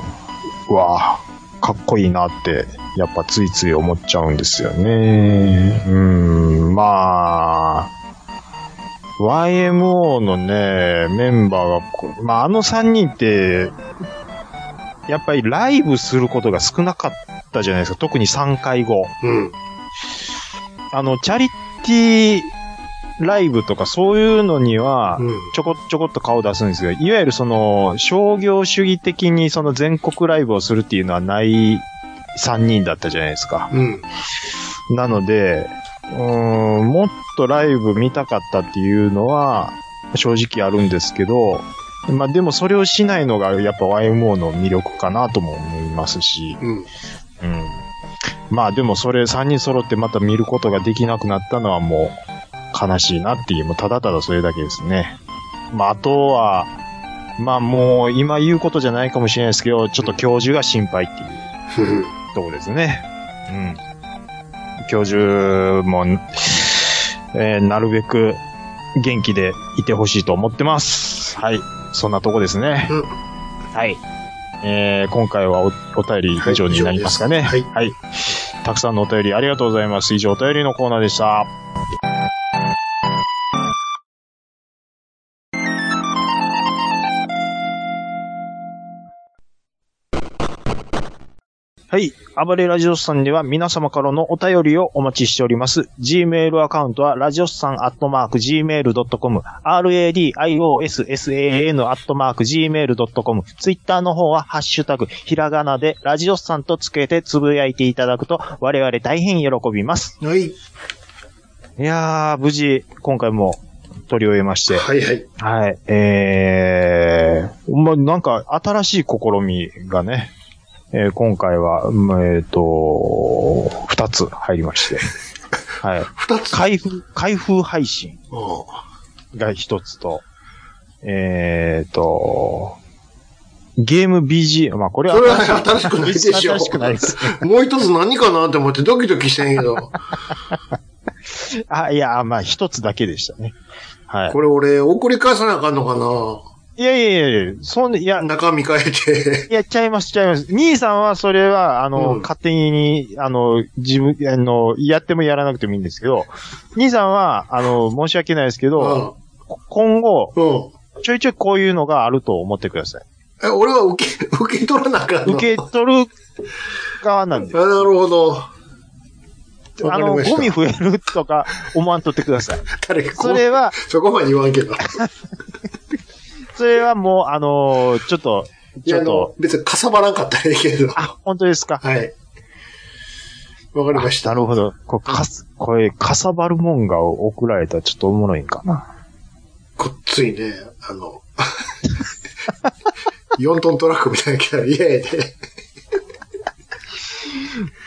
C: うわぁ、かっこいいなって、やっぱついつい思っちゃうんですよね。うん、まあ、YMO のね、メンバーがこう、まああの3人って、やっぱりライブすることが少なかったじゃないですか。特に3回後。
D: うん。
C: あの、チャリティーライブとかそういうのには、
D: うん。
C: ちょこちょこっと顔出すんですけど、いわゆるその、商業主義的にその全国ライブをするっていうのはない3人だったじゃないですか。
D: うん。
C: なので、うーん、もっとライブ見たかったっていうのは、正直あるんですけど、まあでもそれをしないのがやっぱ YMO の魅力かなとも思いますし、
D: うん。
C: うん。まあでもそれ3人揃ってまた見ることができなくなったのはもう悲しいなっていう、もうただただそれだけですね。まああとは、まあもう今言うことじゃないかもしれないですけど、ちょっと教授が心配っていう
D: うん。
C: とこですね。うん。教授も、えーなるべく元気でいてほしいと思ってます。はい。そんなとこですね。
D: うん
C: はい。えー今回はおお便り以上になりますかね。
D: はい以上です
C: はい。たくさんのお便りありがとうございます。以上、お便りのコーナーでした。はい。暴れラジオスさんでは皆様からのお便りをお待ちしております。Gmail アカウントは、ラジオスさんアットマーク Gmail.com、radiossan アットマーク Gmail.com、Twitter の方は、ハッシュタグ、ひらがなで、ラジオスさんとつけてつぶやいていただくと、我々大変喜びます。
D: はい。
C: いやー、無事、今回も、取り終えまして。
D: はいはい。
C: はい。えー、ま、なんか、新しい試みがね、えー今回は、まえっ、と、二つ入り まして。はい。
D: 二つ。
C: 開封、開封配信
D: おう
C: が一つと、えっ、と、ゲーム BG、まあ、これは
D: それは新しくないでしょ。
C: 新しくないです。
D: もう一つ何かなって思ってドキドキしてんけど。
C: あ、いや、まあ、一つだけでしたね。はい。
D: これ俺、送り返さなあかんのか
C: いやいやいやいや、そんで、いや
D: な、中身変えて。
C: いや、ちゃいます、ちゃいます。兄さんは、それは、あの、
D: うん
C: 勝手に、あの、自分、あの、やってもやらなくてもいいんですけど、兄さんは、あの、申し訳ないですけど、こ今後、
D: うん。うん。
C: ちょいちょいこういうのがあると思ってください。
D: え、俺は受け、受け取らなあかんの
C: 受け取る側なんで
D: あ、なるほど。わ
C: あ
D: かり
C: の、
D: ました
C: ゴミ増えるとか、思わんとってください。
D: 誰かこう
C: それは、
D: そこまで言わんけど。
C: それはもう、あの、ちょっと、
D: い
C: ち
D: や、
C: ょ
D: あ
C: っ
D: の
C: と、、
D: 別にかさばらんかったらいいけど。は
C: あ、本当ですか。
D: い。わかりまし
C: な
D: た。
C: るほど。これ、かす、これ、かさばるもんが送られたらちょっとおもろいんかな。
D: こっついね、あの、4トントラックみたいなキャラ、イエーイで。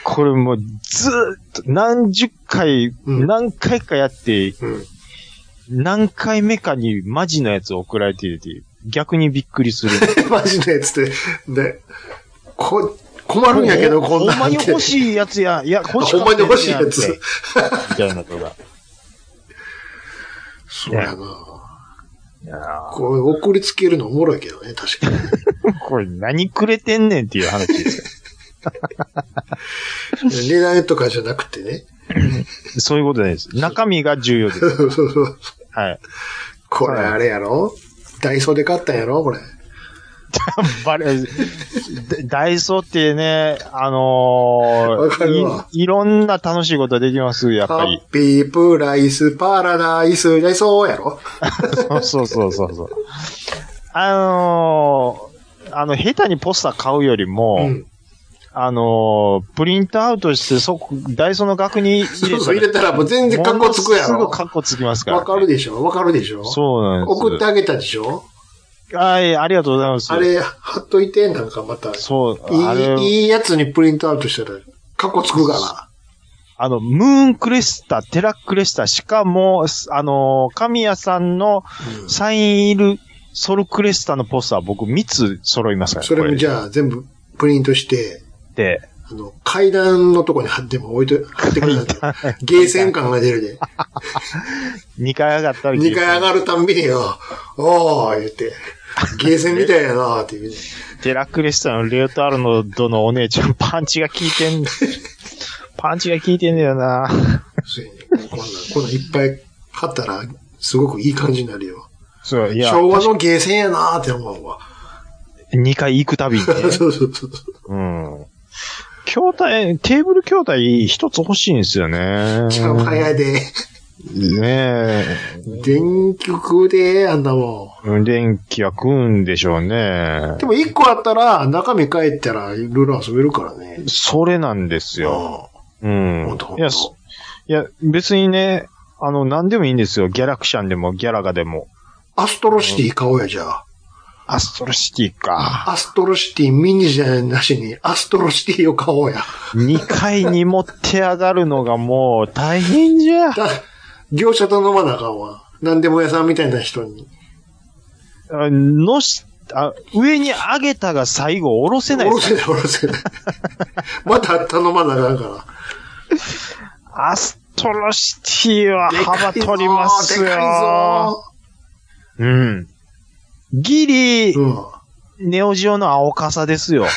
C: これもうずーっと何十回、
D: うん
C: 何回かやって、
D: うん。
C: 何回目かにマジのやつ送られてて、逆にびっくりする。
D: マジのやつって。で、こ、困るんやけど、こん
C: ほ
D: なん
C: んまに
D: って
C: 欲しいやつや。いや、欲しか
D: ほんま
C: っ
D: に
C: た
D: 欲しいや
C: ん
D: つ
C: て。みたいなとか。
D: そうやな。
C: いや
D: これ送りつけるのおもろいけどね、確 かに。
C: ーこれ何くれてんねんっていう話ですよ。
D: 値段とかじゃなくてね。
C: そういうことです。中身が重要です。
D: そうそうそう
C: はい。
D: これあれやろダイソーで買ったんやろこれ。
C: バレ、ダダイソーってね、あの
D: わかるわ
C: ーい、いろんな楽しいことできます、やっ
D: ハ
C: ぱり。
D: ッピープライスパラダイスダイソーやろ
C: そうそうそうそう。あのーあの、下手にポスター買うよりも、
D: うん。
C: あのープリントアウトして、そこ、ダイソーの額に入
D: そ
C: れ
D: う
C: た
D: そう、入れたらもう全然格好つくや
C: ものす
D: ろ
C: ぐ格好つきますから、
D: わかるでしょわかるでしょ
C: そうなんです。
D: 送ってあげたでしょ
C: はい、ありがとうございます。
D: あれ、貼っといて、なんかまた。
C: そう、あれ
D: い、い、いいやつにプリントアウトしたら、格好つくか
C: あの、ムーンクレスタ、テラクレスタ、しかも、すあのー、神谷さんの
D: うん。
C: サイン入りソルクレスタのポスター、僕3つ揃いますからら。
D: それもじ
C: ゃ
D: ゃあ全部プリントして、
C: って、
D: あの、階段のとこに貼っても置いと、貼ってくれなんて。ゲーセン感が出るで。
C: 2回上がったら
D: 2階上がるたんびによ、おー言って、ゲーセンみたいやなっていうね。
C: テラクレスタのレオタールのどのお姉ちゃん、パンチが効いて ん、パンチが効いてんだよな。
D: そうやねこんなん、こんなんいっぱい買ったら、すごくいい感じになるよ。
C: そう、いや、
D: 昭和のゲーセンやなって思うわ。
C: 2回行くた びにね。
D: そうそうそうそう。
C: うん。筐体、テーブル筐体一つ欲しいんですよね。
D: 一番早いで。
C: ねえ。
D: 電球食うで、あんなも
C: 電気は食うんでしょうね
D: ん。で。も一個あったら、中身帰ったら、いろいろ遊べるからね。
C: それなんですよ。う
D: ほ
C: ん
D: んとほん。
C: い
D: と
C: や、そいや別にね、あの、何でもいいんですよ。ギャラクシャンでも、ギャラガでも。
D: アストロシティ買おうや、じゃあ。
C: アストロシティか。
D: アストロシティミニじゃなしに、アストロシティを買おうや。
C: 2階に持って上がるのがもう大変じゃ。
D: だ業者と飲まなあかんわ。何でも屋さんみたいな人に。
C: あのし、あ上に上げたが最後下ろせない
D: お
C: で
D: ろ
C: す
D: せない、おろせない。 また頼まなあかんか
C: アストロシティは
D: ら。
C: 幅
D: でかいぞー
C: 取りますよ。
D: でかいぞ
C: うん。ギリ
D: ー。、うん。
C: ネオジオの青傘ですよ。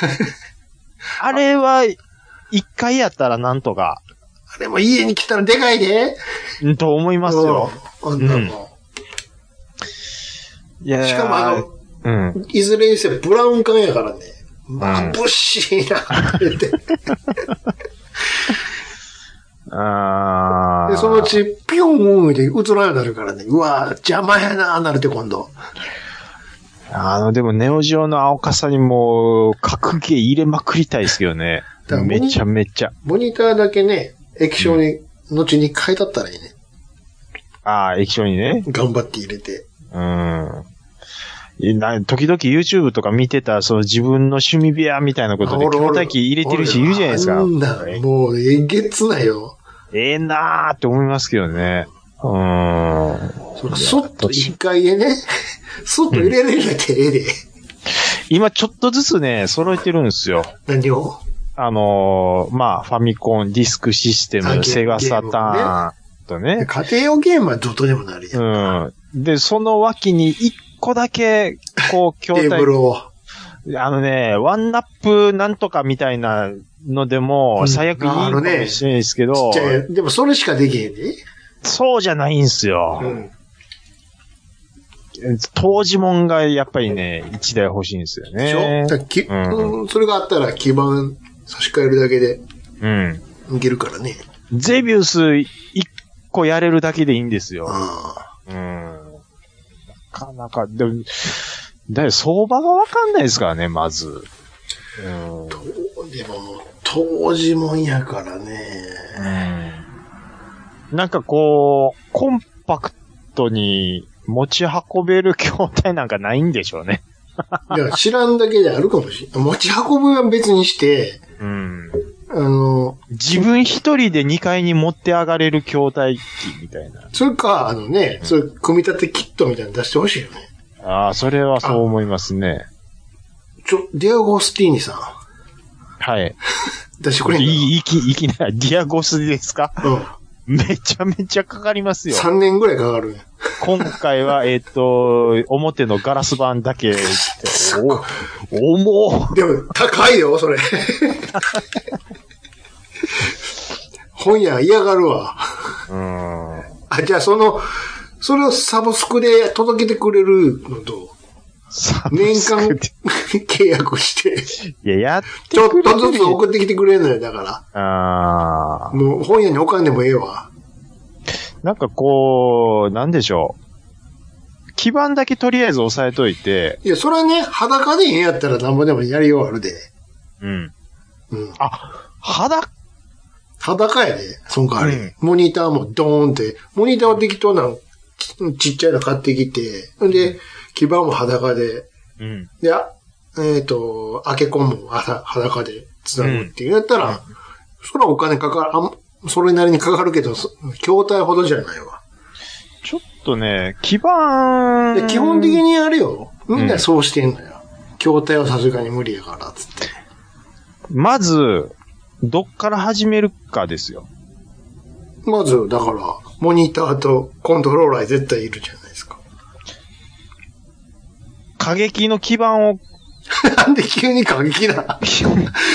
C: あれは、一回やったらなんとか、
D: あれも家に来たらでかいで。
C: んと思いますよ。
D: うん。あんなも
C: いや
D: ん。
C: ー
D: しかもあの、
C: うん。
D: いずれにせよブラウン管やからね。眩しいな、 って。
C: あ
D: で、
C: ー
D: そのうち、ピョンって映らんようになるからね。うわ邪魔やななるって今度。
C: あの、でもネオジオの青傘にもう、格ゲー入れまくりたいですけどね
D: だから。もう
C: めちゃめちゃ。
D: モニターだけね、液晶に、後に変えたったらいいね。
C: ああ、液晶にね。
D: 頑張って入れて。
C: うん。いな時々 YouTube とか見てた、その自分の趣味部屋みたいなことで、
D: おるおる
C: 筐体機入れてる人いるじゃないですか
D: あ。んなんもう、えげつないよ。
C: ええなーって思いますけどね。うーん。
D: そらそっと一回でね、そっと入れれるってええで。
C: 今ちょっとずつね、揃えてるんですよ。
D: 何を
C: あのーまあ、ファミコン、ディスクシステ
D: あゲ
C: ム、セガサターンとね。
D: 家庭用ゲームはどうとでもなるやん。
C: うん。で、その脇に一個だけ、こ う、
D: テ
C: 筐
D: ーブ
C: 体、
D: ルを。
C: あのね、ワンナップなんとかみたいなのでも、
D: うん
C: 最悪いい
D: あ
C: か
D: の
C: も
D: ね
C: しれないですけど、
D: ちっちゃい。でもそれしかできへんで。
C: そうじゃないんですよ。
D: うん。
C: 当時もんがやっぱりね、一台欲しいんですよ
D: でしょ
C: ね
D: だ。からき
C: うん
D: うんそれがあったら基盤差し替えるだけで
C: うん。
D: いけるからね。
C: ゼビウス一個やれるだけでいいんですよ。
D: あ
C: うんなかなか、でも、だい相場がわかんないですからね、まず。うん。
D: あ。でも、当時もんやからね。
C: なんかこう、コンパクトに持ち運べる筐体なんかないんでしょうね。
D: いや、知らんだけであるかもしれん。持ち運ぶは別にして、
C: うん。
D: ああの、
C: 自分一人で2階に持って上がれる筐体機みたいな。
D: それか、あのね、そういう組み立てキットみたいなの出してほしいよね。
C: ああ、それはそう思いますね。
D: ちょ、ディアゴスティーニさ
C: はい。
D: ん、出してくれんかない
C: い、いき、いきなり、ディアゴスですか
D: う
C: めちゃめちゃかかります
D: ん。
C: よ。
D: 3年ぐらいかかるね。
C: 今回は、えっ、と、表のガラス板だけで、お、重っ
D: でも、高いよ、それ。本屋嫌がるわ。
C: うーん。
D: あ、じゃあその、それをサブスクで届けてくれるのと、
C: サブ
D: 年
C: スク
D: 間
C: で
D: 契約 して、
C: いや、やっ
D: ちょっとずつ送ってきてくれるのよ、だか
C: あ
D: ら。もう本屋におかんでもええわ。
C: ーなんかこう、なんでしょう。基盤だけとりあえず押さえといて、
D: いや、それはね、裸でええんやったらなんぼでもやりようあるで。
C: うん。
D: うん。
C: あ、肌、
D: 裸やで、その代わり。
C: うん
D: モニターもドーンって、モニターを適当なのちちっちゃいの買ってきて、んで、基板も裸で、
C: うん。
D: で、あえっ、と、開け込む、あさ 裸で繋ぐっていうやったら、それはお金かかる、あん、それなりにかかるけど、そ筐体ほどじゃないわ。
C: ちょっとね、基盤
D: で、基本的
C: に。
D: にあれよ。みん
C: う
D: なんそうしてんのよ。筐体はさすがに無理やから、つって。
C: まず、どっから始めるかですよ。
D: まず、だから、モニターとコントローラーに絶対いるじゃないですか。
C: 過激の基 盤を、
D: なんで急に過激な。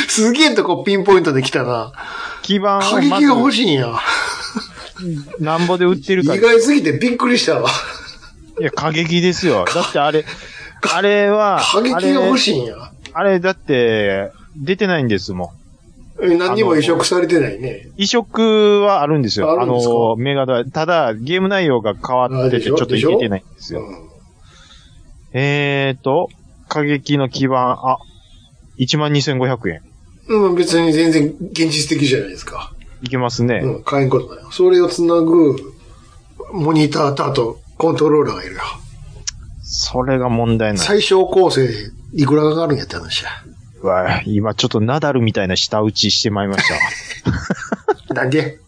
D: すげえとこピンポイントで来たな。
C: 基盤を
D: 過
C: ま
D: 激が欲
C: ず、
D: しいんや。
C: なんぼで売ってる
D: 意
C: か。い
D: 外すぎてびっくりしたわ。
C: や、過激ですよ。だってあれ、あれは、
D: 過激が
C: あれ
D: 欲しいんや。
C: あれだって、出てないんですもん。
D: え何にも移植されてないね。
C: 移植はあるんですよ。
D: あ
C: あ
D: るんですか
C: の、メガドライブただ、ゲーム内容が変わってて、
D: あでし
C: ち
D: ょ
C: ょっといけてないんですよ。
D: うん
C: えーと、過激の基盤、あ、12,500円。
D: うん、別に全然現実的じゃないですか。
C: いけますね。
D: うん、買えんことない。それをつなぐ、モニターとあと、コントローラーがいるよ。
C: それが問題ない。
D: 最小構成でいくらかかるんやって話や。
C: うわ今ちょっとナダルみたいな舌打ちしてまいり ました。
D: なんでなんで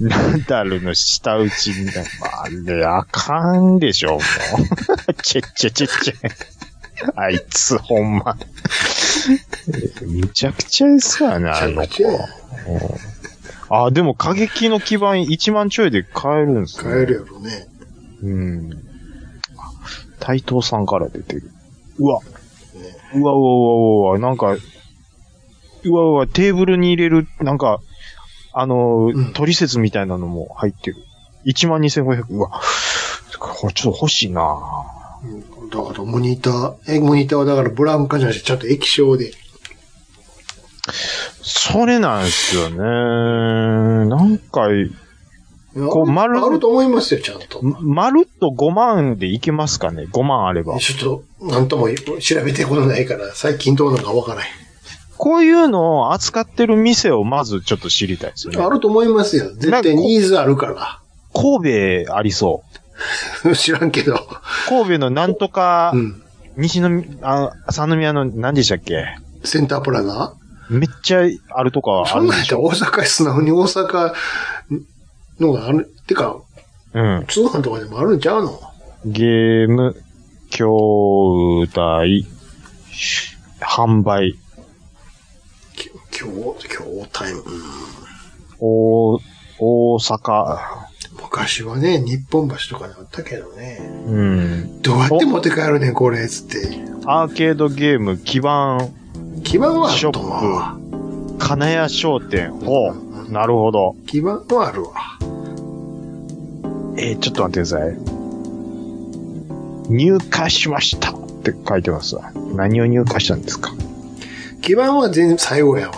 C: ナダルの舌打ちみたいな。あれ、あかんでしょ、もう。チェッチェチェッチェ。あいつ、ほんま。めちゃくちゃですからね、あの
D: めち
C: 子
D: ゃくちゃ。
C: あ、でも、過激の基盤1万ちょいで買えるんですね。
D: 買えるやろね。
C: うん。対等さんから出てる。うわ。
D: ね
C: うわうわうわうわ、なんか、うわうわ、テーブルに入れる、なんか、あのー、
D: うん
C: トリセツみたいなのも入ってる。12,500、うわ、これちょっと欲しいな
D: うんだから、モニター、え、モニターはだからブラウン化じゃなくて、ちゃんと液晶で。
C: それなんですよね。なんか、
D: こ
C: う丸
D: あると思いますよ、ちゃんと。
C: まるっと5万でいけますかね ?5 万あれば。
D: ちょっと、なんとも調べてことないから、最近どうなのかわからへん。
C: こういうのを扱ってる店をまずちょっと知りたいです
D: あ
C: よね。
D: ると思いますよ。絶対ニーズあるから。
C: 神戸ありそう。
D: 知らんけど。
C: 神戸のなんとか、
D: うん。
C: 西の、あ、三宮の何でしたっけ
D: センタープラザ
C: めっちゃあるとかあ
D: そ
C: る
D: ん
C: ん
D: なんやったら大阪、素直に大阪のがある。てか、
C: うん。
D: 通販とかでもあるんちゃうの
C: ゲーム、筐体、販売、
D: き今日、今日タイム。うん
C: お、大阪、
D: 昔はね、日本橋とかであったけどね。
C: うん。
D: どうやって持って帰るねん、これ、つって。
C: アーケードゲーム、基盤、
D: 基盤はあると思うわ。
C: 金谷商店、ほう。なるほど。
D: 基盤はあるわ。
C: えー、ちょっと待ってください。入荷しましたって書いてますわ。何を入荷したんですか
D: 基盤は全然最後やわ。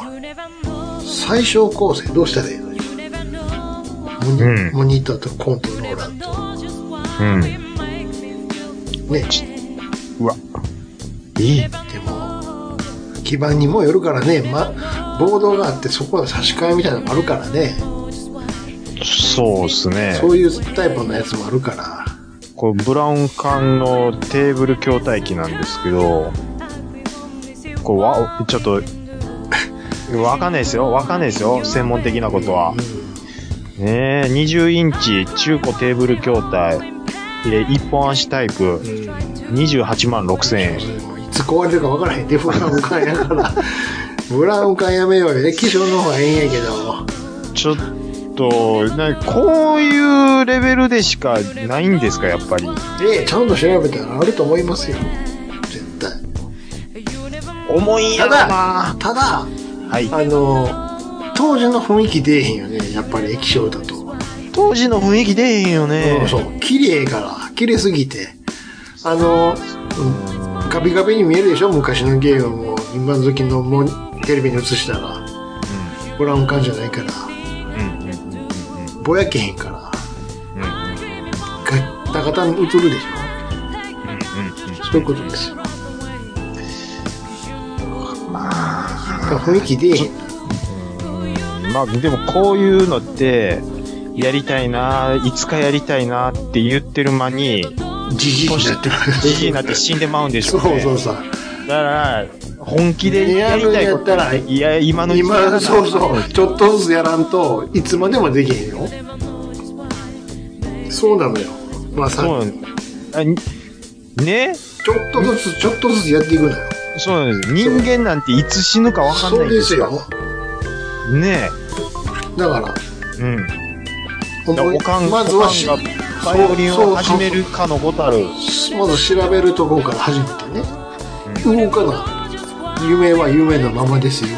D: 最小構成、どうしたらいいのモニ
C: うん
D: モニターとコントローラーと。
C: うん。
D: ね。
C: うわ。いい。
D: でも、基盤にもよるからね、ま、ボードがあってそこの差し替えみたいなのもあるからね、
C: そうですね。
D: そういうタイプのやつもあるから、
C: これブラウン管のテーブル筐体機なんですけど、これわ、ちょっと、 わかんないですよ。わかんないですよ。専門的なことは。ねえ、20インチ中古テーブル筐体。で、1本足タイプ。28万6000円。
D: いつ壊れるか分からへんで、ブラウン管やから。 ブラウン管やめようよ。液晶の方がええんやけど。
C: ちょっと、なこういうレベルでしかないんですか、やっぱり。
D: ええ、ちゃんと調べたらあると思いますよ。絶対。
C: 重いんや
D: た
C: ろな
D: だ、ただ、
C: はい。
D: あの、当時の雰囲気出えへんよね。やっぱり液晶だと。
C: 当時の雰囲気出えへんよね
D: うん。そう。綺麗から、綺麗すぎて。あの、うんガビガビに見えるでしょ昔のゲームも、今の時のもうテレビに映したら。ブラウン管じゃないから。
C: うんうん
D: ぼやけへんから。
C: うんうん
D: ガッタガタに映るでしょそういうことですよ。雰囲気出えへん。
C: まあでもこういうのって、やりたいな、いつかやりたいなって言ってる間に、
D: じじいになってる。
C: じじいになって死んでまうんでしょ
D: そう
C: ね。
D: うそうそう。
C: だから、本気でやりたい
D: やるんや
C: こと
D: ったら
C: いや、今のうちにやら
D: 今、
C: ない
D: そうそう。ちょっとずつやらんといつまでもできへんよ。そうなのよ。まあさ、
C: そうなんあにね
D: ちょっとずつ、ちょっとずつやっていくのよ。
C: そうなんです。人間なんていつ死ぬかわかん
D: そ
C: な
D: う
C: い
D: ですよ。
C: ね
D: だから、
C: え。うん。だ
D: 思
C: お
D: い
C: かん、
D: まずは
C: お
D: し、
C: かんがバイオリンを始めるかのごたる。
D: まず調べるところから始めてね。動かない。夢は夢のままですよ。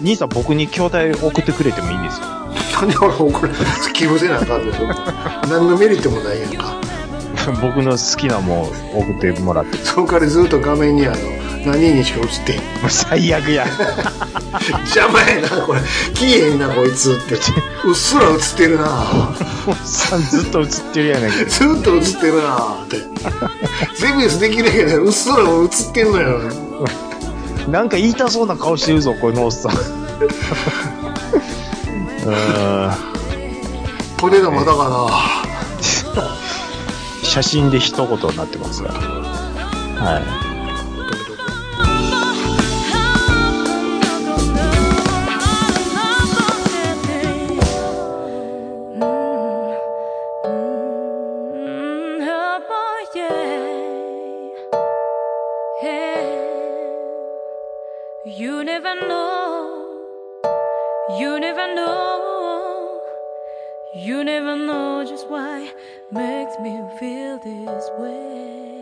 C: 兄さん僕に筐体送ってくれてもいいんですよ。
D: な んで俺怒る気伏せなあかんでしょ。何のメリットもないやんか。
C: 僕の好きなもん送ってもらって。
D: その代わりずっと画面にあの、何にしか映ってへん。
C: 最 悪や。
D: 邪魔やなこれ消えへんなこいつってうっすら映ってるな
C: おっさんずっと映ってるやないか。
D: ずっと映ってるなってゼビウスできないけどうっすら映ってんのよ
C: なんか言いたそうな顔してるぞ、このおっさん。う ーん
D: ポテトもだか
C: 写真で一言になってますから。は
F: You never know just why makes me feel this way.